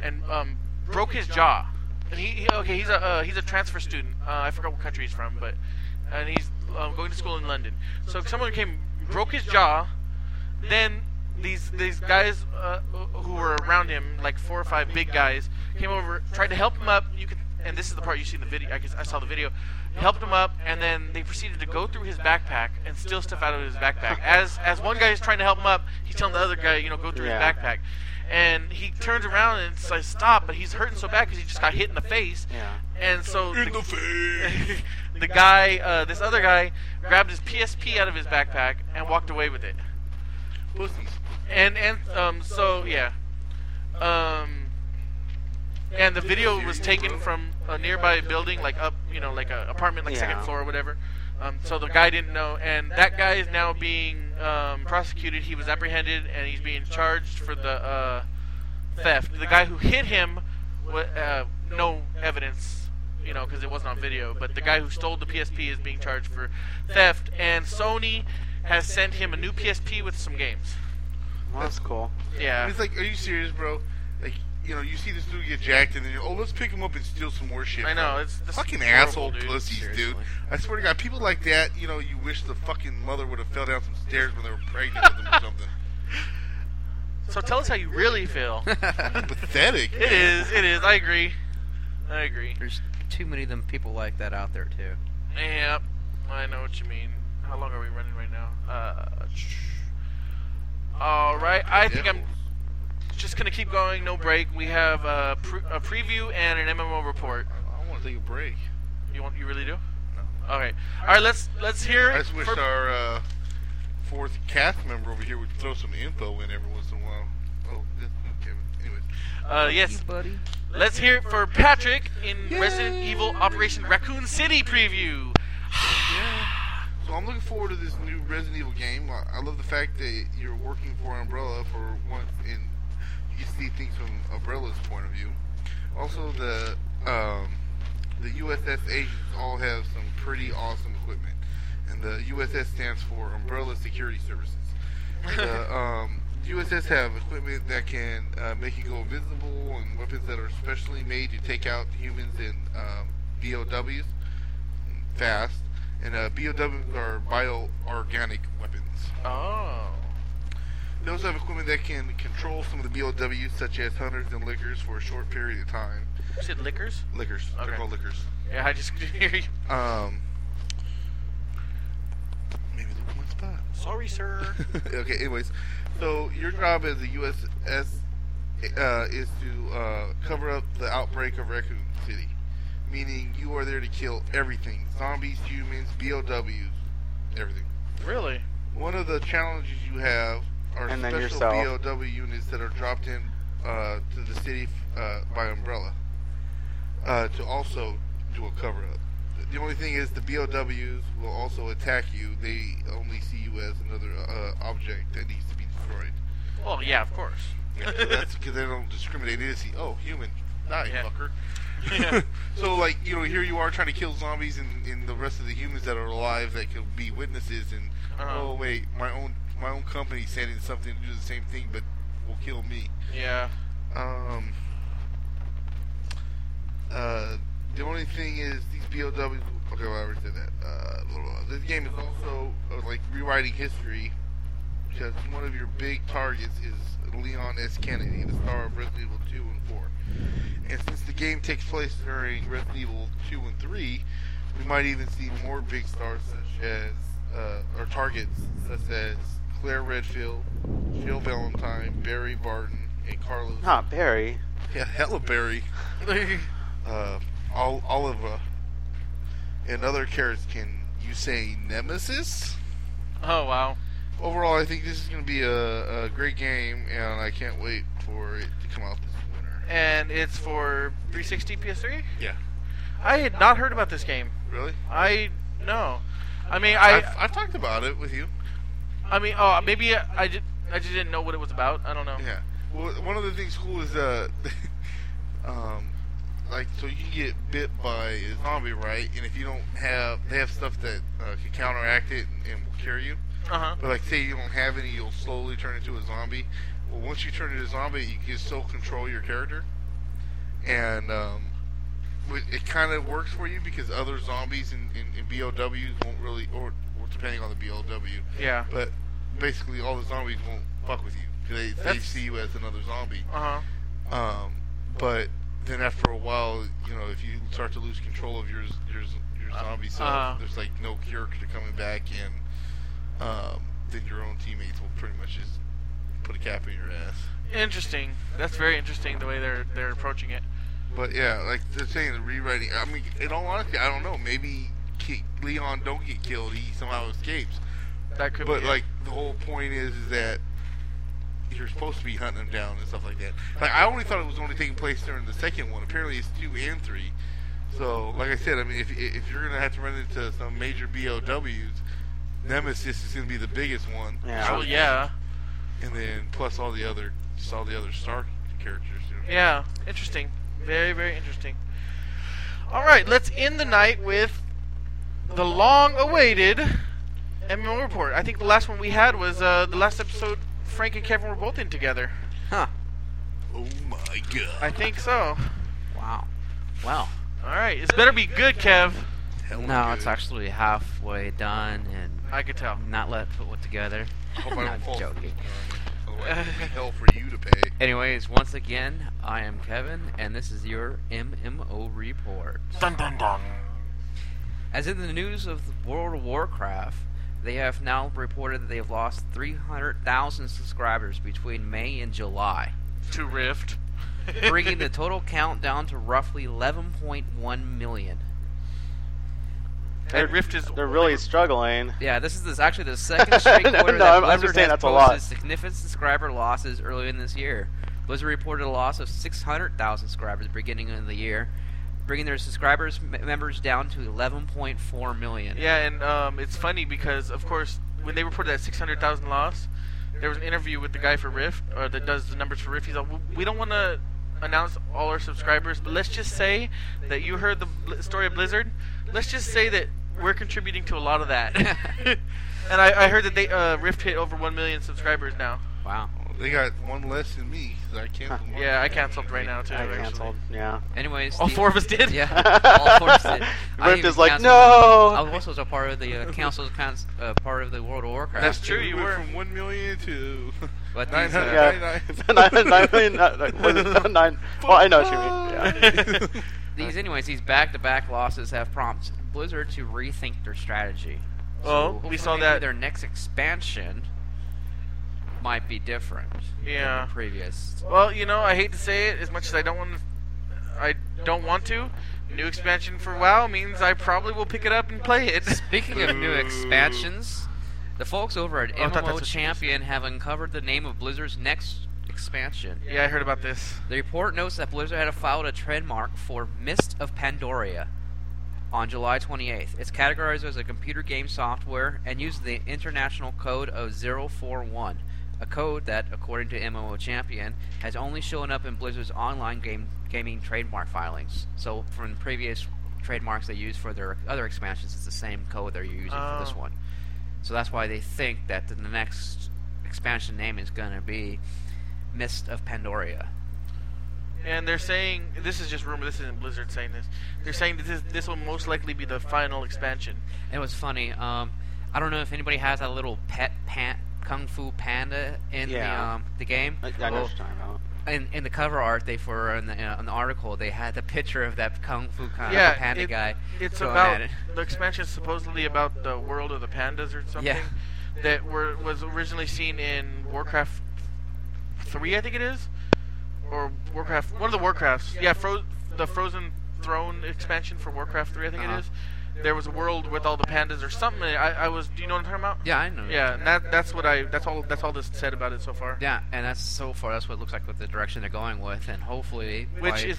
[SPEAKER 1] and um, broke his jaw. And he, he okay, he's a uh, he's a transfer student. Uh, I forgot what country he's from, but and he's um, going to school in London. So someone came, broke his jaw. Then these these guys uh, who were around him, like four or five big guys, came over, tried to help him up. You could, and this is the part you see in the video. I guess I saw the video. Helped him up, and then they proceeded to go through his backpack and steal stuff out of his backpack. As as one guy is trying to help him up, he's telling the other guy, you know, go through
[SPEAKER 4] Yeah.
[SPEAKER 1] his backpack. And he turns around and says, "Stop!" But he's hurting so bad because he just got hit in the face.
[SPEAKER 4] Yeah.
[SPEAKER 1] And so
[SPEAKER 2] in the face.
[SPEAKER 1] the guy, uh, this other guy, grabbed his PSP out of his backpack and walked away with it.
[SPEAKER 2] Pussies.
[SPEAKER 1] And and um, so yeah, um, and the video was taken from a nearby building, like up, you know, like a apartment, like second
[SPEAKER 4] Yeah.
[SPEAKER 1] floor or whatever. Um, so the guy didn't know, and that guy is now being um, prosecuted. He was apprehended, and he's being charged for the uh, theft. The guy who hit him, wa- uh, no evidence, you know, because it wasn't on video. But the guy who stole the PSP is being charged for theft, and Sony has sent him a new PSP with some games.
[SPEAKER 4] Well, that's cool.
[SPEAKER 1] Yeah.
[SPEAKER 2] It's like, are you serious, bro? Like, you know, you see this dude get jacked, and then you're, oh, let's pick him up and steal some more shit.
[SPEAKER 1] I
[SPEAKER 2] from
[SPEAKER 1] know,
[SPEAKER 2] him."
[SPEAKER 1] it's- this
[SPEAKER 2] fucking
[SPEAKER 1] is horrible,
[SPEAKER 2] asshole
[SPEAKER 1] dude.
[SPEAKER 2] pussies, dude.
[SPEAKER 4] Seriously.
[SPEAKER 2] I swear to God, people like that, you know, you wish the fucking mother would have fell down some stairs when they were pregnant with them or something.
[SPEAKER 1] So tell us how you really feel.
[SPEAKER 2] Pathetic.
[SPEAKER 1] It is. It is. I agree. I agree.
[SPEAKER 3] There's too many of them people like that out there too.
[SPEAKER 1] Yep. I know what you mean. How long are we running right now? Uh, sh- All right, I think I'm
[SPEAKER 2] Devils.
[SPEAKER 1] just gonna keep going, no break. We have a, pre- a preview and an MMO report.
[SPEAKER 2] I want to take a break.
[SPEAKER 1] You want? You really do?
[SPEAKER 2] No.
[SPEAKER 1] Okay. All right. Let's let's hear.
[SPEAKER 2] I just wish
[SPEAKER 1] for-
[SPEAKER 2] our uh, fourth cast member over here would throw some info in every once in a while. Oh, yeah, okay. Anyway,
[SPEAKER 1] uh, yes.
[SPEAKER 3] buddy.
[SPEAKER 1] Let's hear it for Patrick in Resident Evil Operation Raccoon City preview.
[SPEAKER 2] so I'm looking forward to this new Resident Evil game. I, I love the fact that you're working for Umbrella for once, and you can see things from Umbrella's point of view. Also, the um, the USS agents all have some pretty awesome equipment, and the USS stands for Umbrella Security Services. the um, USS have equipment that can uh, make you go invisible and weapons that are specially made to take out humans and um, BOWs fast. And uh, BOWs are bioorganic weapons.
[SPEAKER 1] Oh.
[SPEAKER 2] They also have equipment that can control some of the BOWs, such as hunters and liquors, for a short period of time.
[SPEAKER 1] You said liquors?
[SPEAKER 2] Liquors. They're
[SPEAKER 1] Okay.
[SPEAKER 2] called liquors.
[SPEAKER 1] Yeah, I just couldn't hear you.
[SPEAKER 2] Um, maybe look one spot.
[SPEAKER 1] Sorry, sir.
[SPEAKER 2] okay, anyways, so your job as a USS uh, is to uh, cover up the outbreak of Raccoon City, meaning you are there to kill everything zombies, humans, BOWs, everything.
[SPEAKER 1] really?
[SPEAKER 2] One of the challenges you have are
[SPEAKER 4] And then
[SPEAKER 2] special
[SPEAKER 4] yourself.
[SPEAKER 2] BOW units that are dropped in uh, to the city uh, by Umbrella uh, to also do a cover up. The only thing is the BOWs will also attack you. They only see you as another uh, object that needs to be destroyed.
[SPEAKER 1] Well, yeah, of course.
[SPEAKER 2] Yeah, so that's because they don't discriminate. They just see, oh, human, die,
[SPEAKER 1] Yeah.
[SPEAKER 2] fucker.
[SPEAKER 1] Yeah.
[SPEAKER 2] so like you know, here you are trying to kill zombies and, and the rest of the humans that are alive that could be witnesses. And
[SPEAKER 1] Uh-huh.
[SPEAKER 2] oh wait, my own my own company sent in something to do the same thing, but will kill me.
[SPEAKER 1] yeah.
[SPEAKER 2] Um. Uh, the only thing is these BOWs. Okay, well, I already said that. Uh, blah, blah, blah. This game is also uh, like rewriting history because one of your big targets is Leon S. Kennedy, the star of Resident Evil 2 and 4. And since the game takes place during Resident Evil 2 and 3, we might even see more big stars such as, uh, or targets such as Claire Redfield, Jill Valentine, Barry Barton, and Carlos.
[SPEAKER 4] Not Barry.
[SPEAKER 2] Yeah, hella Barry. uh, Ol- Oliva, and other characters. Can you say Nemesis?
[SPEAKER 1] Oh wow.
[SPEAKER 2] Overall, I think this is going to be a, a great game, and I can't wait for it to come out this winter.
[SPEAKER 1] And it's for 360 PS3.
[SPEAKER 2] Yeah.
[SPEAKER 1] I had not heard about this game.
[SPEAKER 2] Really?
[SPEAKER 1] I no. I mean,
[SPEAKER 2] I,
[SPEAKER 1] I
[SPEAKER 2] have I've talked about it with you.
[SPEAKER 1] I mean, oh, maybe I just I just didn't know what it was about. I don't know.
[SPEAKER 2] Yeah. Well, one of the things cool is uh, um, like so you can get bit by a zombie, right? And if you don't have, they have stuff that uh, can counteract it and, and will cure you.
[SPEAKER 1] Uh huh.
[SPEAKER 2] But like, say you don't have any, you'll slowly turn into a zombie. Well, once you turn into a zombie, you can still control your character, and um, wi- it kind of works for you because other zombies and, and, and BOWs won't really, or, or depending on the BOW,
[SPEAKER 1] Yeah.
[SPEAKER 2] but basically all the zombies won't fuck with you 'cause they, they
[SPEAKER 1] That's-
[SPEAKER 2] see you as another zombie.
[SPEAKER 1] Uh huh.
[SPEAKER 2] Um, but then after a while, you know, if you start to lose control of your your your zombie self,
[SPEAKER 1] uh-huh.
[SPEAKER 2] there's like no cure to coming back, and um, then your own teammates will pretty much just put a cap in your ass.
[SPEAKER 1] Interesting. That's very interesting the way they're they're approaching it.
[SPEAKER 2] But yeah, like they're saying the rewriting. I mean, in all honesty, I don't know. Maybe Ki- Leon don't get killed. He somehow escapes.
[SPEAKER 1] That could.
[SPEAKER 2] But
[SPEAKER 1] be it.
[SPEAKER 2] like the whole point is, is that you're supposed to be hunting them down and stuff like that. Like I only thought it was only taking place during the second one. Apparently it's two and three. So like I said, I mean if if you're gonna have to run into some major BOWs, Nemesis is gonna be the biggest one.
[SPEAKER 4] Yeah.
[SPEAKER 1] Well, yeah.
[SPEAKER 2] And then plus all the other just all the other star characters. you know.
[SPEAKER 1] Yeah, interesting. Very, very interesting. All right, let's end the night with the long-awaited MMO report. I think the last one we had was uh, the last episode. Frank and Kevin were both in together.
[SPEAKER 3] Huh.
[SPEAKER 2] Oh my
[SPEAKER 1] I
[SPEAKER 2] god.
[SPEAKER 1] think so.
[SPEAKER 3] Wow. Well.
[SPEAKER 1] All right, this better be good, Kev.
[SPEAKER 2] Hell
[SPEAKER 3] No,
[SPEAKER 2] good.
[SPEAKER 3] it's actually halfway done and
[SPEAKER 1] I could tell.
[SPEAKER 3] not let put what together.
[SPEAKER 2] Hope I don't
[SPEAKER 3] not
[SPEAKER 2] fall.
[SPEAKER 3] joking.
[SPEAKER 2] Otherwise, it'll be hell for you to pay.
[SPEAKER 3] Anyways, once again, I am Kevin, and this is your MMO report.
[SPEAKER 1] Dun dun dun.
[SPEAKER 3] As in the news of World of Warcraft, They have now reported that they have lost 300,000 subscribers between May and July,
[SPEAKER 1] To Rift.
[SPEAKER 3] bringing the total count down to roughly 11.1 million.
[SPEAKER 1] And Rift is
[SPEAKER 4] They're really struggling.
[SPEAKER 3] Yeah, this is this actually the second straight
[SPEAKER 4] No,
[SPEAKER 3] quarter
[SPEAKER 4] no,
[SPEAKER 3] that
[SPEAKER 4] I'm- I'm just
[SPEAKER 3] Blizzard
[SPEAKER 4] saying
[SPEAKER 3] has
[SPEAKER 4] that's a lot.
[SPEAKER 3] posted significant subscriber losses early in this year. Blizzard reported a loss of 600,000 subscribers beginning of the year, bringing their subscribers m- members down to 11.4 million.
[SPEAKER 1] Yeah, and um, it's funny because of course when they reported that 600,000 loss, there was an interview with the guy for Rift or that does the numbers for Rift. He's like, "We- we don't want to announce all our subscribers, but let's just say that you heard the bl- story of Blizzard. Let's just say that we're contributing to a lot of that. and I, I heard that they uh, Rift hit over one million subscribers now.
[SPEAKER 3] Wow.
[SPEAKER 2] They got one less than me. 'cause I canceled. one.
[SPEAKER 1] Yeah, I canceled right now too.
[SPEAKER 4] I
[SPEAKER 1] actually.
[SPEAKER 4] canceled. Yeah.
[SPEAKER 3] Anyways,
[SPEAKER 1] All
[SPEAKER 3] the-
[SPEAKER 1] four of us did.
[SPEAKER 3] Yeah, all four of us did. I
[SPEAKER 4] Rift
[SPEAKER 3] even
[SPEAKER 4] is like,
[SPEAKER 3] canceled- I
[SPEAKER 4] no.
[SPEAKER 3] also was a part of the uh, council, cons- uh, part of the World of Warcraft.
[SPEAKER 1] That's true, you
[SPEAKER 2] we went
[SPEAKER 1] were.
[SPEAKER 2] from one million to
[SPEAKER 3] But
[SPEAKER 2] nine
[SPEAKER 3] these, uh,
[SPEAKER 2] hundred
[SPEAKER 4] Yeah.
[SPEAKER 2] ninety-nine.
[SPEAKER 4] nine, nine, million- nine, nine, what is it? nine. Well, I know what you mean. Yeah.
[SPEAKER 3] These, anyways, these back-to-back losses have prompted Blizzard to rethink their strategy.
[SPEAKER 1] Well,
[SPEAKER 3] So
[SPEAKER 1] we saw
[SPEAKER 3] hopefully
[SPEAKER 1] that-
[SPEAKER 3] their next expansion might be different.
[SPEAKER 1] Yeah.
[SPEAKER 3] Than the previous.
[SPEAKER 1] Well, you know, I hate to say it as much as I don't want to. I don't want to. New expansion for WoW means I probably will pick it up and play it.
[SPEAKER 3] Speaking of new expansions, the folks over at
[SPEAKER 1] Oh, I thought that's
[SPEAKER 3] MMO
[SPEAKER 1] what she
[SPEAKER 3] Champion have uncovered the name of Blizzard's next expansion.
[SPEAKER 1] yeah, I heard about this.
[SPEAKER 3] The report notes that Blizzard had filed a trademark for Mist of Pandoria on July 28th. It's categorized as a computer game software and uses the international code of 041, a code that, according to MMO Champion, has only shown up in Blizzard's online game gaming trademark filings. So, from previous trademarks they use for their other expansions, it's the same code they're using for this
[SPEAKER 1] Oh.
[SPEAKER 3] one. So that's why they think that the next expansion name is going to be Mist of Pandoria.
[SPEAKER 1] And they're saying this is just rumor. This isn't Blizzard saying this. They're saying that this this will most likely be the final expansion.
[SPEAKER 3] It was funny. Um, I don't know if anybody has that little pet pan, kung fu panda in the
[SPEAKER 4] Yeah.
[SPEAKER 3] um, the game.
[SPEAKER 4] I, I know
[SPEAKER 3] Well,
[SPEAKER 4] what you're talking about.
[SPEAKER 3] in, in the cover art they for in the, uh, in the article they had the picture of that kung fu kind
[SPEAKER 1] yeah,
[SPEAKER 3] of panda
[SPEAKER 1] it-
[SPEAKER 3] guy.
[SPEAKER 1] It's
[SPEAKER 3] going
[SPEAKER 1] about
[SPEAKER 3] at it.
[SPEAKER 1] the expansion is supposedly about the world of the pandas or something. That were was originally seen in Warcraft three, I think it is, or Warcraft one of the Warcrafts. Yeah, Fro- the Frozen Throne expansion for Warcraft three, I think it
[SPEAKER 3] Uh-huh.
[SPEAKER 1] is. There was a world with all the pandas or something. I, I was. Do you know what I'm talking about?
[SPEAKER 3] Yeah, I know.
[SPEAKER 1] Yeah, and that that's what I that's all that's all this said about it so far.
[SPEAKER 3] Yeah, and that's so far. That's what it looks like with the direction they're going with, and hopefully.
[SPEAKER 1] Which
[SPEAKER 3] by-
[SPEAKER 1] is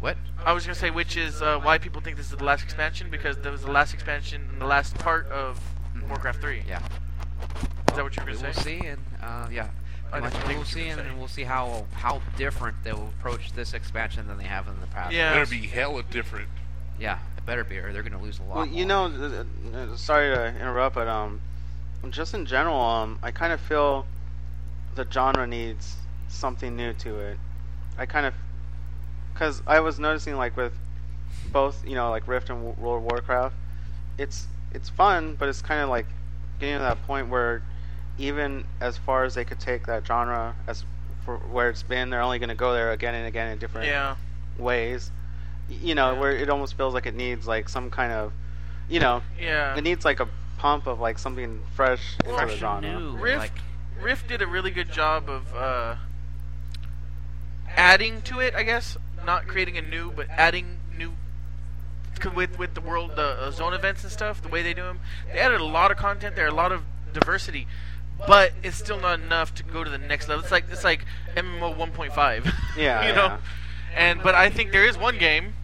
[SPEAKER 3] what?
[SPEAKER 1] I was gonna say, which is uh, why people think this is the last expansion because there was the last expansion in the last part of
[SPEAKER 3] Mhm.
[SPEAKER 1] Warcraft 3.
[SPEAKER 3] Yeah.
[SPEAKER 1] Is that what you were
[SPEAKER 3] we
[SPEAKER 1] gonna
[SPEAKER 3] will
[SPEAKER 1] say?
[SPEAKER 3] see, and uh, yeah,
[SPEAKER 1] I didn't
[SPEAKER 3] Like,
[SPEAKER 1] think what
[SPEAKER 3] we'll
[SPEAKER 1] you
[SPEAKER 3] see,
[SPEAKER 1] were
[SPEAKER 3] and
[SPEAKER 1] saying.
[SPEAKER 3] then we'll see how how different they will approach this expansion than they have in the past.
[SPEAKER 1] Yeah.
[SPEAKER 2] Better be hella different.
[SPEAKER 3] Yeah, it better be, or they're gonna lose a lot.
[SPEAKER 4] Well, you
[SPEAKER 3] more.
[SPEAKER 4] know, th- th- th- sorry to interrupt, but um, just in general, um, I kind of feel the genre needs something new to it. I kind of, because I was noticing like with both, you know, like Rift and Wo- World of Warcraft, it's it's fun, but it's kind of like getting to that point where even as far as they could take that genre as for where it's been, they're only going to go there again and again in different
[SPEAKER 1] Yeah.
[SPEAKER 4] ways. Y- You know,
[SPEAKER 1] Yeah.
[SPEAKER 4] where it almost feels like it needs like some kind of, you know,
[SPEAKER 1] Yeah.
[SPEAKER 4] it needs like a pump of like something fresh into
[SPEAKER 1] Fresh
[SPEAKER 4] the
[SPEAKER 1] and
[SPEAKER 4] genre.
[SPEAKER 3] new,
[SPEAKER 1] Rift
[SPEAKER 3] like-
[SPEAKER 1] Rift did a really good job of uh, adding to it, I guess. Not creating a new, but adding new c- with with the world, the uh, zone events and stuff. The way they do them, they added a lot of content there, a lot of diversity, but it's still not enough to go to the next level. It's like it's like MMO 1.5.
[SPEAKER 4] Yeah,
[SPEAKER 1] you know.
[SPEAKER 4] yeah.
[SPEAKER 1] And but I think there is one game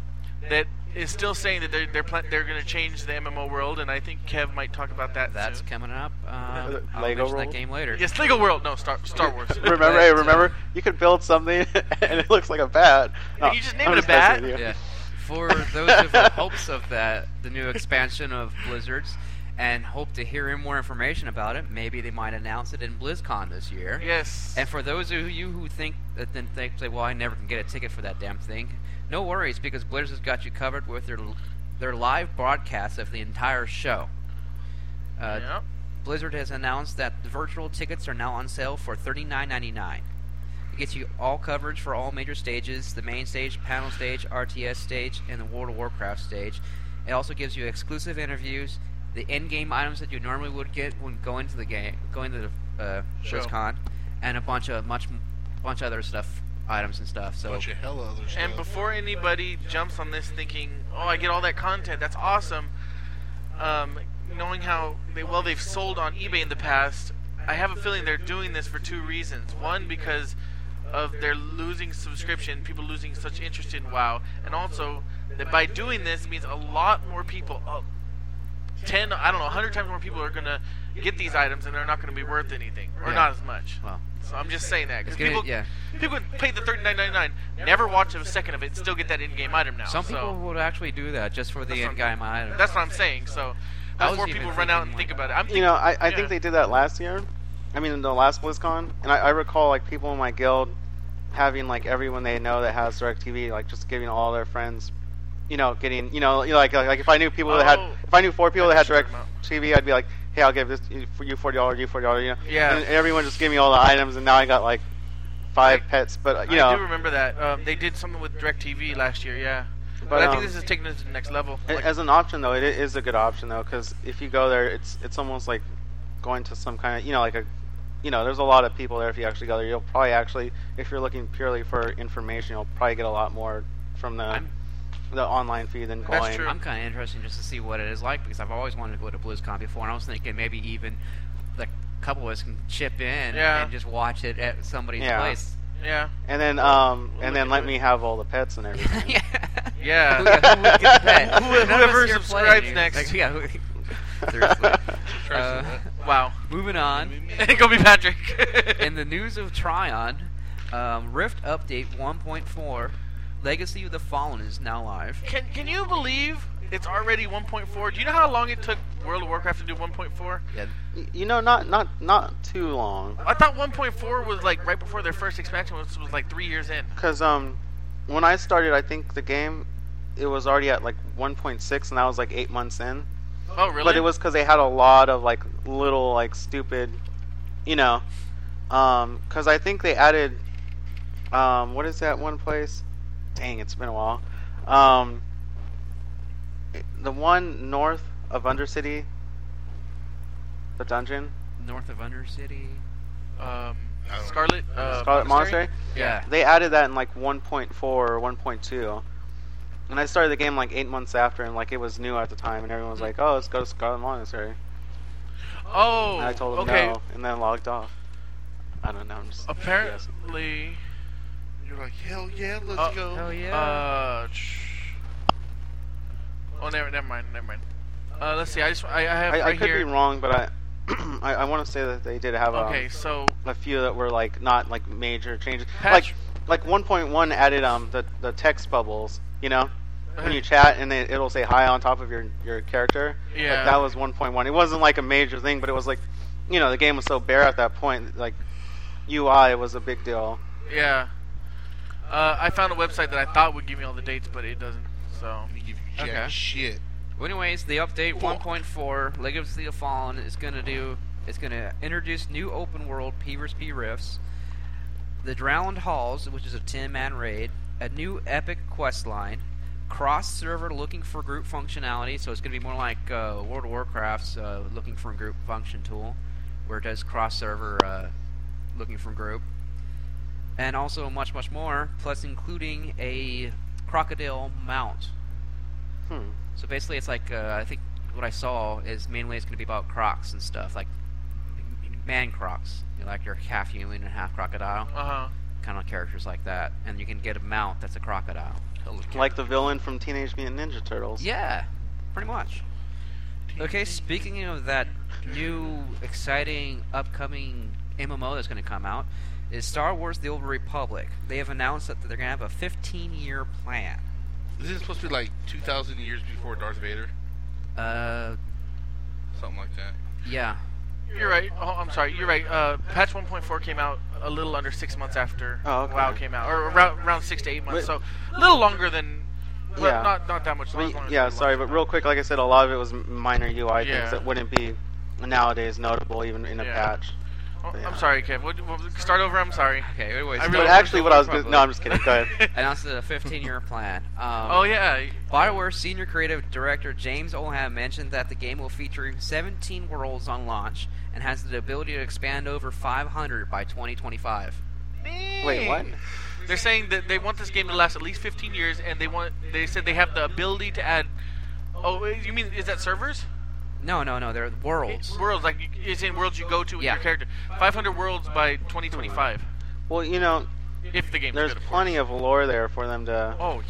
[SPEAKER 1] that is still saying that they're they're pla- they're going to change the MMO world, and I think Kev might talk about that.
[SPEAKER 3] That's
[SPEAKER 1] soon.
[SPEAKER 3] coming up. Um,
[SPEAKER 4] the
[SPEAKER 3] I'll
[SPEAKER 4] Lego
[SPEAKER 3] mention that
[SPEAKER 4] world?
[SPEAKER 3] game later.
[SPEAKER 1] Yes, Lego World. No, Star Star Wars.
[SPEAKER 4] remember, hey, remember, you could build something and it looks like a bat.
[SPEAKER 1] You just named it
[SPEAKER 4] I'm
[SPEAKER 1] a
[SPEAKER 4] just
[SPEAKER 1] bat?
[SPEAKER 4] messing with you.
[SPEAKER 3] Yeah. For those of the hopes of that, the new expansion of Blizzard's, and hope to hear more information about it, maybe they might announce it in BlizzCon this year.
[SPEAKER 1] yes.
[SPEAKER 3] And for those of you who think that then think say, well, I never can get a ticket for that damn thing, no worries because Blizzard's got you covered with their their live broadcast of the entire show. Uh,
[SPEAKER 1] yeah.
[SPEAKER 3] Blizzard has announced that the virtual tickets are now on sale for $39.99. It gets you all coverage for all major stages the main stage, panel stage, RTS stage, and the World of Warcraft stage. It also gives you exclusive interviews, the end game items that you normally would get when going to the game, going to the uh,
[SPEAKER 1] Show.
[SPEAKER 3] ShowsCon, and a bunch of much, bunch of other stuff, items and stuff. So
[SPEAKER 2] bunch of hella other stuff.
[SPEAKER 1] And before anybody jumps on this thinking, "Oh, I get all that content. That's awesome," um, knowing how they, well they've sold on eBay in the past, I have a feeling they're doing this for two reasons. One, because of their losing subscription, people losing such interest in WoW, and also that by doing this means a lot more people, uh, ten, I don't know, hundred times more people are gonna get these items, and they're not gonna be worth anything, or
[SPEAKER 3] Yeah.
[SPEAKER 1] not as much.
[SPEAKER 3] well,
[SPEAKER 1] So I'm just saying that because
[SPEAKER 3] It's gonna-
[SPEAKER 1] people,
[SPEAKER 3] yeah.
[SPEAKER 1] people would pay the 39.99, never watch a second of it, still get that in-game item now.
[SPEAKER 3] some
[SPEAKER 1] so
[SPEAKER 3] people would actually do that just for
[SPEAKER 1] That's
[SPEAKER 3] the
[SPEAKER 1] what
[SPEAKER 3] end
[SPEAKER 1] I'm-
[SPEAKER 3] game item.
[SPEAKER 1] that's what I'm saying. So
[SPEAKER 3] I
[SPEAKER 1] before
[SPEAKER 3] wasn't even
[SPEAKER 1] people run out and
[SPEAKER 3] thinking
[SPEAKER 1] think
[SPEAKER 3] like-
[SPEAKER 1] about it, I'm
[SPEAKER 4] You
[SPEAKER 1] thinking,
[SPEAKER 4] know, I, I
[SPEAKER 1] yeah.
[SPEAKER 4] think they did that last year. I mean, in the last BlizzCon, and I, I recall like people in my guild having like everyone they know that has DirecTV, like just giving all their friends, you know, getting you know, you know, like, like like if I knew people that
[SPEAKER 1] Oh.
[SPEAKER 4] had, if I knew four people
[SPEAKER 1] I
[SPEAKER 4] that had
[SPEAKER 1] know what you're talking
[SPEAKER 4] DirecTV, I'd be like, hey, I'll give this for you forty dollars, you forty dollars, you know.
[SPEAKER 1] Yeah.
[SPEAKER 4] And, and everyone just gave me all the items, and now I got like five
[SPEAKER 1] I-
[SPEAKER 4] pets, but uh, you
[SPEAKER 1] I
[SPEAKER 4] know,
[SPEAKER 1] do remember that um, they did something with DirecTV last year. Yeah, but,
[SPEAKER 4] But,
[SPEAKER 1] I think
[SPEAKER 4] um,
[SPEAKER 1] this is taking it to the next level.
[SPEAKER 4] A-
[SPEAKER 1] Like,
[SPEAKER 4] As an option, though, it i- is a good option though, because if you go there, it's it's almost like going to some kind of you know like a you know there's a lot of people there. If you actually go there, you'll probably actually if you're looking purely for information, you'll probably get a lot more from the
[SPEAKER 3] I'm-
[SPEAKER 4] the online feed than
[SPEAKER 1] That's
[SPEAKER 4] going.
[SPEAKER 1] true.
[SPEAKER 3] I'm kind of interested just to see what it is like because I've always wanted to go to BlizzCon before, and I was thinking maybe even like a couple of us can chip in
[SPEAKER 1] Yeah.
[SPEAKER 3] and just watch it at somebody's
[SPEAKER 4] Yeah.
[SPEAKER 3] place.
[SPEAKER 1] yeah,
[SPEAKER 4] And then um
[SPEAKER 1] We'll look
[SPEAKER 4] and then let
[SPEAKER 1] into
[SPEAKER 4] me
[SPEAKER 1] it.
[SPEAKER 4] have all the pets and everything.
[SPEAKER 3] yeah.
[SPEAKER 1] Yeah.
[SPEAKER 3] Who, who would get the pet?
[SPEAKER 4] Who-
[SPEAKER 3] None of us
[SPEAKER 1] whoever
[SPEAKER 3] here played,
[SPEAKER 1] subscribes
[SPEAKER 3] dude.
[SPEAKER 1] next.
[SPEAKER 3] Like, yeah, who- seriously. Uh,
[SPEAKER 1] wow.
[SPEAKER 3] moving on.
[SPEAKER 1] Go be Patrick.
[SPEAKER 3] In the news of Tryon, um, Rift Update 1.4, Legacy of the Fallen is now live.
[SPEAKER 1] can can you believe it's already 1.4? Do you know how long it took World of Warcraft to do 1.4?
[SPEAKER 3] Yeah.
[SPEAKER 4] Y- you know, not not not too long,
[SPEAKER 1] I thought 1.4 was like right before their first expansion, which was like three years in.
[SPEAKER 4] because um when I started, I think the game it was already at like 1.6, and I was like eight months in.
[SPEAKER 1] Oh, really?
[SPEAKER 4] But it was because they had a lot of like little like stupid, you know, because I think they added, um, what is that one place? Dang, it's been a while. Um, it- the one north of Undercity, the dungeon,
[SPEAKER 3] North of Undercity.
[SPEAKER 1] um,
[SPEAKER 2] I don't know.
[SPEAKER 1] Scarlet uh,
[SPEAKER 4] Scarlet Monastery.
[SPEAKER 3] Yeah.
[SPEAKER 4] They added that in like 1.4 or 1.2. And I started the game like eight months after, and like it was new at the time, and everyone
[SPEAKER 1] Hmm.
[SPEAKER 4] was like, "Oh, let's go to Scarlet Monastery."
[SPEAKER 1] Oh,
[SPEAKER 4] And I told him
[SPEAKER 1] okay.
[SPEAKER 4] no, and then logged off. I don't know. I'm just yes.
[SPEAKER 1] Apparently,
[SPEAKER 2] You're like, hell yeah, let's
[SPEAKER 4] Oh.
[SPEAKER 1] Uh,
[SPEAKER 2] go.
[SPEAKER 3] hell yeah.
[SPEAKER 1] uh, sh- oh, never, never mind, never mind. Uh, let's see. I just, I, I have
[SPEAKER 4] I,
[SPEAKER 1] right
[SPEAKER 4] I could
[SPEAKER 1] here.
[SPEAKER 4] be wrong, but I, I, I want to say that they did have um,
[SPEAKER 1] Okay, so
[SPEAKER 4] a few that were like not like major changes.
[SPEAKER 1] Patch-
[SPEAKER 4] Like like 1.1 added um the, the text bubbles, you know, when
[SPEAKER 1] Uh-huh.
[SPEAKER 4] you chat and it, it'll say hi on top of your your character.
[SPEAKER 1] Yeah.
[SPEAKER 4] Like, that was 1.1. It wasn't like a major thing, but it was like, you know, the game was so bare at that point. Like, UI was a big deal.
[SPEAKER 1] yeah, uh, I found a website that I thought would give me all the dates, but it doesn't. So
[SPEAKER 2] Let me give you jack
[SPEAKER 3] Okay.
[SPEAKER 2] shit.
[SPEAKER 3] Well, anyways, the update 1.4, Legacy of the Fallen, is gonna do. It's gonna introduce new open world PvP rifts, the Drowned Halls, which is a 10-man raid, a new epic quest line, cross-server looking for group functionality. So it's gonna be more like uh, World of Warcraft's uh, looking for group function tool, where it does cross-server uh, looking for group, and also much, much more. Plus, including a crocodile mount,
[SPEAKER 4] Hmm.
[SPEAKER 3] so basically, it's like uh, I think what I saw is mainly it's going to be about Crocs and stuff, like man Crocs, you know, like your half human and half crocodile,
[SPEAKER 1] uh huh.
[SPEAKER 3] kind of characters like that. And you can get a mount that's a crocodile.
[SPEAKER 4] Like the villain from Teenage Mutant Ninja Turtles.
[SPEAKER 3] Yeah, pretty much. Okay, speaking of that new, exciting, upcoming MMO that's going to come out, is Star Wars: The Old Republic. They have announced that they're going to have a 15-year plan.
[SPEAKER 2] Isn't it supposed to be like 2,000 years before Darth Vader?
[SPEAKER 3] Uh,
[SPEAKER 2] Something like that.
[SPEAKER 3] yeah,
[SPEAKER 1] You're right. Oh, I'm sorry. You're right. Uh, patch 1.4 came out a little under six months after
[SPEAKER 4] Oh, okay.
[SPEAKER 1] WoW came out, or around, around six to eight months.
[SPEAKER 4] Wait.
[SPEAKER 1] So a little longer than. Well,
[SPEAKER 4] Yeah.
[SPEAKER 1] not not that much
[SPEAKER 4] But
[SPEAKER 1] longer.
[SPEAKER 4] yeah, sorry, but real quick, like I said, a lot of it was m- minor UI
[SPEAKER 1] Yeah.
[SPEAKER 4] things that wouldn't be nowadays notable even in a
[SPEAKER 1] Yeah.
[SPEAKER 4] patch.
[SPEAKER 1] Oh,
[SPEAKER 4] But, yeah.
[SPEAKER 1] I'm sorry, Kev. What, what, was- start over. I'm sorry.
[SPEAKER 3] Okay, anyways.
[SPEAKER 1] I
[SPEAKER 3] so-
[SPEAKER 1] really-
[SPEAKER 4] but actually, what I was gonna,
[SPEAKER 3] Probably.
[SPEAKER 4] no, I'm just kidding. Go ahead.
[SPEAKER 3] announced a 15-year plan. Um,
[SPEAKER 1] Oh yeah.
[SPEAKER 3] Bioware senior creative director James Olham mentioned that the game will feature 17 worlds on launch and has the ability to expand over 500 by 2025.
[SPEAKER 4] Wait, what?
[SPEAKER 1] Dang. They're saying that they want this game to last at least 15 years, and they want. They said they have the ability to add. Oh, you mean is that servers?
[SPEAKER 3] No, no, no, they're worlds.
[SPEAKER 1] Worlds like you, it's in worlds you go to with
[SPEAKER 3] Yeah.
[SPEAKER 1] your character. 500 worlds by 2025,
[SPEAKER 4] Well, you know,
[SPEAKER 1] if the game's
[SPEAKER 4] there's
[SPEAKER 1] good. of course.
[SPEAKER 4] plenty of lore there for them to.
[SPEAKER 1] Oh,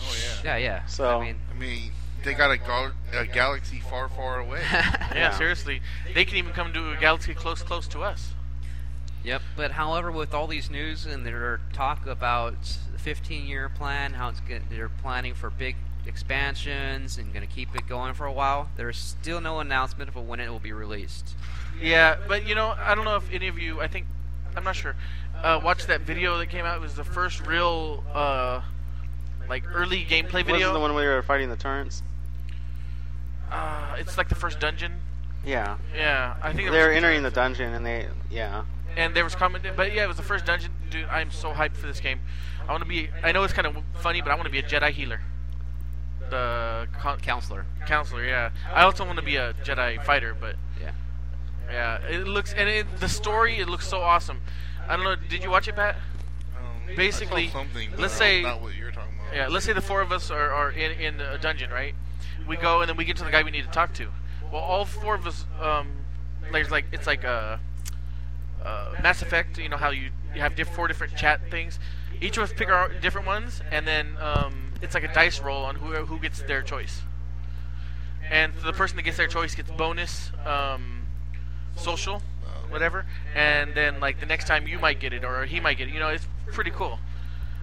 [SPEAKER 2] yeah.
[SPEAKER 3] Yeah, yeah.
[SPEAKER 4] So-
[SPEAKER 3] I mean,
[SPEAKER 2] I mean, they got a, gal- a galaxy far, far away. Um,
[SPEAKER 1] yeah,
[SPEAKER 4] Yeah.
[SPEAKER 1] seriously, they can even come to a galaxy close, close to us.
[SPEAKER 3] yep. But however, with all these news and their talk about the 15-year plan, how it's good, they're planning for big expansions and going to keep it going for a while, there's still no announcement of when it will be released.
[SPEAKER 1] Yeah, but you know, I don't know if any of you. I think I'm not sure. Uh, watched that video that came out. It was the first real, uh, like early gameplay
[SPEAKER 4] Was
[SPEAKER 1] video.
[SPEAKER 4] the one where they were fighting the turrets?
[SPEAKER 1] Uh, it's like the first dungeon.
[SPEAKER 4] Yeah.
[SPEAKER 1] Yeah, I think it
[SPEAKER 4] They're
[SPEAKER 1] was-
[SPEAKER 4] entering the dungeon and they, yeah.
[SPEAKER 1] and there was comment, but yeah, it was the first dungeon. Dude, I'm so hyped for this game. I want to be. I know it's kind of funny, but I want to be a Jedi healer. The con-
[SPEAKER 3] Counselor.
[SPEAKER 1] counselor, yeah. I also want to be a Jedi fighter, but
[SPEAKER 3] Yeah.
[SPEAKER 1] yeah, it looks and it, the story it looks so awesome. I don't know. Did you watch it, Pat?
[SPEAKER 2] Um, I
[SPEAKER 1] Basically,
[SPEAKER 2] saw something, but
[SPEAKER 1] let's
[SPEAKER 2] not-
[SPEAKER 1] say-
[SPEAKER 2] not what you're talking about.
[SPEAKER 1] Yeah, let's say the four of us are, are in, in a dungeon, right? We go and then we get to the guy we need to talk to. Well, all four of us, um, there's like it's like a, uh Mass Effect. You know how you, you have diff- four different chat things. Each of us pick our different ones, and then um, it's like a dice roll on who who gets their choice. And the person that gets their choice gets bonus um, social, whatever. And then like the next time you might get it or he might get it. You know, it's pretty cool.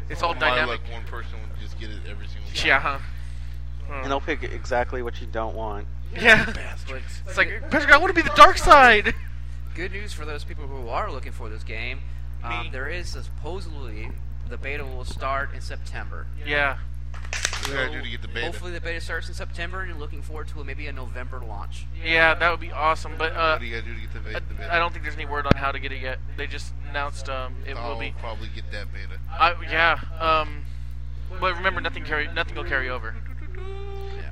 [SPEAKER 1] It's all
[SPEAKER 2] My
[SPEAKER 1] dynamic.
[SPEAKER 2] luck, one person would just get it every single time.
[SPEAKER 1] Yeah. huh.
[SPEAKER 4] And they'll pick exactly what you don't want.
[SPEAKER 1] yeah. It's like Patrick, I want to be the dark side.
[SPEAKER 3] Good news for those people who are looking for this game. Um,
[SPEAKER 1] Me.
[SPEAKER 3] there is supposedly the beta will start in September.
[SPEAKER 1] Yeah.
[SPEAKER 2] What do I do to get the beta?
[SPEAKER 3] Hopefully, the beta starts in September, and you're looking forward to a, maybe a November launch.
[SPEAKER 1] Yeah, that would be awesome. But uh,
[SPEAKER 2] what do you gotta do to get the,
[SPEAKER 1] I,
[SPEAKER 2] beta? the beta?
[SPEAKER 1] I don't think there's any word on how to get it yet. They just announced um, it
[SPEAKER 2] I'll
[SPEAKER 1] will be.
[SPEAKER 2] probably get that beta.
[SPEAKER 1] I, yeah. Um, but remember, nothing carry nothing will carry over.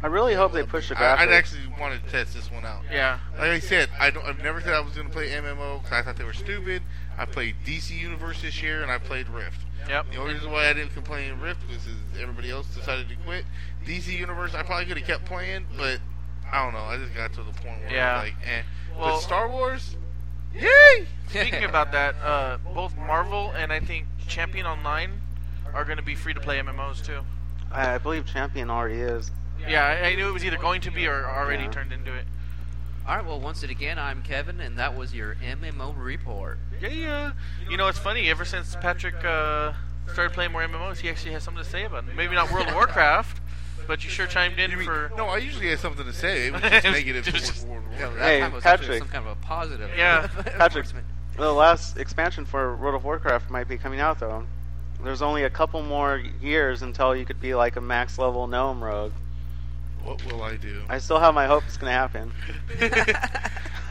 [SPEAKER 4] I really hope they push the graphics.
[SPEAKER 2] I, I'd actually want to test this one out.
[SPEAKER 1] Yeah.
[SPEAKER 2] Like I said, I don't. I've never said I was going to play MMO because I thought they were stupid. I played DC Universe this year, and I played Rift.
[SPEAKER 1] Yep.
[SPEAKER 2] The only reason why I didn't complain in Rift was is everybody else decided to quit. DC Universe, I probably could have kept playing, but I don't know. I just got to the point where
[SPEAKER 1] Yeah.
[SPEAKER 2] I was like, eh.
[SPEAKER 1] Well-
[SPEAKER 2] but Star Wars,
[SPEAKER 1] Yay! Speaking about that, uh, both Marvel and I think Champion Online are going to be free to play MMOs too.
[SPEAKER 4] I, I believe Champion already is.
[SPEAKER 1] Yeah, I, I knew it was either going to be or already
[SPEAKER 4] Yeah.
[SPEAKER 1] turned into it.
[SPEAKER 3] All right. Well, once it again, I'm Kevin, and that was your MMO report.
[SPEAKER 1] Yeah, yeah. You know, it's funny. Ever since Patrick uh, started playing more MMOs, he actually has something to say about it. Maybe not World of Warcraft, but you sure chimed in
[SPEAKER 2] You mean-
[SPEAKER 1] for.
[SPEAKER 2] no, I usually have something to say. It was just
[SPEAKER 1] It was
[SPEAKER 2] negative
[SPEAKER 1] just-
[SPEAKER 2] towards World War.
[SPEAKER 3] That
[SPEAKER 4] Hey,
[SPEAKER 3] time was actually
[SPEAKER 4] Patrick.
[SPEAKER 3] some kind of a positive.
[SPEAKER 1] Yeah.
[SPEAKER 4] Patrick. The last expansion for World of Warcraft might be coming out though. There's only a couple more years until you could be like a max level gnome rogue.
[SPEAKER 2] What will I do?
[SPEAKER 4] I still have my hope it's gonna happen.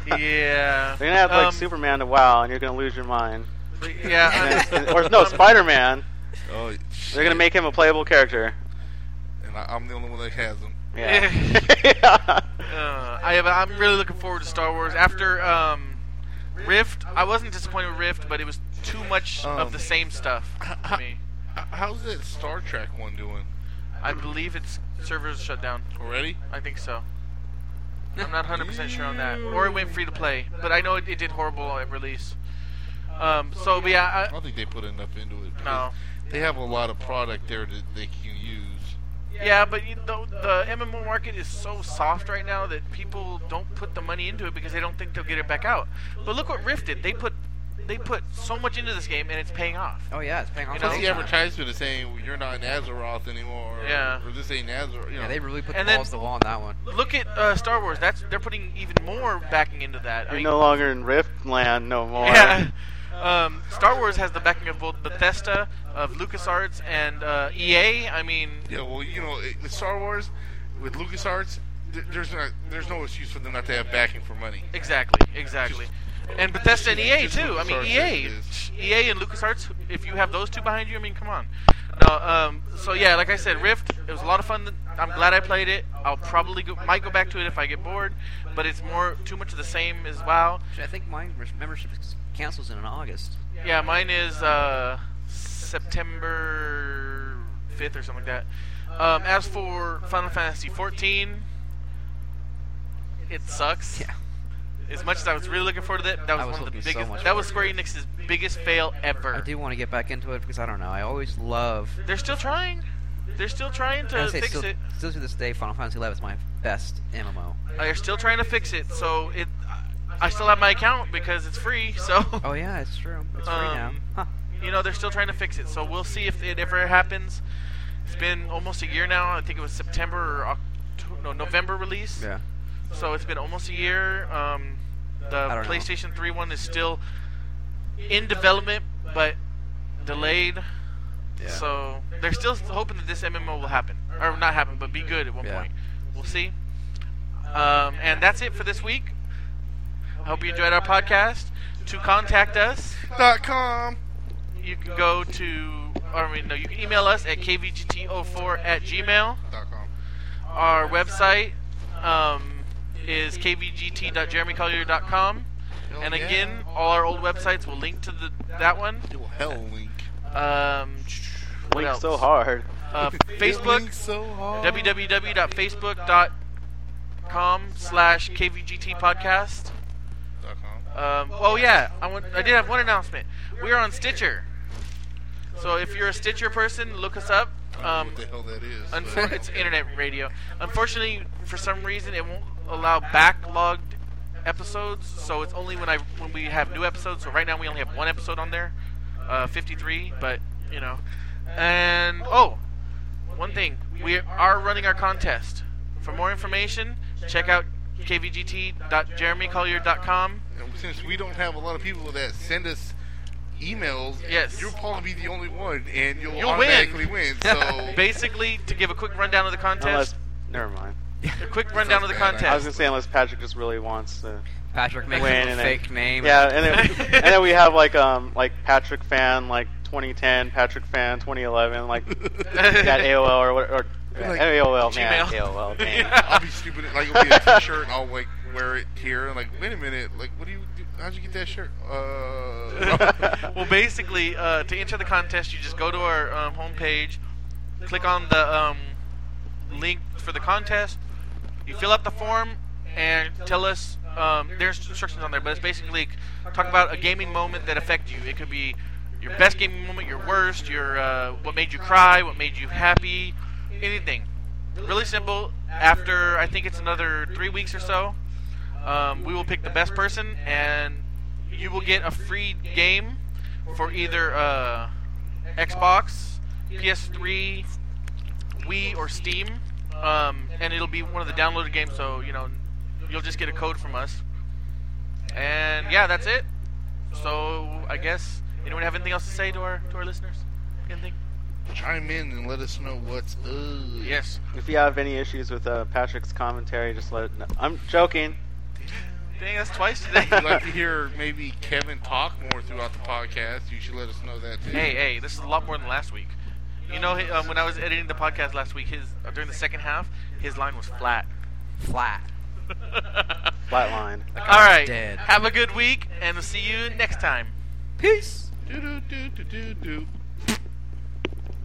[SPEAKER 1] yeah.
[SPEAKER 4] They're gonna have like
[SPEAKER 1] Um,
[SPEAKER 4] Superman to WoW, and you're gonna lose your mind.
[SPEAKER 1] but
[SPEAKER 4] And
[SPEAKER 1] Yeah. uh, um,
[SPEAKER 4] it's
[SPEAKER 1] I'm-
[SPEAKER 4] gonna- or no, Spider-Man.
[SPEAKER 2] oh,
[SPEAKER 4] They're gonna make him a playable character.
[SPEAKER 2] And I, I'm the only one that has them.
[SPEAKER 4] Yeah.
[SPEAKER 1] Uh, I have, I'm really looking forward to Star Wars. After um, Rift, I wasn't disappointed with Rift, but it was too much of
[SPEAKER 2] Um,
[SPEAKER 1] the same stuff to me.
[SPEAKER 2] H- How's that Star Trek one doing?
[SPEAKER 1] I believe its servers shut down.
[SPEAKER 2] Already?
[SPEAKER 1] I think so. I'm not 100% sure on that. Or it went free to play, but I know it, it did horrible at release. Um, so, but
[SPEAKER 2] I
[SPEAKER 1] yeah, I,
[SPEAKER 2] don't think they put enough into it.
[SPEAKER 1] No.
[SPEAKER 2] because They have a lot of product there that they can use.
[SPEAKER 1] yeah, but you know, the MMO market is so soft right now that people don't put the money into it because they don't think they'll get it back out. But look what Rift did. They put they put so much into this game and it's paying off.
[SPEAKER 3] Oh yeah, it's paying off.
[SPEAKER 1] You
[SPEAKER 2] Plus,
[SPEAKER 1] know?
[SPEAKER 3] big
[SPEAKER 2] the
[SPEAKER 3] time.
[SPEAKER 2] advertisement is saying well, you're not Nazaroth anymore. or-
[SPEAKER 1] Yeah.
[SPEAKER 2] Or this ain't Nazaroth. You know.
[SPEAKER 3] Yeah, they really put the
[SPEAKER 1] And then-
[SPEAKER 3] balls to the wall on that one.
[SPEAKER 1] Look at uh, Star Wars. That's they're putting even more backing into that. I
[SPEAKER 4] You're
[SPEAKER 1] mean,
[SPEAKER 4] no longer in Riftland no more.
[SPEAKER 1] Yeah. Um, Star Wars has the backing of both Bethesda, of LucasArts, and uh, EA. I mean,
[SPEAKER 2] yeah, well, you know, it, with Star Wars, with LucasArts, th- there's not, there's no excuse for them not to have backing for money.
[SPEAKER 1] Exactly, exactly. And Bethesda and EA
[SPEAKER 2] Just
[SPEAKER 1] too. I mean, E
[SPEAKER 2] LucasArts
[SPEAKER 1] EA,
[SPEAKER 2] is-
[SPEAKER 1] EA and LucasArts. If you have those two behind you, I mean, come on. No, um, so yeah, like I said, Rift. It was a lot of fun. I'm glad I played it. I'll probably go, might go back to it if I get bored, but it's more too much of the same as WoW.
[SPEAKER 3] I think my res- membership is- cancels in August.
[SPEAKER 1] Yeah, mine is uh, September 5th or something like that. Um, as for Final Fantasy 14, it sucks.
[SPEAKER 3] Yeah.
[SPEAKER 1] As much as I was really looking forward to that, that was,
[SPEAKER 3] I was
[SPEAKER 1] one of the
[SPEAKER 3] looking so
[SPEAKER 1] biggest.
[SPEAKER 3] much
[SPEAKER 1] that was Square
[SPEAKER 3] forward
[SPEAKER 1] Enix's biggest fail ever.
[SPEAKER 3] I do want to get back into it because I don't know. I always love.
[SPEAKER 1] They're still trying. They're still trying
[SPEAKER 3] I
[SPEAKER 1] to
[SPEAKER 3] would say
[SPEAKER 1] fix
[SPEAKER 3] still,
[SPEAKER 1] it.
[SPEAKER 3] still to this day, Final Fantasy XI is my best MMO.
[SPEAKER 1] They're still trying to fix it. So it, I still have my account because it's free. So.
[SPEAKER 3] Oh yeah, it's true. It's free now.
[SPEAKER 1] Um,
[SPEAKER 3] Huh.
[SPEAKER 1] you know they're still trying to fix it so we'll see if it ever happens it's been almost a year now i think it was september or October, no november release
[SPEAKER 3] Yeah.
[SPEAKER 1] so it's been almost a year um, the
[SPEAKER 3] don't know.
[SPEAKER 1] playstation 3 one is still in development but delayed
[SPEAKER 3] Yeah.
[SPEAKER 1] so they're still hoping that this mmo will happen or not happen but be good at one
[SPEAKER 3] Yeah.
[SPEAKER 1] point we'll see um, and that's it for this week i hope you enjoyed our podcast to contact us
[SPEAKER 2] Dot com.
[SPEAKER 1] you can go to, or I mean, no, you can email us at kvgt04 at gmail.
[SPEAKER 2] Dot com.
[SPEAKER 1] Our website um, is kvgt.jeremycollier.com.
[SPEAKER 3] Oh,
[SPEAKER 2] Hell
[SPEAKER 1] And
[SPEAKER 2] yeah.
[SPEAKER 1] again, all our old websites will link to the that one.
[SPEAKER 2] Well, hell, Link.
[SPEAKER 1] Um, what
[SPEAKER 4] Link
[SPEAKER 1] else?
[SPEAKER 4] so hard.
[SPEAKER 1] Uh,
[SPEAKER 2] Link
[SPEAKER 1] Facebook,
[SPEAKER 2] so hard.
[SPEAKER 1] www.facebook.com slash kvgt podcast.
[SPEAKER 2] Dot com.
[SPEAKER 1] Um, oh yeah, I want. I did have one announcement. We are on Stitcher. So if you're a Stitcher person, look us up.
[SPEAKER 2] I
[SPEAKER 1] Um,
[SPEAKER 2] don't know what the hell that is. but-
[SPEAKER 1] unfor- it's internet radio. Unfortunately, for some reason, it won't allow backlogged episodes. So it's only when I when we have new episodes. So right now we only have one episode on there, uh, 53. But you know, and oh, one thing we are running our contest. For more information, check out kvgt.jeremycollier.com.
[SPEAKER 2] And since we don't have a lot of people that send us emails,
[SPEAKER 1] Yes.
[SPEAKER 2] you'll probably be the only one, and you'll,
[SPEAKER 1] You'll win.
[SPEAKER 2] automatically win. So
[SPEAKER 1] Basically, to give a quick rundown of the contest,
[SPEAKER 4] Unless, never mind.
[SPEAKER 1] a quick rundown of the
[SPEAKER 2] Sounds bad.
[SPEAKER 4] I was
[SPEAKER 1] contest.
[SPEAKER 4] gonna say unless Patrick just really wants to
[SPEAKER 3] Patrick makes
[SPEAKER 4] win
[SPEAKER 3] up a
[SPEAKER 4] and
[SPEAKER 3] fake
[SPEAKER 4] then,
[SPEAKER 3] name.
[SPEAKER 4] Yeah, and then, and then we have like um like Patrick fan like 2010, Patrick fan 2011, like that AOL or what or
[SPEAKER 2] Like-
[SPEAKER 4] AOL man
[SPEAKER 1] Gmail.
[SPEAKER 4] AOL man.
[SPEAKER 2] I'll be stupid. Like, it'll be a T-shirt, and I'll like wear it here, and like, wait a minute, like, what do you? Do? How'd you get that shirt? Uh,
[SPEAKER 1] well, basically, uh, to enter the contest, you just go to our um, homepage, click on the um, link for the contest, you fill out the form, and tell us. Um, there's instructions on there, but it's basically talk about a gaming moment that affected you. It could be your best gaming moment, your worst, your uh, what made you cry, what made you happy, anything. Really simple. After I think it's another three weeks or so, um, we will pick the best person, and you will get a free game for either uh, Xbox, PS3, Wii, or Steam. Um, and it'll be one of the downloaded games, so you know you'll just get a code from us. And yeah, that's it. So I guess anyone have anything else to say to our to our listeners? Anything?
[SPEAKER 2] chime in and let us know what's up.
[SPEAKER 1] Yes.
[SPEAKER 4] If you have any issues with uh, Patrick's commentary, just let. It know. I'm joking.
[SPEAKER 1] Dang, that's twice today.
[SPEAKER 2] If you'd like to hear maybe Kevin talk more throughout the podcast, you should let us know that too.
[SPEAKER 1] Hey, hey, this is a lot more than last week. You know, he- um, when I was editing the podcast last week, his uh, during the second half, his line was flat.
[SPEAKER 3] Flat.
[SPEAKER 4] Flatline.
[SPEAKER 1] All right.
[SPEAKER 3] dead.
[SPEAKER 1] Have a good week, and we'll see you next time.
[SPEAKER 3] Peace.
[SPEAKER 2] Do do do do do do.